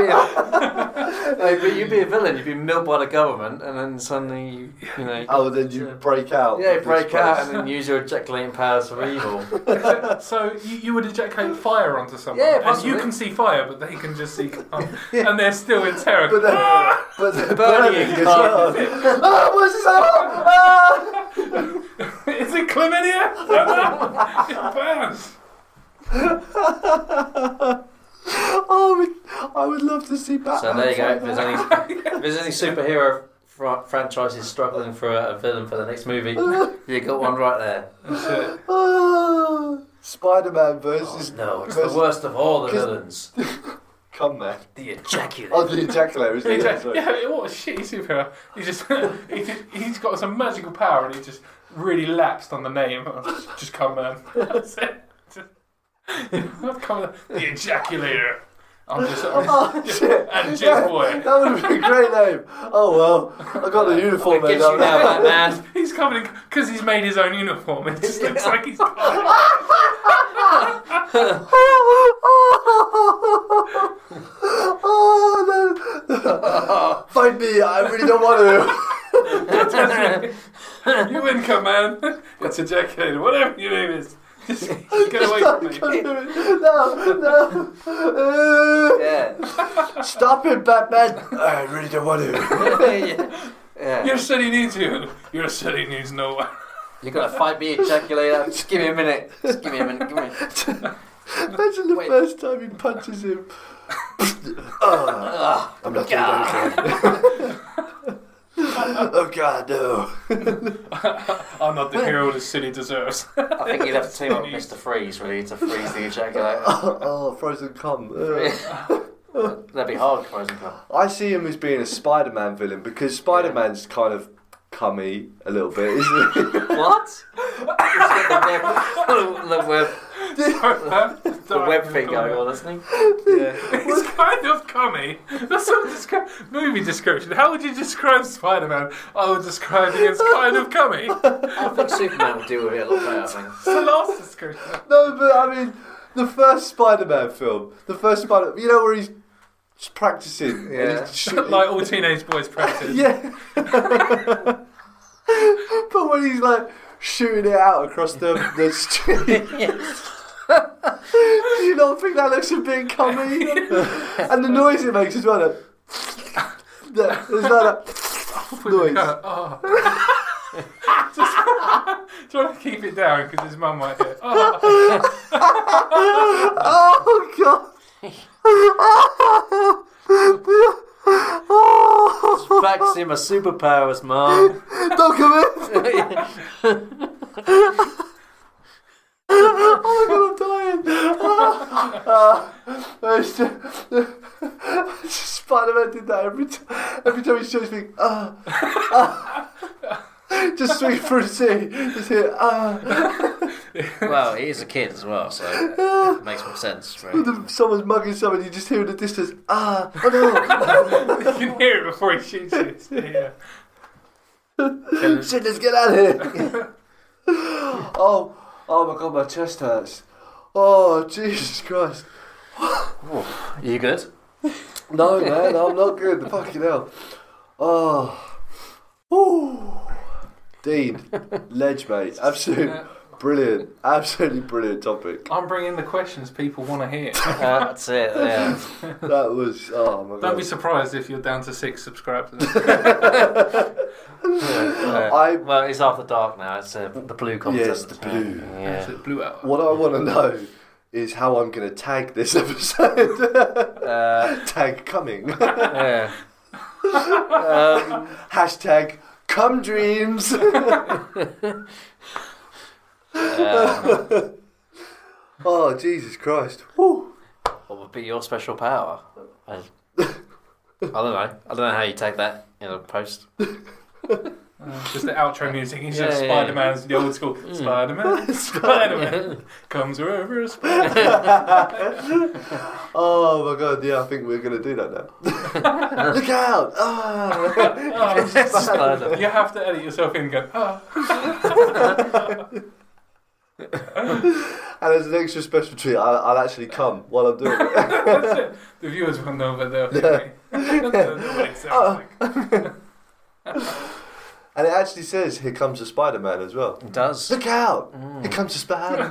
[SPEAKER 2] be a, no, but you'd be a villain. You'd be milked by the government, and then suddenly you, you know.
[SPEAKER 3] oh, then you break out.
[SPEAKER 2] yeah,
[SPEAKER 3] of this
[SPEAKER 2] break out
[SPEAKER 3] place.
[SPEAKER 2] and then use your ejaculating powers for evil.
[SPEAKER 1] so you, you would ejaculate fire onto someone.
[SPEAKER 2] Yeah,
[SPEAKER 1] and you
[SPEAKER 2] possibly.
[SPEAKER 1] can see fire, but they can just see cum. And they're still in terror.
[SPEAKER 3] But then, but then
[SPEAKER 2] Burning
[SPEAKER 3] burning as
[SPEAKER 2] it.
[SPEAKER 3] well. Ah, what's this? Ah, ah.
[SPEAKER 1] Is it chlamydia? it burns.
[SPEAKER 3] Oh, I would, I would love to see Batman.
[SPEAKER 2] So there you go. If there's any, if there's any superhero fr- franchises struggling for a, a villain for the next movie, you got one right there.
[SPEAKER 1] That's it.
[SPEAKER 3] Ah, Spider-Man versus
[SPEAKER 2] Oh, No, it's the
[SPEAKER 3] versus
[SPEAKER 2] worst of all the
[SPEAKER 3] Cause-
[SPEAKER 2] villains.
[SPEAKER 3] Come Man.
[SPEAKER 2] The ejaculator.
[SPEAKER 3] Oh, the ejaculator is the
[SPEAKER 1] He's
[SPEAKER 3] yeah,
[SPEAKER 1] like,
[SPEAKER 3] sorry.
[SPEAKER 1] yeah, what a shitty superhero. He just, he just, he's got some magical power and he just really lapsed on the name. Just come man. That's it. Just, come, the ejaculator. I'm just, I'm just
[SPEAKER 3] Oh shit!
[SPEAKER 1] and
[SPEAKER 3] Yeah,
[SPEAKER 1] Jim Boy.
[SPEAKER 3] That would have been a great name. Oh well, I got the uniform
[SPEAKER 2] It
[SPEAKER 3] made
[SPEAKER 2] gives you
[SPEAKER 3] up
[SPEAKER 2] now,
[SPEAKER 3] now.
[SPEAKER 2] Batman.
[SPEAKER 1] He's covered because he's made his own uniform. It just looks like he's. Covered.
[SPEAKER 3] oh, no. Find me! I really don't want to.
[SPEAKER 1] you win, come man. It's ejaculator. Whatever your name is, just get away from me.
[SPEAKER 3] No, no.
[SPEAKER 2] Yeah.
[SPEAKER 3] Stop it, Batman! I really don't want to.
[SPEAKER 2] yeah.
[SPEAKER 1] Your city needs you. Your city needs no one.
[SPEAKER 2] You gotta fight me, ejaculator. Just give me a minute. Just give me a minute. Give me.
[SPEAKER 3] Imagine the
[SPEAKER 2] Wait.
[SPEAKER 3] first time he punches him. oh,
[SPEAKER 2] Ugh.
[SPEAKER 3] I'm not
[SPEAKER 2] God.
[SPEAKER 3] doing anything. oh God, no!
[SPEAKER 1] I'm not the hero the city deserves.
[SPEAKER 2] I think you'd have to team up with Mr. Freeze, really, to freeze the ejaculator.
[SPEAKER 3] Oh, oh, frozen cum. Ugh.
[SPEAKER 2] That'd be hard, Frozen Cup.
[SPEAKER 3] I see him as being a Spider-Man villain because Spider-Man's kind of cummy a little bit, isn't he?
[SPEAKER 2] What? It's got the web- the web The web thing going on, isn't
[SPEAKER 1] Yeah. It's kind of cummy. That's a descri- movie description. How would you describe Spider Man? I would describe it as kind of cummy.
[SPEAKER 2] he? I think Superman would deal with it a lot better. I think.
[SPEAKER 1] It's the last description.
[SPEAKER 3] No, but I mean, the first Spider-Man film, the first Spider, you know where he's just practicing, and
[SPEAKER 2] Yeah.
[SPEAKER 3] he's shooting-
[SPEAKER 1] like all teenage boys practice.
[SPEAKER 3] yeah. but when he's like shooting it out across the, the street, do you not think that looks a bit cummy? and the noise it makes as well. Like, yeah, there's that
[SPEAKER 1] Noise.
[SPEAKER 3] noise.
[SPEAKER 1] Oh. Just trying to keep it down because his mum might hear. Oh.
[SPEAKER 3] Oh god. Oh,
[SPEAKER 2] Vaccine my superpowers, mom.
[SPEAKER 3] don't come in. Oh my god, I'm dying. Ah, it's just- Spider-Man did that every time. Every time he shows me, ah, ah. just swing for a sea. Just hear, ah.
[SPEAKER 2] well, he is a kid as well, so it makes more sense. Right?
[SPEAKER 3] Someone's mugging someone. You just hear in the distance, ah. Oh no.
[SPEAKER 1] you can hear it before he shoots it. Yeah.
[SPEAKER 3] Shit, let's get out of here. oh, oh my god, my chest hurts. Oh, Jesus Christ.
[SPEAKER 2] You good?
[SPEAKER 3] No, man, I'm not good. Fucking hell. Oh. Ooh. Dean, ledge, mate. Absolute
[SPEAKER 1] Yeah.
[SPEAKER 3] brilliant. Absolutely brilliant topic.
[SPEAKER 1] Uh, I'm bringing the questions people want to hear.
[SPEAKER 2] Uh, that's it. Yeah.
[SPEAKER 3] That was, oh my
[SPEAKER 1] Don't
[SPEAKER 3] god.
[SPEAKER 1] be surprised if you're down to six subscribers.
[SPEAKER 2] Yeah.
[SPEAKER 3] I-
[SPEAKER 2] well, it's after dark now. It's uh, the blue content.
[SPEAKER 3] Yes, the blue.
[SPEAKER 2] Yeah.
[SPEAKER 1] It blew out.
[SPEAKER 3] what I want to know is how I'm going to tag this episode.
[SPEAKER 2] Uh,
[SPEAKER 3] tag coming.
[SPEAKER 2] yeah. um,
[SPEAKER 3] Hashtag come dreams.
[SPEAKER 2] um,
[SPEAKER 3] Oh, Jesus Christ. Woo.
[SPEAKER 2] what would be your special power? I, I don't know. I don't know how you take that in a post.
[SPEAKER 1] Uh, just the outro music. It's
[SPEAKER 2] Yeah,
[SPEAKER 1] just
[SPEAKER 2] yeah, Hmm. yeah.
[SPEAKER 1] Spider Man's the old school. Spider Man, Spider Man comes wherever a spider.
[SPEAKER 3] Oh my god, yeah, I think we're gonna do that now. Look out! Ah.
[SPEAKER 2] Spider.
[SPEAKER 1] Oh, You have to edit yourself in and go, oh,
[SPEAKER 3] And as an extra special treat, I'll, I'll actually come while I'm doing it.
[SPEAKER 1] that's it. The viewers will know, but they'll hear me. They'll know what it sounds like.
[SPEAKER 3] And it actually says, Here comes a Spider Man as well.
[SPEAKER 2] It does.
[SPEAKER 3] Look out! Here comes a Spider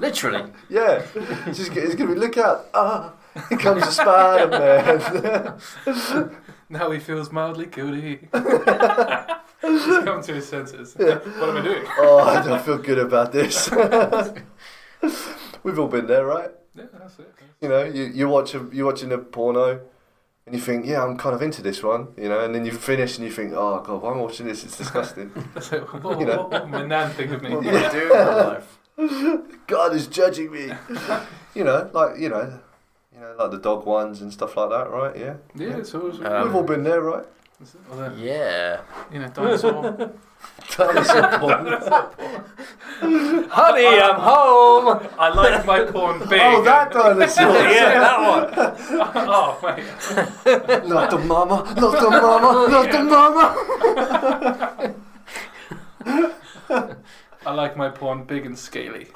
[SPEAKER 2] Literally.
[SPEAKER 3] yeah. It's, just, it's gonna be, Look out! Ah, here comes a Spider Man.
[SPEAKER 1] Now he feels mildly guilty. He's come to his senses. What am I doing?
[SPEAKER 3] oh, I don't feel good about this. We've all been there, right?
[SPEAKER 1] Yeah, that's it.
[SPEAKER 3] You know, you, you watch a, you're watching a porno and you think, yeah, I'm kind of into this one, you know, and then you finish and you think, oh god, why am I watching this? It's disgusting.
[SPEAKER 1] That's it. What,
[SPEAKER 3] You know.
[SPEAKER 1] what, what my nan think of me?
[SPEAKER 2] What would you do in your life?
[SPEAKER 3] God is judging me. you know, like you know, you know, like the dog ones and stuff like that, right? Yeah,
[SPEAKER 1] Yeah, it's always.
[SPEAKER 2] Um,
[SPEAKER 3] we've all been there, right?
[SPEAKER 1] That's it. Or the,
[SPEAKER 2] Yeah.
[SPEAKER 1] you know, dinosaur.
[SPEAKER 3] Dinosaur porn.
[SPEAKER 2] Honey, I'm home.
[SPEAKER 1] I like my porn big.
[SPEAKER 3] oh, that dinosaur.
[SPEAKER 2] yeah, that one.
[SPEAKER 1] Oh, mate.
[SPEAKER 3] not the mama, not the mama, not the mama.
[SPEAKER 1] I like my porn big and scaly.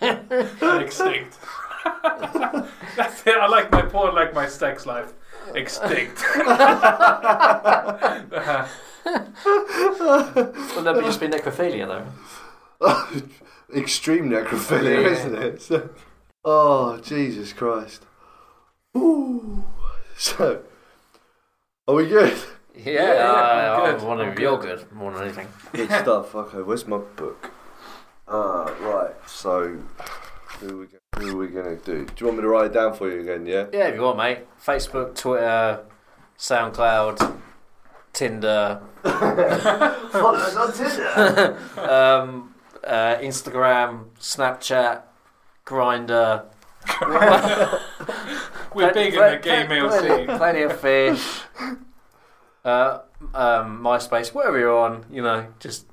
[SPEAKER 1] And extinct. That's it. I like my porn like my sex life. Extinct.
[SPEAKER 2] Wouldn't that be just be necrophilia though?
[SPEAKER 3] Extreme necrophilia,
[SPEAKER 2] Yeah.
[SPEAKER 3] isn't it? So- oh, Jesus Christ. Ooh. So, are we good?
[SPEAKER 2] Yeah,
[SPEAKER 1] yeah,
[SPEAKER 2] I-
[SPEAKER 1] I'm
[SPEAKER 2] I,
[SPEAKER 1] good,
[SPEAKER 2] want
[SPEAKER 1] I'm
[SPEAKER 2] to feel good more than anything.
[SPEAKER 3] Good stuff. Okay, where's my book? Uh, right. So, who are we, go- who are we gonna do? Do you want me to write it down for you again? Yeah.
[SPEAKER 2] Yeah, if you want, mate. Facebook, Twitter, SoundCloud, Tinder,
[SPEAKER 3] Follow us on Tinder.
[SPEAKER 2] um, uh, Instagram, Snapchat, Grinder.
[SPEAKER 1] We're big in the gay male scene.
[SPEAKER 2] Plenty of fish. Uh, um, MySpace, wherever you're on, you know, just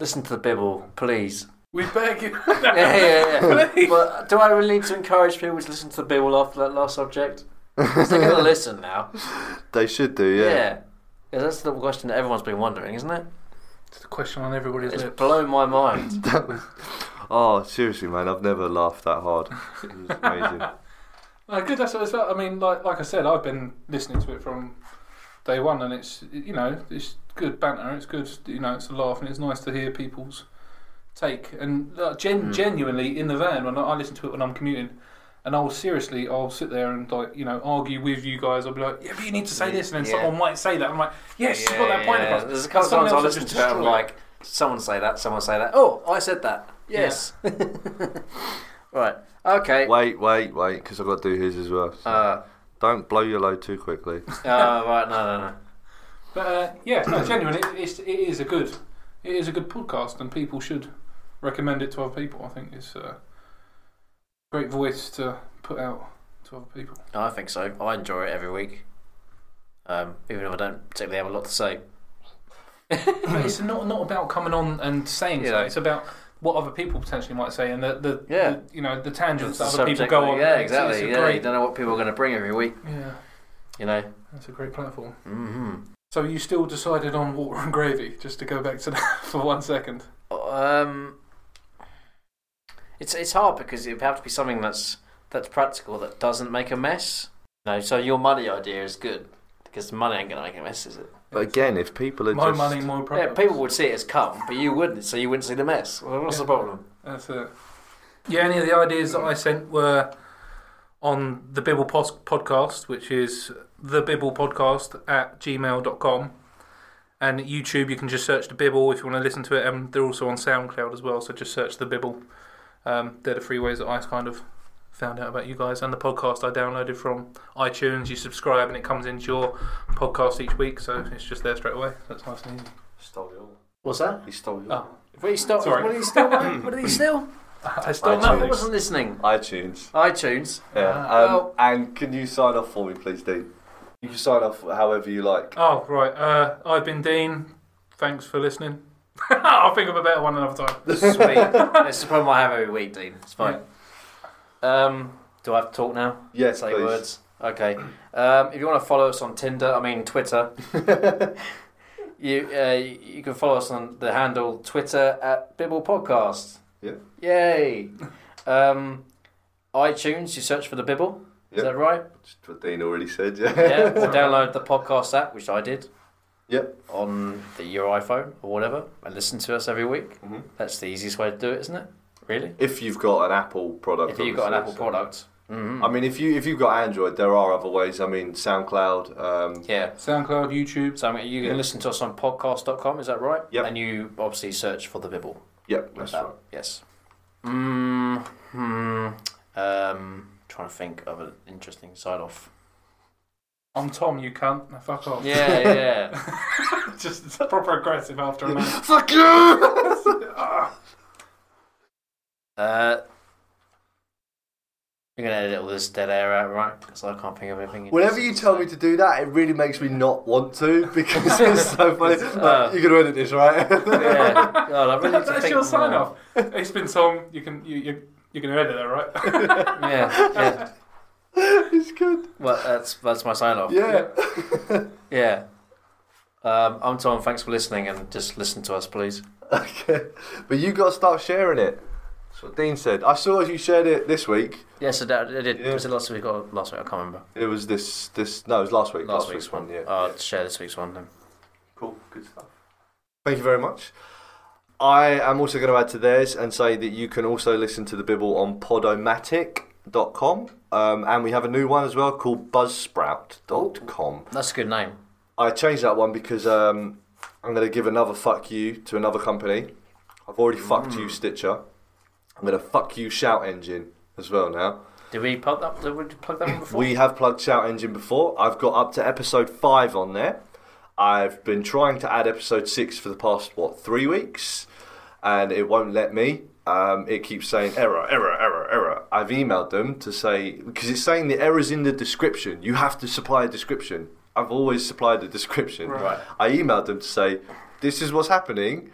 [SPEAKER 2] listen to the Bibble, please.
[SPEAKER 1] We beg you.
[SPEAKER 2] yeah, yeah, yeah.
[SPEAKER 1] Please.
[SPEAKER 2] but do I really need to encourage people to listen to the Bill after that last subject? 'Cause They're going to listen now.
[SPEAKER 3] They should do,
[SPEAKER 2] Yeah.
[SPEAKER 3] yeah.
[SPEAKER 2] Yeah, that's the question that everyone's been wondering, isn't it?
[SPEAKER 1] It's the question on everybody's
[SPEAKER 2] It's
[SPEAKER 1] lips.
[SPEAKER 2] blown my mind.
[SPEAKER 3] That was. Oh, seriously, man, I've never laughed that hard. It was amazing.
[SPEAKER 1] No, good. That's what it's like. I mean, like like I said, I've been listening to it from day one, and it's you know it's good banter. It's good. You know, it's a laugh, and it's nice to hear people's take. And uh, gen-
[SPEAKER 2] Mm.
[SPEAKER 1] genuinely in the van when I, I listen to it when I'm commuting. And I'll seriously, I'll sit there and like you know argue with you guys. I'll be like, yeah, but you need to say this, and then
[SPEAKER 2] Yeah.
[SPEAKER 1] someone might say that. I'm like, yes, you've got that point
[SPEAKER 2] yeah.
[SPEAKER 1] across.
[SPEAKER 2] There's a couple of
[SPEAKER 1] Someone
[SPEAKER 2] times I
[SPEAKER 1] else will
[SPEAKER 2] listen
[SPEAKER 1] just
[SPEAKER 2] to it and I'm
[SPEAKER 1] destroy
[SPEAKER 2] like, someone say that, someone say that. Oh, I said that. Yes. right. Okay.
[SPEAKER 3] Wait, wait, wait, because I've got to do his as well. so
[SPEAKER 2] Uh,
[SPEAKER 3] Don't blow your load too quickly.
[SPEAKER 2] uh, right, no, no, no.
[SPEAKER 1] But uh, yeah, no, genuinely, it- it's, it is a good, it is a good podcast, and people should recommend it to other people. I think it's a great voice to put out to other people.
[SPEAKER 2] No, I think so. I enjoy it every week, um, even if I don't particularly have a lot to say.
[SPEAKER 1] But it's not not about coming on and saying
[SPEAKER 2] Yeah.
[SPEAKER 1] something. It's about what other people potentially might say, and the, the,
[SPEAKER 2] Yeah.
[SPEAKER 1] the you know the tangents
[SPEAKER 2] The
[SPEAKER 1] that other
[SPEAKER 2] subject
[SPEAKER 1] people go
[SPEAKER 2] matter-
[SPEAKER 1] on.
[SPEAKER 2] Yeah,
[SPEAKER 1] It's-
[SPEAKER 2] exactly.
[SPEAKER 1] It's a
[SPEAKER 2] yeah, you
[SPEAKER 1] great,
[SPEAKER 2] don't know what people are going to bring every week.
[SPEAKER 1] yeah,
[SPEAKER 2] You know.
[SPEAKER 1] that's a great platform.
[SPEAKER 2] hmm
[SPEAKER 1] So you still decided on water and gravy? Just to go back to that for one second.
[SPEAKER 2] Um, it's it's hard because it would have to be something that's that's practical that doesn't make a mess. No, so your money idea is good because money ain't gonna make a mess, is it?
[SPEAKER 3] But again, if people are
[SPEAKER 1] my
[SPEAKER 3] just.
[SPEAKER 1] money, my problem.
[SPEAKER 2] Yeah, people would see it as cum, but you wouldn't, so you wouldn't see the mess. Well, what's the
[SPEAKER 1] Yeah.
[SPEAKER 2] problem?
[SPEAKER 1] That's it. Uh, Yeah, any of the ideas that I sent were on the Bibble pos- podcast, which is the Bibble podcast at gmail.com. And YouTube, you can just search the Bibble if you want to listen to it. And they're also on SoundCloud as well, so just search the Bibble. Um, they're the three ways that I kind of found out about you guys. And the podcast I downloaded from iTunes, you subscribe and it comes into your podcast each week, so it's just there straight away. That's nice and easy.
[SPEAKER 3] Stole your.
[SPEAKER 2] What's that?
[SPEAKER 3] He stole your.
[SPEAKER 1] Oh,
[SPEAKER 2] What are you still?
[SPEAKER 1] Sorry.
[SPEAKER 2] What are you still? what are you still?
[SPEAKER 1] I still
[SPEAKER 2] No, I
[SPEAKER 1] know.
[SPEAKER 3] iTunes.
[SPEAKER 2] wasn't listening.
[SPEAKER 3] iTunes.
[SPEAKER 2] iTunes.
[SPEAKER 3] Yeah.
[SPEAKER 1] Ah.
[SPEAKER 3] um,
[SPEAKER 2] Uh, Well-
[SPEAKER 3] and can you sign off for me, please, Dean? You can sign off however you like.
[SPEAKER 1] Oh, right. Uh, I've been Dean. Thanks for listening. I'll think of a better one another time.
[SPEAKER 2] Sweet. That's the problem I have every week, Dean. It's fine. Um, do I have to talk now?
[SPEAKER 3] Yes,
[SPEAKER 2] Say
[SPEAKER 3] please.
[SPEAKER 2] words. Okay. Um, if you want to follow us on Tinder, I mean Twitter, you uh, you can follow us on the handle Twitter at Bibble Podcast.
[SPEAKER 3] Yeah.
[SPEAKER 2] Yay. Um, iTunes, you search for the Bibble. Is
[SPEAKER 3] Yeah.
[SPEAKER 2] that right?
[SPEAKER 3] Just what Dean already said, yeah.
[SPEAKER 2] Yeah. Or download the podcast app, which I did.
[SPEAKER 3] Yep.
[SPEAKER 2] On the, your iPhone or whatever, and listen to us every week.
[SPEAKER 3] Mhm.
[SPEAKER 2] That's the easiest way to do it, isn't it? Really?
[SPEAKER 3] If you've got an Apple product.
[SPEAKER 2] if you've got an Apple
[SPEAKER 3] obviously,
[SPEAKER 2] product.
[SPEAKER 3] so-
[SPEAKER 2] hmm
[SPEAKER 3] I mean, if, you, if you've got Android, there are other ways. I mean, SoundCloud. Um,
[SPEAKER 2] yeah.
[SPEAKER 1] SoundCloud, YouTube.
[SPEAKER 2] So I mean, you can
[SPEAKER 3] Yeah.
[SPEAKER 2] listen to us on podcast.com, is that right?
[SPEAKER 3] Yep.
[SPEAKER 2] And you obviously search for the Bibble.
[SPEAKER 3] yep, that's
[SPEAKER 2] That-
[SPEAKER 3] right.
[SPEAKER 2] Yes. Mm, hmm. Um, trying to think of an interesting side off.
[SPEAKER 1] I'm Tom, you cunt. Now fuck off.
[SPEAKER 2] Yeah, yeah.
[SPEAKER 1] Just it's proper aggressive after a minute.
[SPEAKER 3] Fuck you!
[SPEAKER 1] Ah,
[SPEAKER 2] uh, you're going to edit all this dead air out, right? Because I can't think of anything.
[SPEAKER 3] Whenever you tell me to do that, it really makes me not want to because it's so funny. Like,
[SPEAKER 2] Uh.
[SPEAKER 3] you're gonna edit this, right?
[SPEAKER 2] Yeah. God, I really need to
[SPEAKER 1] That's
[SPEAKER 2] think
[SPEAKER 1] your sign
[SPEAKER 2] more.
[SPEAKER 1] off. It's been Tom. You can you you you can edit that, right?
[SPEAKER 2] Yeah, yeah.
[SPEAKER 3] it's good.
[SPEAKER 2] Well, that's, that's my sign off.
[SPEAKER 3] Yeah.
[SPEAKER 2] Yeah. Um, I'm Tom. Thanks for listening, and just listen to us, please.
[SPEAKER 3] Okay. But you got to start sharing it. That's what Dean said. I saw you shared it this week.
[SPEAKER 2] Yes, I did. I did.
[SPEAKER 3] Yeah.
[SPEAKER 2] Was it last week or last week? I can't remember.
[SPEAKER 3] It was this this no, it was last week.
[SPEAKER 2] Last, week's, one. Uh,
[SPEAKER 3] Yeah.
[SPEAKER 2] I'll
[SPEAKER 3] Yeah.
[SPEAKER 2] share this week's one then.
[SPEAKER 3] Cool. Good stuff. Thank you very much. I am also going to add to theirs and say that you can also listen to the Bibble on podomatic.com. Um, and we have a new one as well called buzzsprout.com.
[SPEAKER 2] That's a good name.
[SPEAKER 3] I changed that one because um, I'm going to give another fuck you to another company. I've already fucked you, Stitcher. I'm going to fuck you, Shout Engine, as well now.
[SPEAKER 2] Did we plug that? Did we plug that one before?
[SPEAKER 3] We have plugged Shout Engine before. I've got up to episode five on there. I've been trying to add episode six for the past, what, three weeks? And it won't let me. Um, it keeps saying error, error, error, error. I've emailed them to say, because it's saying the error's in the description. You have to supply a description. I've always supplied a description.
[SPEAKER 1] Right.
[SPEAKER 3] I emailed them to say, this is what's happening.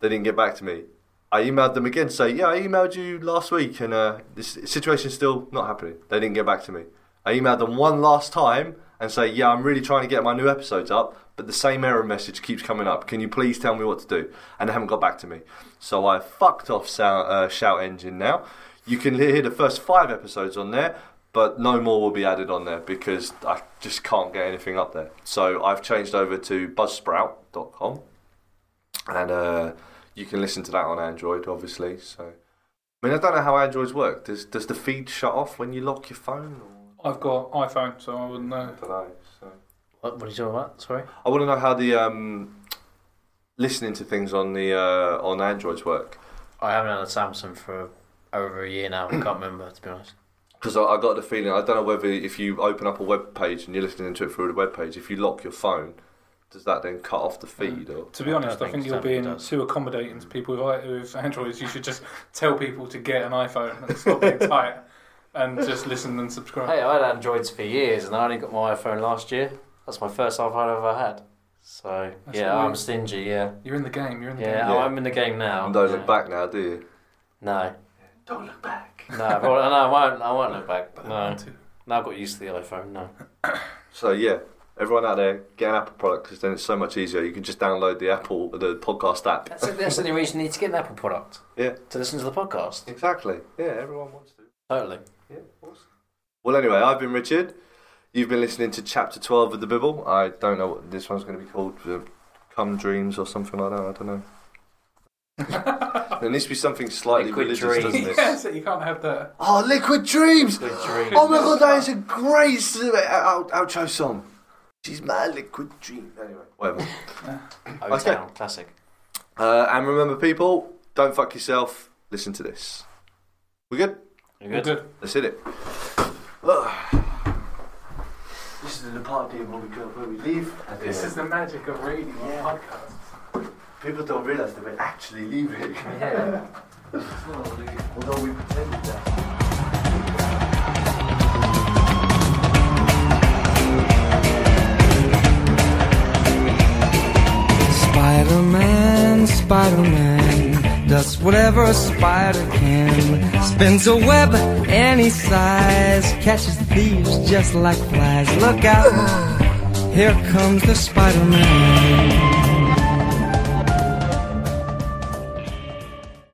[SPEAKER 3] They didn't get back to me. I emailed them again, say, yeah, I emailed you last week, and uh, this situation's still not happening. They didn't get back to me. I emailed them one last time and say, yeah, I'm really trying to get my new episodes up, but the same error message keeps coming up. Can you please tell me what to do? And they haven't got back to me. So I fucked off Sound, uh, Shout Engine now. You can hear the first five episodes on there, but no more will be added on there because I just can't get anything up there. So I've changed over to buzzsprout.com and uh, you can listen to that on Android, obviously. So, I mean, I don't know how Androids work. Does does the feed shut off when you lock your phone? Or?
[SPEAKER 1] I've got iPhone, so I wouldn't
[SPEAKER 3] I
[SPEAKER 1] know.
[SPEAKER 3] don't know. So,
[SPEAKER 2] What, what are you talking about? Sorry.
[SPEAKER 3] I want to know how the um, listening to things on the uh, on Androids work
[SPEAKER 2] I haven't had a Samsung for over a year now. I can't remember to be honest.
[SPEAKER 3] because I, I got the feeling I don't know whether if you open up a web page and you're listening to it through the web page, if you lock your phone, does that then cut off the feed or?
[SPEAKER 1] To be
[SPEAKER 2] I don't
[SPEAKER 1] honest, I
[SPEAKER 2] think
[SPEAKER 1] think you're
[SPEAKER 2] Samsung
[SPEAKER 1] being
[SPEAKER 2] does.
[SPEAKER 1] too accommodating to people with, i- with Androids. You should just tell people to get an iPhone and stop being tight and just listen and subscribe.
[SPEAKER 2] Hey, I had Androids for years, and I only got my iPhone last year. That's my first iPhone I ever had. So
[SPEAKER 1] That's
[SPEAKER 2] yeah,
[SPEAKER 1] weird.
[SPEAKER 2] I'm stingy. Yeah,
[SPEAKER 1] You're in the game. You're in the
[SPEAKER 2] yeah,
[SPEAKER 1] game.
[SPEAKER 3] Yeah.
[SPEAKER 2] I'm in the game now.
[SPEAKER 3] And
[SPEAKER 2] Oh,
[SPEAKER 3] don't
[SPEAKER 2] Yeah.
[SPEAKER 3] look back now, do you?
[SPEAKER 2] No,
[SPEAKER 3] Don't look back.
[SPEAKER 2] no, well, no, I won't. I won't look back. No,
[SPEAKER 1] To-
[SPEAKER 2] no, I've got used to the iPhone. No,
[SPEAKER 3] So yeah, everyone out there, get an Apple product because then it's so much easier. You can just download the Apple, the podcast app.
[SPEAKER 2] that's that's the only reason you need to get an Apple product.
[SPEAKER 3] Yeah.
[SPEAKER 2] to listen to the podcast.
[SPEAKER 3] Exactly. Yeah, everyone wants to.
[SPEAKER 2] Totally.
[SPEAKER 3] Yeah, awesome. Well, anyway, I've been Richard. You've been listening to Chapter Twelve of the Bible. I don't know what this one's going to be called. uh, Come Dreams or something like that. I don't know. There needs to be something slightly
[SPEAKER 2] Liquid
[SPEAKER 3] religious,
[SPEAKER 2] Dreams.
[SPEAKER 3] doesn't it?
[SPEAKER 1] yeah, so you can't have that.
[SPEAKER 3] Oh, Liquid Dreams!
[SPEAKER 2] Good dream.
[SPEAKER 3] Oh my god, that is a great s- uh, out- outro song. She's my liquid dream. Anyway, whatever.
[SPEAKER 2] O-Town, classic.
[SPEAKER 3] Uh, and remember, people, don't fuck yourself. Listen to this. We good?
[SPEAKER 2] You
[SPEAKER 1] All
[SPEAKER 2] good?
[SPEAKER 1] good.
[SPEAKER 3] Let's hit it. This is the party where we go, where we leave.
[SPEAKER 1] This is the magic of reading on
[SPEAKER 3] Yeah.
[SPEAKER 1] podcasts.
[SPEAKER 3] people don't realise that we're actually leaving.
[SPEAKER 2] Yeah.
[SPEAKER 3] Although we pretended that.
[SPEAKER 4] Spider-Man, Spider-Man does whatever a spider can. Spins a web any size, catches thieves just like flies. Look out, here comes the Spider-Man.